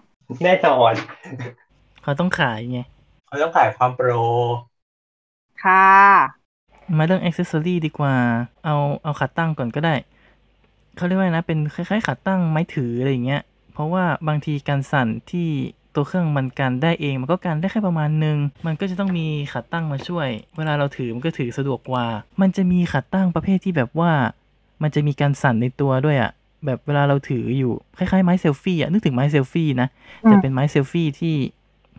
[SPEAKER 2] แน่นอน
[SPEAKER 3] เขาต้องขายไง
[SPEAKER 2] เขาต้องขายความโปร
[SPEAKER 4] ค่ะ
[SPEAKER 3] มาเรื่องอ็อกเซสซอรีดีกว่า เอาเอาขาตั้งก่อนก็ได้ เขาเรียกว่าไงนะ เป็นคล้ายๆขาตั้งไม้ถืออะไรอย่างเงี้ย เพราะว่าบางทีการสั่นที่ตัวเครื่องมันการได้เอง มันก็การได้แค่ประมาณหนึง มันก็จะต้องมีขาตั้งมาช่วย เวลาเราถือมันก็ถือสะดวกกว่า มันจะมีขาตั้งประเภทที่แบบว่า มันจะมีการสั่นในตัวด้วยอะแบบเวลาเราถืออยู่คล้ายๆไม้เซลฟี่อะนึกถึงไม้เซลฟี่นะ แต่
[SPEAKER 4] อืม
[SPEAKER 3] เป็นไม้เซลฟี่ที่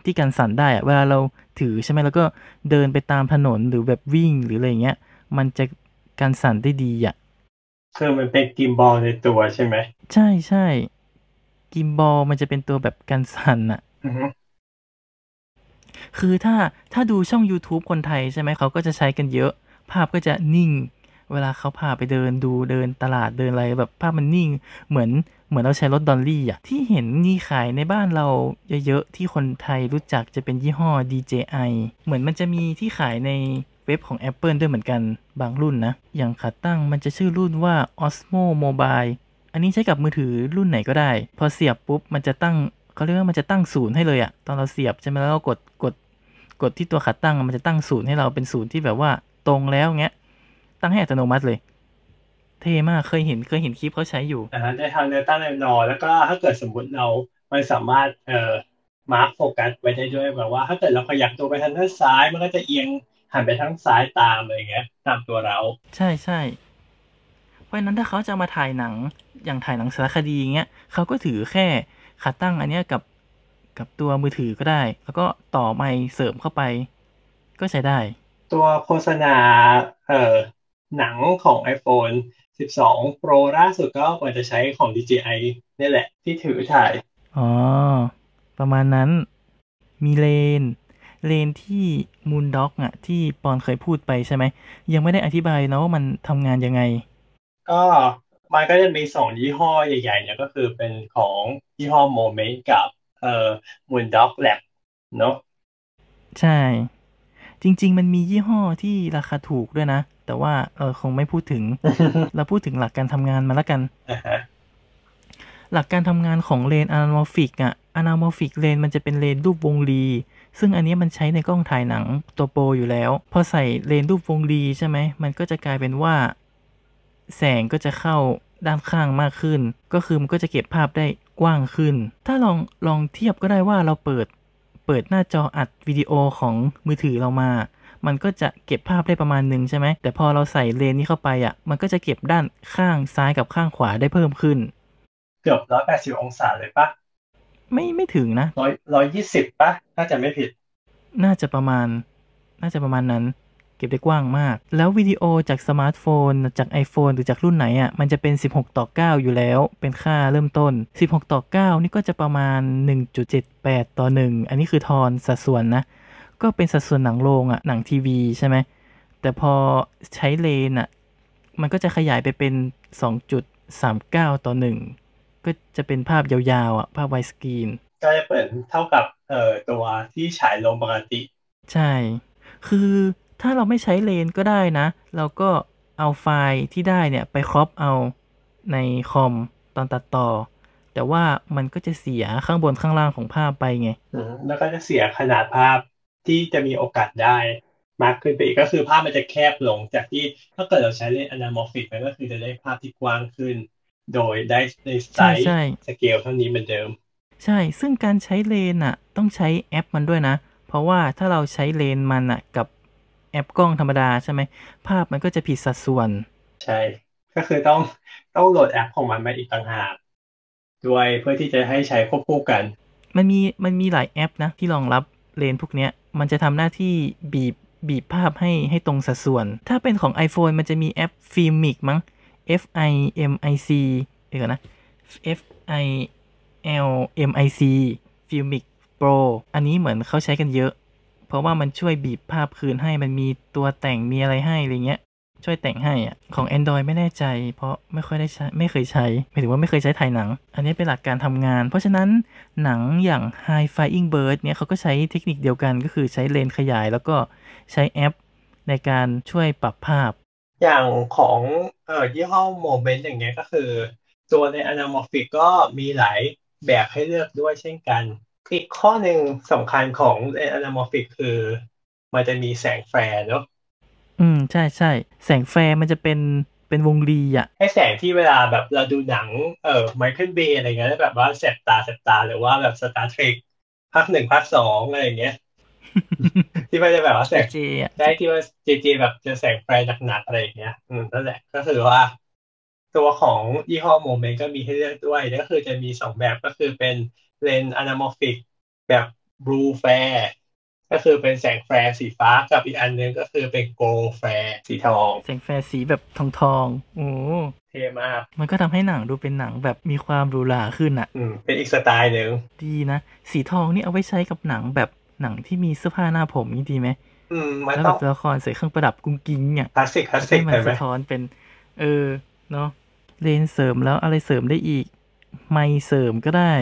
[SPEAKER 3] ที่การสั่นได้อะเวลาเราถือใช่ไหมแล้วก็เดินไปตามถนนหรือแบบวิ่งหรืออะไรอย่างเงี้ย มันจะการสั่นได้ดีอ่ะ
[SPEAKER 2] คือมันเป็นกิมบอลในตัวใช่ไหม
[SPEAKER 3] ใช่ใช่กิมบอลมันจะเป็นตัวแบบการสั่นอ่ะ
[SPEAKER 2] อือฮึ
[SPEAKER 3] คือถ้าถ้าดูช่อง YouTube คนไทยใช่ไหมเขาก็จะใช้กันเยอะ ภาพก็จะนิ่ง เวลาเขาพาไปเดินดูเดินตลาดเดินอะไรแบบภาพมันนิ่ง เหมือนเหมือนเราใช้รถดอลลี่อะที่เห็นมีขายในบ้านเราเยอะๆ ที่คนไทยรู้จักจะเป็นยี่ห้อ DJI เหมือนมันจะมีที่ขายในเว็บของ Apple ด้วยเหมือนกันบางรุ่นนะ อย่างขาตั้งมันจะชื่อรุ่นว่า Osmo Mobile อันนี้ใช้กับมือถือรุ่นไหนก็ได้ พอเสียบปุ๊บ มันจะตั้งเขาเรียกว่ามันจะตั้งศูนย์ให้เลยอะตอนเราเสียบใช่ไหมแล้วเรากดกด กดที่ตัวขาตั้งอะมันจะตั้งศูนย์ให้เราเป็นศูนย์ที่แบบว่าตรงแล้วเงี้ย ตั้งให้อัตโนมัติเลย เท่มากเคยเห็นเคยเห็นคลิปเขาใช้อยู่
[SPEAKER 2] อ่าฮะในทางเดลต้าแนวนอนแล้วก็ถ้าเกิดสมมติเรามันสามารถเอ่อมาร์คโฟกัสไว้ได้ด้วยแบบว่า ถ้าเกิดเราขยับตัวไปทางด้านซ้าย มันก็จะเอียงหันไปทางซ้ายตามอะไรอย่างเงี้ยตามตัวเรา
[SPEAKER 3] ใช่ใช่ เพราะฉะนั้นถ้าเขาจะเอามาถ่ายหนังอย่างถ่ายหนังสารคดีอย่างเงี้ยเขาก็ถือแค่ขาตั้งอันเนี้ยกับกับตัวมือถือก็ได้ แล้วก็ต่อไมค์เสริมเข้าไป ก็ใช้ได้
[SPEAKER 2] ตัวโฆษณาเอ่อหนังของ iPhone 12 Pro ล่าสุดก็ควรจะใช้ของ DJI นี่แหละที่ถือถ่าย
[SPEAKER 3] อ๋อ ประมาณนั้นมีเลน เลนที่มูนด็อกอ่ะ ที่ปอนเคยพูดไปใช่ไหม ยังไม่ได้อธิบายนะว่ามันทำงานยังไง
[SPEAKER 2] ก็มันก็จะมีสองยี่ห้อใหญ่ๆเนี่ยก็คือเป็นของยี่ห้อ Moment กับเอ่อ Moondog Lab เนาะ
[SPEAKER 3] ใช่ จริง ๆ มันมียี่ห้อที่ราคาถูกด้วยนะ แต่ว่าเราคงไม่พูดถึง เราพูดถึงหลักการทำงานมาแล้วกัน
[SPEAKER 2] อ่าฮะ
[SPEAKER 3] หลักการทำงานของเลน anamorphic อะ anamorphic เลนมันจะเป็นเลนรูปวงรี ซึ่งอันนี้มันใช้ในกล้องถ่ายหนังตัวโปรอยู่แล้ว พอใส่เลนรูปวงรีใช่ไหม มันก็จะกลายเป็นว่า แสงก็จะเข้าด้านข้างมากขึ้น ก็คือมันก็จะเก็บภาพได้กว้างขึ้น ถ้าลองลองเทียบก็ได้ว่าเราเปิด เปิดหน้าจออัดวิดีโอของมือถือเรามา มันก็จะเก็บภาพได้ประมาณหนึ่งใช่ไหม แต่พอเราใส่เลนนี้เข้าไปอะมันก็จะเก็บด้านข้างซ้ายกับข้างขวาได้เพิ่มขึ้น
[SPEAKER 2] เกือบร้อยแปดสิบองศาเลยปะ
[SPEAKER 3] ไม่ไม่ถึงนะ
[SPEAKER 2] ร้อยร้อยยี่สิบปะถ้าจะไม่ผิด
[SPEAKER 3] น่าจะประมาณ น่าจะประมาณนั้น เก็บได้กว้างมาก แล้ววิดีโอจากสมาร์ทโฟน จาก iPhone หรือจากรุ่นไหนอะ่ะ มันจะเป็น 16 ต่อ 9 อยู่แล้ว เป็นค่าเริ่มต้น 16 ต่อ 9 นี่ก็จะประมาณ 1.78 ต่อ 1 อันนี้คือทอนสัดส่วนนะ ก็เป็นสัดส่วนหนังโรงอะ่ะ หนังทีวีใช่ไหม แต่พอใช้เลนอะ่ะ มันก็จะขยายไปเป็น 2.39 ต่อ 1 ก็จะเป็นภาพยาวๆอะ่ะ ภาพไวสกรีน
[SPEAKER 2] ก็จะเปิดเท่ากับเอ่อตัวที่ฉายลมปกติ
[SPEAKER 3] ใช่ คือ ถ้าเราไม่ใช้เลนก็ได้นะ เราก็เอาไฟล์ที่ได้เนี่ยไปครอปเอาในคอมตอนตัดต่อ แต่ว่ามันก็จะเสียข้างบนข้างล่างของภาพไปไง
[SPEAKER 2] อืมแล้วก็จะเสียขนาดภาพที่จะมีโอกาสได้มากขึ้นไปอีกก็คือภาพมันจะแคบลงจากที่ถ้าเกิดเราใช้เลนส์ anamorphic มันก็คือจะได้ภาพที่กว้างขึ้น โดยได้ในไซ
[SPEAKER 3] ใช่
[SPEAKER 2] ส์
[SPEAKER 3] ใช่
[SPEAKER 2] สเกลเท่านี้เหมือนเดิม
[SPEAKER 3] ใช่ ซึ่งการใช้เลนอ่ะ ต้องใช้แอปมันด้วยนะ เพราะว่าถ้าเราใช้เลนมันอ่ะ กับแอปกล้องธรรมดาใช่ไหม ภาพมันก็จะผิดสัดส่วน
[SPEAKER 2] ใช่ ก็คือต้องต้องโหลดแอปของมันมาอีกต่างหากด้วยเพื่อที่จะให้ใช้ควบคู่กัน
[SPEAKER 3] มันมีมันมีหลายแอปนะ ที่รองรับเลนพวกเนี้ย มันจะทำหน้าที่บีบบีบภาพให้ให้ตรงสัดส่วน ถ้าเป็นของ iPhone มันจะมีแอปฟิมิกมั้ง F I M I C เดี๋ยวก่อนนะ F I L M I C Filmic Pro อันนี้เหมือนเขาใช้กันเยอะ เพราะว่ามันช่วยบีบภาพคืนให้มันมีตัวแต่งมีอะไรให้อะไรเงี้ย ช่วยแต่งให้อะของ Android ไม่แน่ใจ เพราะไม่ค่อยได้ใช้ไม่เคยใช้หมายถึงว่าไม่เคยใช้ถ่ายหนัง อันนี้เป็นหลักการทำงาน เพราะฉะนั้นหนังอย่าง High Flying Bird เนี่ยเขาก็ใช้เทคนิคเดียวกันก็คือใช้เลนส์ขยาย แล้วก็ใช้แอปในการช่วยปรับภาพ
[SPEAKER 2] อย่างของเอ่อยี่ห้อโมเมนต์อย่างเงี้ยก็คือ ตัวใน anamorphic ก็มีหลายแบบให้เลือกด้วยเช่นกัน อีกข้อหนึ่งสำคัญของใน anamorphic คือ มันจะมีแสงแฟร์เนอะ
[SPEAKER 3] อืม ใช่ใช่แสงแฟร์มันจะเป็นเป็นวงรี อะ
[SPEAKER 2] ให้แสงที่เวลาแบบเราดูหนังเอ่อไมเคิลเบย์อะไรเงี้ยแล้วแบบว่าแสบตาแสบตาหรือว่าแบบ Star Trek ภาคหนึ่งภาคสองอะไรอย่างเงี้ย ที่มันจะแบบว่าแสง
[SPEAKER 3] เจอะ
[SPEAKER 2] ได้ที่ว่าเจเจแบบจะแสงไฟหนักๆอะไรอย่างเงี้ย อืมนั่นแหละก็คือว่า ตัวของยี่ห้อโมเมนต์ก็มีให้เลือกด้วยก็คือจะมีสองแบบก็คือเป็นเลนส์อนาโมฟิกแบบบลูแฟร์ก็คือเป็นแสงแฟร์สีฟ้ากับอีกอันหนึงก็คือเป็นโกลแฟร์สีทอง
[SPEAKER 3] แสงแฟร์สีแบบทองทองๆโอ้
[SPEAKER 2] เท่มาก
[SPEAKER 3] มันก็ทำให้หนังดูเป็นหนังแบบมีความหรูหราขึ้นอะ
[SPEAKER 2] อืม เป็นอีกสไตล์หนึ่ง
[SPEAKER 3] ดีนะ สีทองนี่เอาไว้ใช้กับหนังแบบหนังที่มีเสื้อผ้าหน้าผมนี่ดีไหม
[SPEAKER 2] อืม มัน
[SPEAKER 3] แล้ว
[SPEAKER 2] ต้
[SPEAKER 3] แบ
[SPEAKER 2] อง
[SPEAKER 3] บตัวละครใส่เครื่องประดับกุ้งกิ้งอ่ะ
[SPEAKER 2] คลาสสิกคลาสสิ
[SPEAKER 3] ให้
[SPEAKER 2] ก
[SPEAKER 3] มั
[SPEAKER 2] เห็นไหม
[SPEAKER 3] สะท้อนเป็น เออเนาะเลนส์เสริมแล้วอะไรเสริมได้อีก ไมค์เสริมก็ได้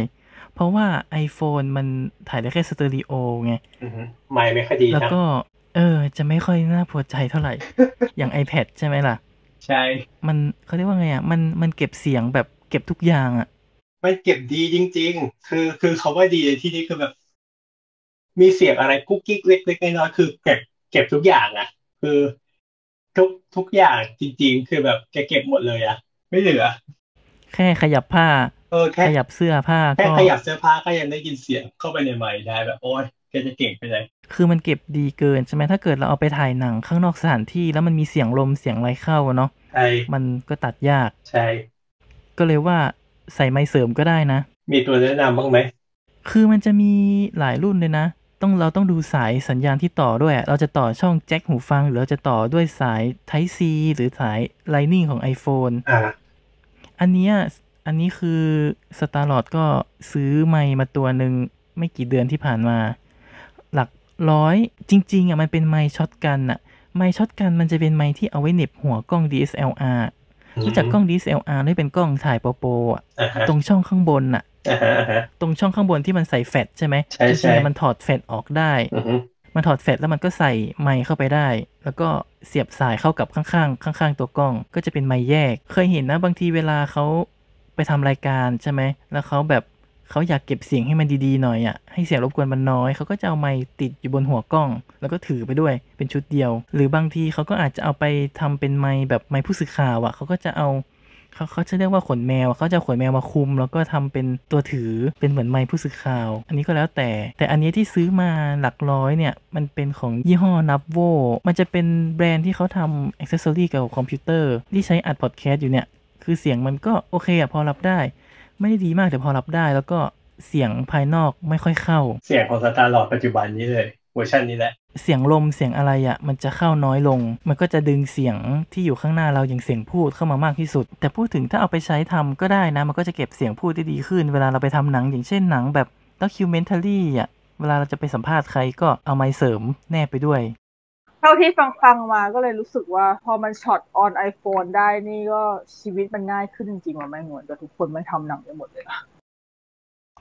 [SPEAKER 3] เพราะว่า iPhone มันถ่ายได้แค่สเตอริโอไง
[SPEAKER 2] อืมไม่ไม่ค่อยดี
[SPEAKER 3] แล้ว
[SPEAKER 2] นะ
[SPEAKER 3] ก็ เออ จะไม่ค่อยน่าพอใจเท่าไหร่ อย่าง iPad ใช่ไหมล่ะ
[SPEAKER 2] ใช่
[SPEAKER 3] มันเขาเรียกว่าไงอ่ะมันมันเก็บเสียงแบบเก็บทุกอย่างอ่ะ
[SPEAKER 2] มันเก็บดีจริง ๆ คือคือเขาว่าดีในที่นี้คือแบบ มีเสียงอะไรกุ๊กกิ๊กเล็กๆน้อยๆคือเก็บเก็บทุกอย่างอ่ะ คือทุกทุกอย่างจริง ๆ คือแบบแกเก็บหมดเลยอ่ะ ไม่เหลือ
[SPEAKER 3] แค่ขยับผ้า
[SPEAKER 2] เออแค่
[SPEAKER 3] ขยับเสื้อผ้า
[SPEAKER 2] แค่
[SPEAKER 3] ก็
[SPEAKER 2] ขยับเสื้อผ้าก็ยังได้ยินเสียงเข้าไปในไมค์ได้แบบโอ๊ยแกจะเก่งไปไหน
[SPEAKER 3] คือมันเก็บดีเกินใช่ไหมถ้าเกิดเราเอาไปถ่ายหนังข้างนอกสถานที่แล้วมันมีเสียงลมเสียงอะไรเข้าอะเนาะ
[SPEAKER 2] ใช่
[SPEAKER 3] มันก็ตัดยาก
[SPEAKER 2] ใช่
[SPEAKER 3] ก็เลยว่าใส่ไม้เสริมก็ได้นะ
[SPEAKER 2] มีตัวแนะนำบ้างไหม
[SPEAKER 3] คือมันจะมีหลายรุ่นเลยนะ ต้องเราต้องดูสายสัญญาณที่ต่อด้วยอะเราจะต่อช่องแจ็คหูฟัง หรือเราจะต่อด้วยสาย Type C หรือสาย Lightning ของ iPhone
[SPEAKER 2] อ่า
[SPEAKER 3] อันเนี้ยอันนี้คือ Starlord ก็ซื้อไมค์มาตัวหนึ่งไม่กี่เดือนที่ผ่านมา หลักร้อยจริง ๆอ่ะมันเป็นไมค์ช็อตกันอ่ะ ไมค์ช็อตกันมันจะเป็นไมค์ที่เอาไว้เหน็บหัวกล้อง DSLR
[SPEAKER 2] อืม
[SPEAKER 3] รู้จักกล้อง DSLR ที่เป็นกล้องถ่ายโปรโปรอ่ะ
[SPEAKER 2] อ่าฮะ
[SPEAKER 3] ตรงช่องข้างบนอ่ะ
[SPEAKER 2] อ่าฮะอ่าฮะ
[SPEAKER 3] ตรงช่องข้างบนที่มันใส่แฟลชใช่ไหม
[SPEAKER 2] ใช่
[SPEAKER 3] จ
[SPEAKER 2] ใช่
[SPEAKER 3] ริงๆมันถอดแฟลชออกได้
[SPEAKER 2] อือฮึ
[SPEAKER 3] มันถอดแฟลชแล้วมันก็ใส่ไมค์เข้าไปได้ แล้วก็เสียบสายเข้ากับข้างๆ ข้างๆ ตัวกล้อง ก็จะเป็นไมค์แยก เคยเห็นนะบางทีเวลาเขาไปทำรายการใช่ไหม แล้วเขาแบบเขาอยากเก็บเสียงให้มันดีๆหน่อยอะ่ะ ให้เสียงรบกวนมันน้อย เขาก็จะเอาไมค์ติดอยู่บนหัวกล้อง แล้วก็ถือไปด้วยเป็นชุดเดียว หรือบางทีเขาก็อาจจะเอาไปทำเป็นไมค์แบบไมค์ผู้สื่อข่าวอะ่ะ เขาก็จะเอาเขาเขาจะเรียกว่าขนแมวอะเขาจะเอาขนแมวมาคุม แล้วก็ทำเป็นตัวถือเป็นเหมือนไมค์ผู้สื่อข่าว อันนี้ก็แล้วแต่ แต่อันนี้ที่ซื้อมาหลักร้อยเนี่ย มันเป็นของยี่ห้อนับโวมันจะเป็นแบรนด์ที่เขาทำอ็อกเซอรี่เกี่ยวกับคอมพิวเตอร์ที่ใช้อัดพอดแคสต์อยู่เนี่ย คือเสียงมันก็โอเคอะพอรับได้ ไม่ได้ดีมากแต่พอรับได้ แล้วก็เสียงภายนอกไม่ค่อยเข้า
[SPEAKER 2] เสียงของสตาร์ลอดปัจจุบันนี้เลยเวอร์ชันนี้แหละ
[SPEAKER 3] เสียงลมเสียงอะไรอะมันจะเข้าน้อยลง มันก็จะดึงเสียงที่อยู่ข้างหน้าเราอย่างเสียงพูดเข้ามามากที่สุด แต่พูดถึงถ้าเอาไปใช้ทำก็ได้นะ มันก็จะเก็บเสียงพูดได้ดีขึ้น เวลาเราไปทำหนังอย่างเช่นหนังแบบด็อกิวเมนทัรี่อะเวลาเราจะไปสัมภาษณ์ใครก็เอาไมค์เสริมแนบไปด้วย
[SPEAKER 4] เท่าที่ฟังฟังๆมาก็เลยรู้สึกว่า พอมันช็อตออน iPhone ได้นี่ก็ชีวิตมันง่ายขึ้นจริงๆว่าไม่งวนแต่ทุกคนมันทำหนังไปหมดเลย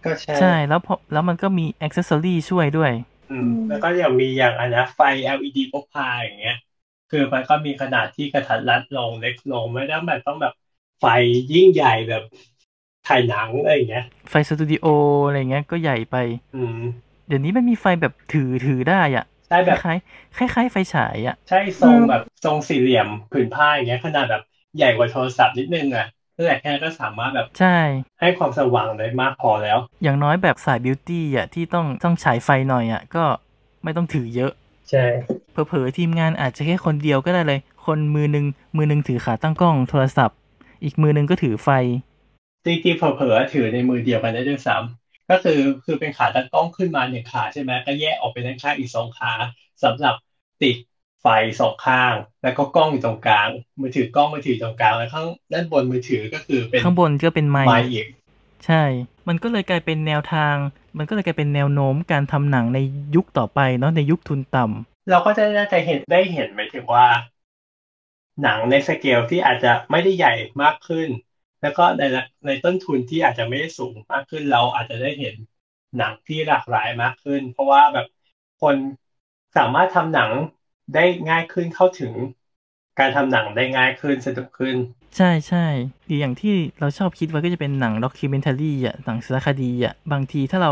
[SPEAKER 2] ก็ใช่
[SPEAKER 3] ใช่แล้วพอแล้วมันก็มีอ็อกเซอรี่ช่วยด้วย
[SPEAKER 2] อืมแล้วก็อย่างมีอย่างอันนะไฟ LED พกพาอย่างเงี้ย คือมันก็มีขนาดที่กระทัดรัดลงเล็กลงไม่ต้องแบบต้องแบบไฟยิ่งใหญ่แบบถ่ายหนังอะไรอย่างเงี้ย
[SPEAKER 3] ไฟสตูดิโออะไรเงี้ยก็ใหญ่ไป
[SPEAKER 2] อืม
[SPEAKER 3] เดี๋ยวนี้มันมีไฟแบบถือถือได้อ่ะ
[SPEAKER 2] ใช่
[SPEAKER 3] ค
[SPEAKER 2] แบบ
[SPEAKER 3] ล้ายๆคล้ายๆไฟฉายอ่ะ
[SPEAKER 2] ใช่ทรงแบบทรงสี่เหลี่ยมผืนผ้าอย่างเงี้ยขนาดแบบใหญ่กว่าโทรศัพท์นิดนึงอ่ะแต่แค่นั้นก็สามารถแบบ
[SPEAKER 3] ใช่
[SPEAKER 2] ให้ความสว่างได้มากพอแล้ว
[SPEAKER 3] อย่างน้อยแบบสายบิวตี้อ่ะที่ต้องต้องฉายไฟหน่อยอ่ะก็ไม่ต้องถือเยอะ
[SPEAKER 2] ใช่
[SPEAKER 3] เผลอๆทีมงานอาจจะแค่คนเดียวก็ได้เลย คนมือหนึ่งมือหนึ่งถือขาตั้งกล้องโทรศัพท์ อีกมือหนึ่งก็ถือไฟ
[SPEAKER 2] จริงๆเผลอๆถือในมือเดียวกันได้ด้วยซ้ำก็คือคือเป็นขาตั้งกล้องขึ้นมาหนึ่งขาใช่ไหมก็แยกออกไปด้านข้างอีกสองขาสำหรับติดไฟสองข้าง แล้วก็กล้องอยู่ตรงกลาง มือถือกล้องมือถืออยู่ตรงกลางแล้วข้างด้านบนมือถือก็คือเป็น
[SPEAKER 3] ข้างบนก็เป็นไมค์
[SPEAKER 2] ไมค์อีก
[SPEAKER 3] ใช่ มันก็เลยกลายเป็นแนวทาง มันก็เลยกลายเป็นแนวโน้มการทำหนังในยุคต่อไปเนาะในยุคทุนต่ำ
[SPEAKER 2] เราก็จะน่าจะเห็นได้เห็นหมายถึงว่า หนังในสเกลที่อาจจะไม่ได้ใหญ่มากขึ้น แล้วก็ในละในต้นทุนที่อาจจะไม่ได้สูงมากขึ้น เราอาจจะได้เห็นหนังที่หลากหลายมากขึ้น เพราะว่าแบบคนสามารถทำหนังได้ง่ายขึ้นเข้าถึง การทำหนังได้ง่ายขึ้นสะดวกขึ้น
[SPEAKER 3] ใช่ใช่หรืออย่างที่เราชอบคิดไว้ก็จะเป็นหนังด็อกิเมนทารีอ่ะหนังสารคดีอ่ะบางทีถ้าเรา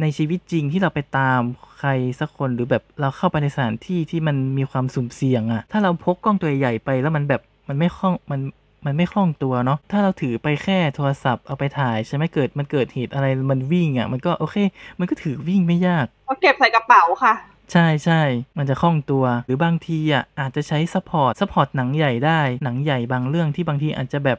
[SPEAKER 3] ในชีวิตจริงที่เราไปตามใครสักคนหรือแบบเราเข้าไปในสถานที่ที่มันมีความสุ่มเสี่ยงอ่ะ ถ้าเราพกกล้องตัวใหญ่ๆไปแล้วมันแบบมันไม่คล่องมันมันไม่คล่องตัวเนาะถ้าเราถือไปแค่โทรศัพท์เอาไปถ่ายใช่ไหมเกิดมันเกิดเหตุอะไรมันวิ่งอ่ะมันก็โอเค มันก็ถือวิ่งไม่ยาก
[SPEAKER 6] ก็เก็บใส่กระเป๋าค่ะ
[SPEAKER 3] ใช่ใช่ มันจะคล่องตัว หรือบางทีอ่ะอาจจะใช้ซัพพอร์ตซัพพอร์ตหนังใหญ่ได้ หนังใหญ่บางเรื่องที่บางทีอาจจะแบบ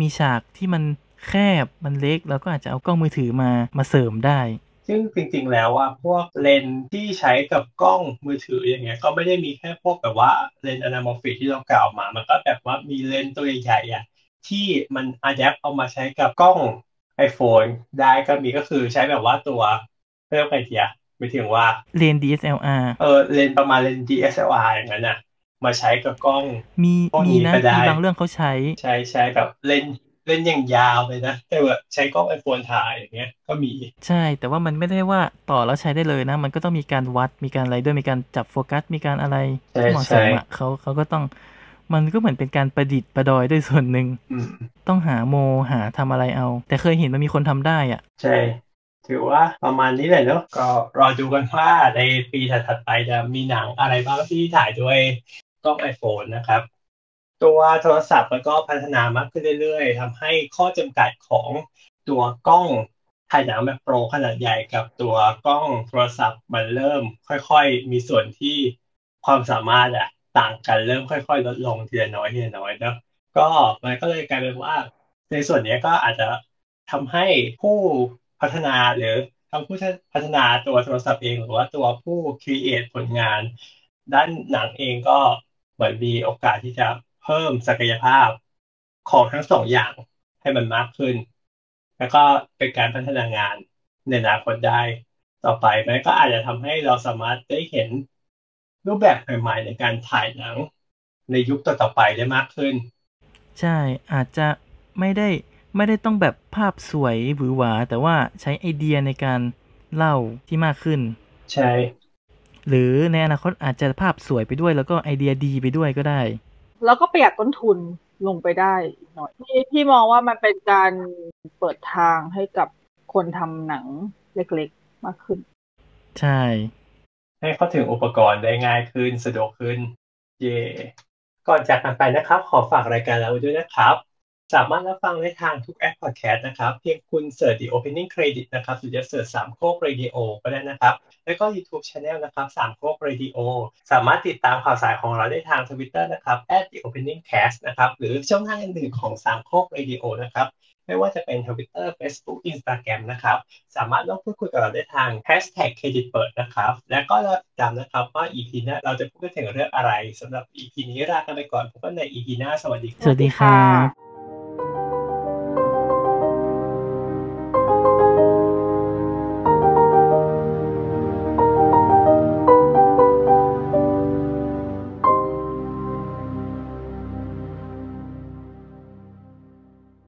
[SPEAKER 3] มีฉากที่มันแคบ มันเล็ก แล้วก็อาจจะเอากล้องมือถือมามาเสริมได้
[SPEAKER 2] ซึ่งจริงๆ แล้วอ่ะพวกเลนส์ที่ใช้กับกล้องมือถืออย่างเงี้ย ก็ไม่ได้มีแค่พวกแบบว่าเลนส์อนาโมฟิกที่เรากล่าวมา มันก็แบบว่ามีเลนส์ตัวใหญ่ๆอ่ะที่มันอะแดปเอามาใช้กับกล้อง iPhone ได้ก็มีก็คือใช้แบบว่าตัวเรียกว่าไงดีอ่ะหมายถึงว่า
[SPEAKER 3] เลนส์ DSLR
[SPEAKER 2] เออเลนส์ประมาณเลนส์ DSLR อย่างนั้นอ่ะมาใช้กับกล้อง
[SPEAKER 3] มี
[SPEAKER 2] กล้อง
[SPEAKER 3] มีนะ
[SPEAKER 2] นี้ก็ได้
[SPEAKER 3] มีบางเรื่องเขาใช้
[SPEAKER 2] ใช้ใช้แบบเลนส์เลนส์อย่างยาวเลยนะ แต่แบบใช้กล้อง iPhone ถ่ายอย่างเงี้ยก็มี
[SPEAKER 3] ใช่ แต่ว่ามันไม่ได้ว่าต่อแล้วใช้ได้เลยนะ มันก็ต้องมีการวัด มีการอะไรด้วย มีการจับโฟกัส มีการอะไรที่เหมาะ
[SPEAKER 2] ใช่
[SPEAKER 3] ส
[SPEAKER 2] ใช่
[SPEAKER 3] มอ่ะเขาเขาก็ต้อง มันก็เหมือนเป็นการประดิษฐ์ประดอยด้วยส่วนหนึ่ง
[SPEAKER 2] อืม
[SPEAKER 3] ต้องหาโมหาทำอะไรเอา แต่เคยเห็นมันมีคนทำได้อ่ะ
[SPEAKER 2] ใช่ ถือว่าประมาณนี้แหละเนาะก็รอดูกันว่าในปีถัดๆไปจะมีหนังอะไรบ้างที่ถ่ายด้วยกล้อง iPhone นะครับ ตัวโทรศัพท์มันก็พัฒนามากขึ้นเรื่อยๆทำให้ข้อจำกัดของตัวกล้องถ่ายหนังแบบโปรขนาดใหญ่กับตัวกล้องโทรศัพท์มันเริ่มค่อยๆ มีส่วนที่ความสามารถอะต่างกันเริ่มค่อยๆ ลดลงทีละน้อยทีละน้อยเนาะก็มันก็เลยกลายเป็นว่า ในส่วนเนี้ยก็อาจจะ ทำให้ผู้พัฒนาหรือทั้งผู้พัฒนาตัวโทรศัพท์เอง หรือว่าตัวผู้ครีเอทผลงาน ด้านหนังเองก็เหมือนมีโอกาสที่จะเพิ่มศักยภาพของทั้งสองอย่างให้มันมากขึ้น แล้วก็เป็นการพัฒนางานในอนาคตได้ต่อไปมันก็อาจจะทำให้เราสามารถได้เห็นรูปแบบใหม่ๆในการถ่ายหนัง ในยุคต่อๆไปได้มากขึ้น
[SPEAKER 3] ใช่ อาจจะไม่ได้ไม่ได้ต้องแบบภาพสวยหวือหวา แต่ว่าใช้ไอเดียในการเล่าที่มากขึ้น
[SPEAKER 2] ใช่
[SPEAKER 3] หรือในอนาคตอาจจะภาพสวยไปด้วย แล้วก็ไอเดียดีไปด้วยก็ได้
[SPEAKER 6] แล้วก็ประหยัดต้นทุนลงไปได้อีกหน่อยพี่พี่มองว่ามันเป็นการเปิดทางให้กับคนทำหนังเล็กๆมากขึ้น
[SPEAKER 3] ใช่
[SPEAKER 2] ให้เข้าถึงอุปกรณ์ได้ง่ายขึ้นสะดวกขึ้น เย่ก่อนจากกันไปนะครับ ขอฝากรายการเราไว้ด้วยนะครับ สามารถรับฟังได้ทางทุกแอปพอดแคสต์นะครับ เพียงคุณเสิร์ช The Opening Credit นะครับหรือจะเสิร์ชสามโคกเรดิโอก็ได้นะครับ แล้วก็ YouTube Channel นะครับสามโคกเรดิโอสามารถติดตามข่าวสารของเราได้ทาง Twitter นะครับ The Opening Cast นะครับ หรือช่องทางอื่นๆของสามโคกเรดิโอนะครับ ไม่ว่าจะเป็น Twitter Facebook Instagram นะครับ สามารถร่วมพูดคุยกับเราได้ทาง hashtag เครดิตเปิดนะครับ และก็เราจำนะครับว่า EP หน้าเราจะพูดถึงเรื่องอะไรสำหรับ EP นี้ลากันไปก่อนพบกันใน EP หน้าสวัสดีครับ
[SPEAKER 3] สวัสดีครับ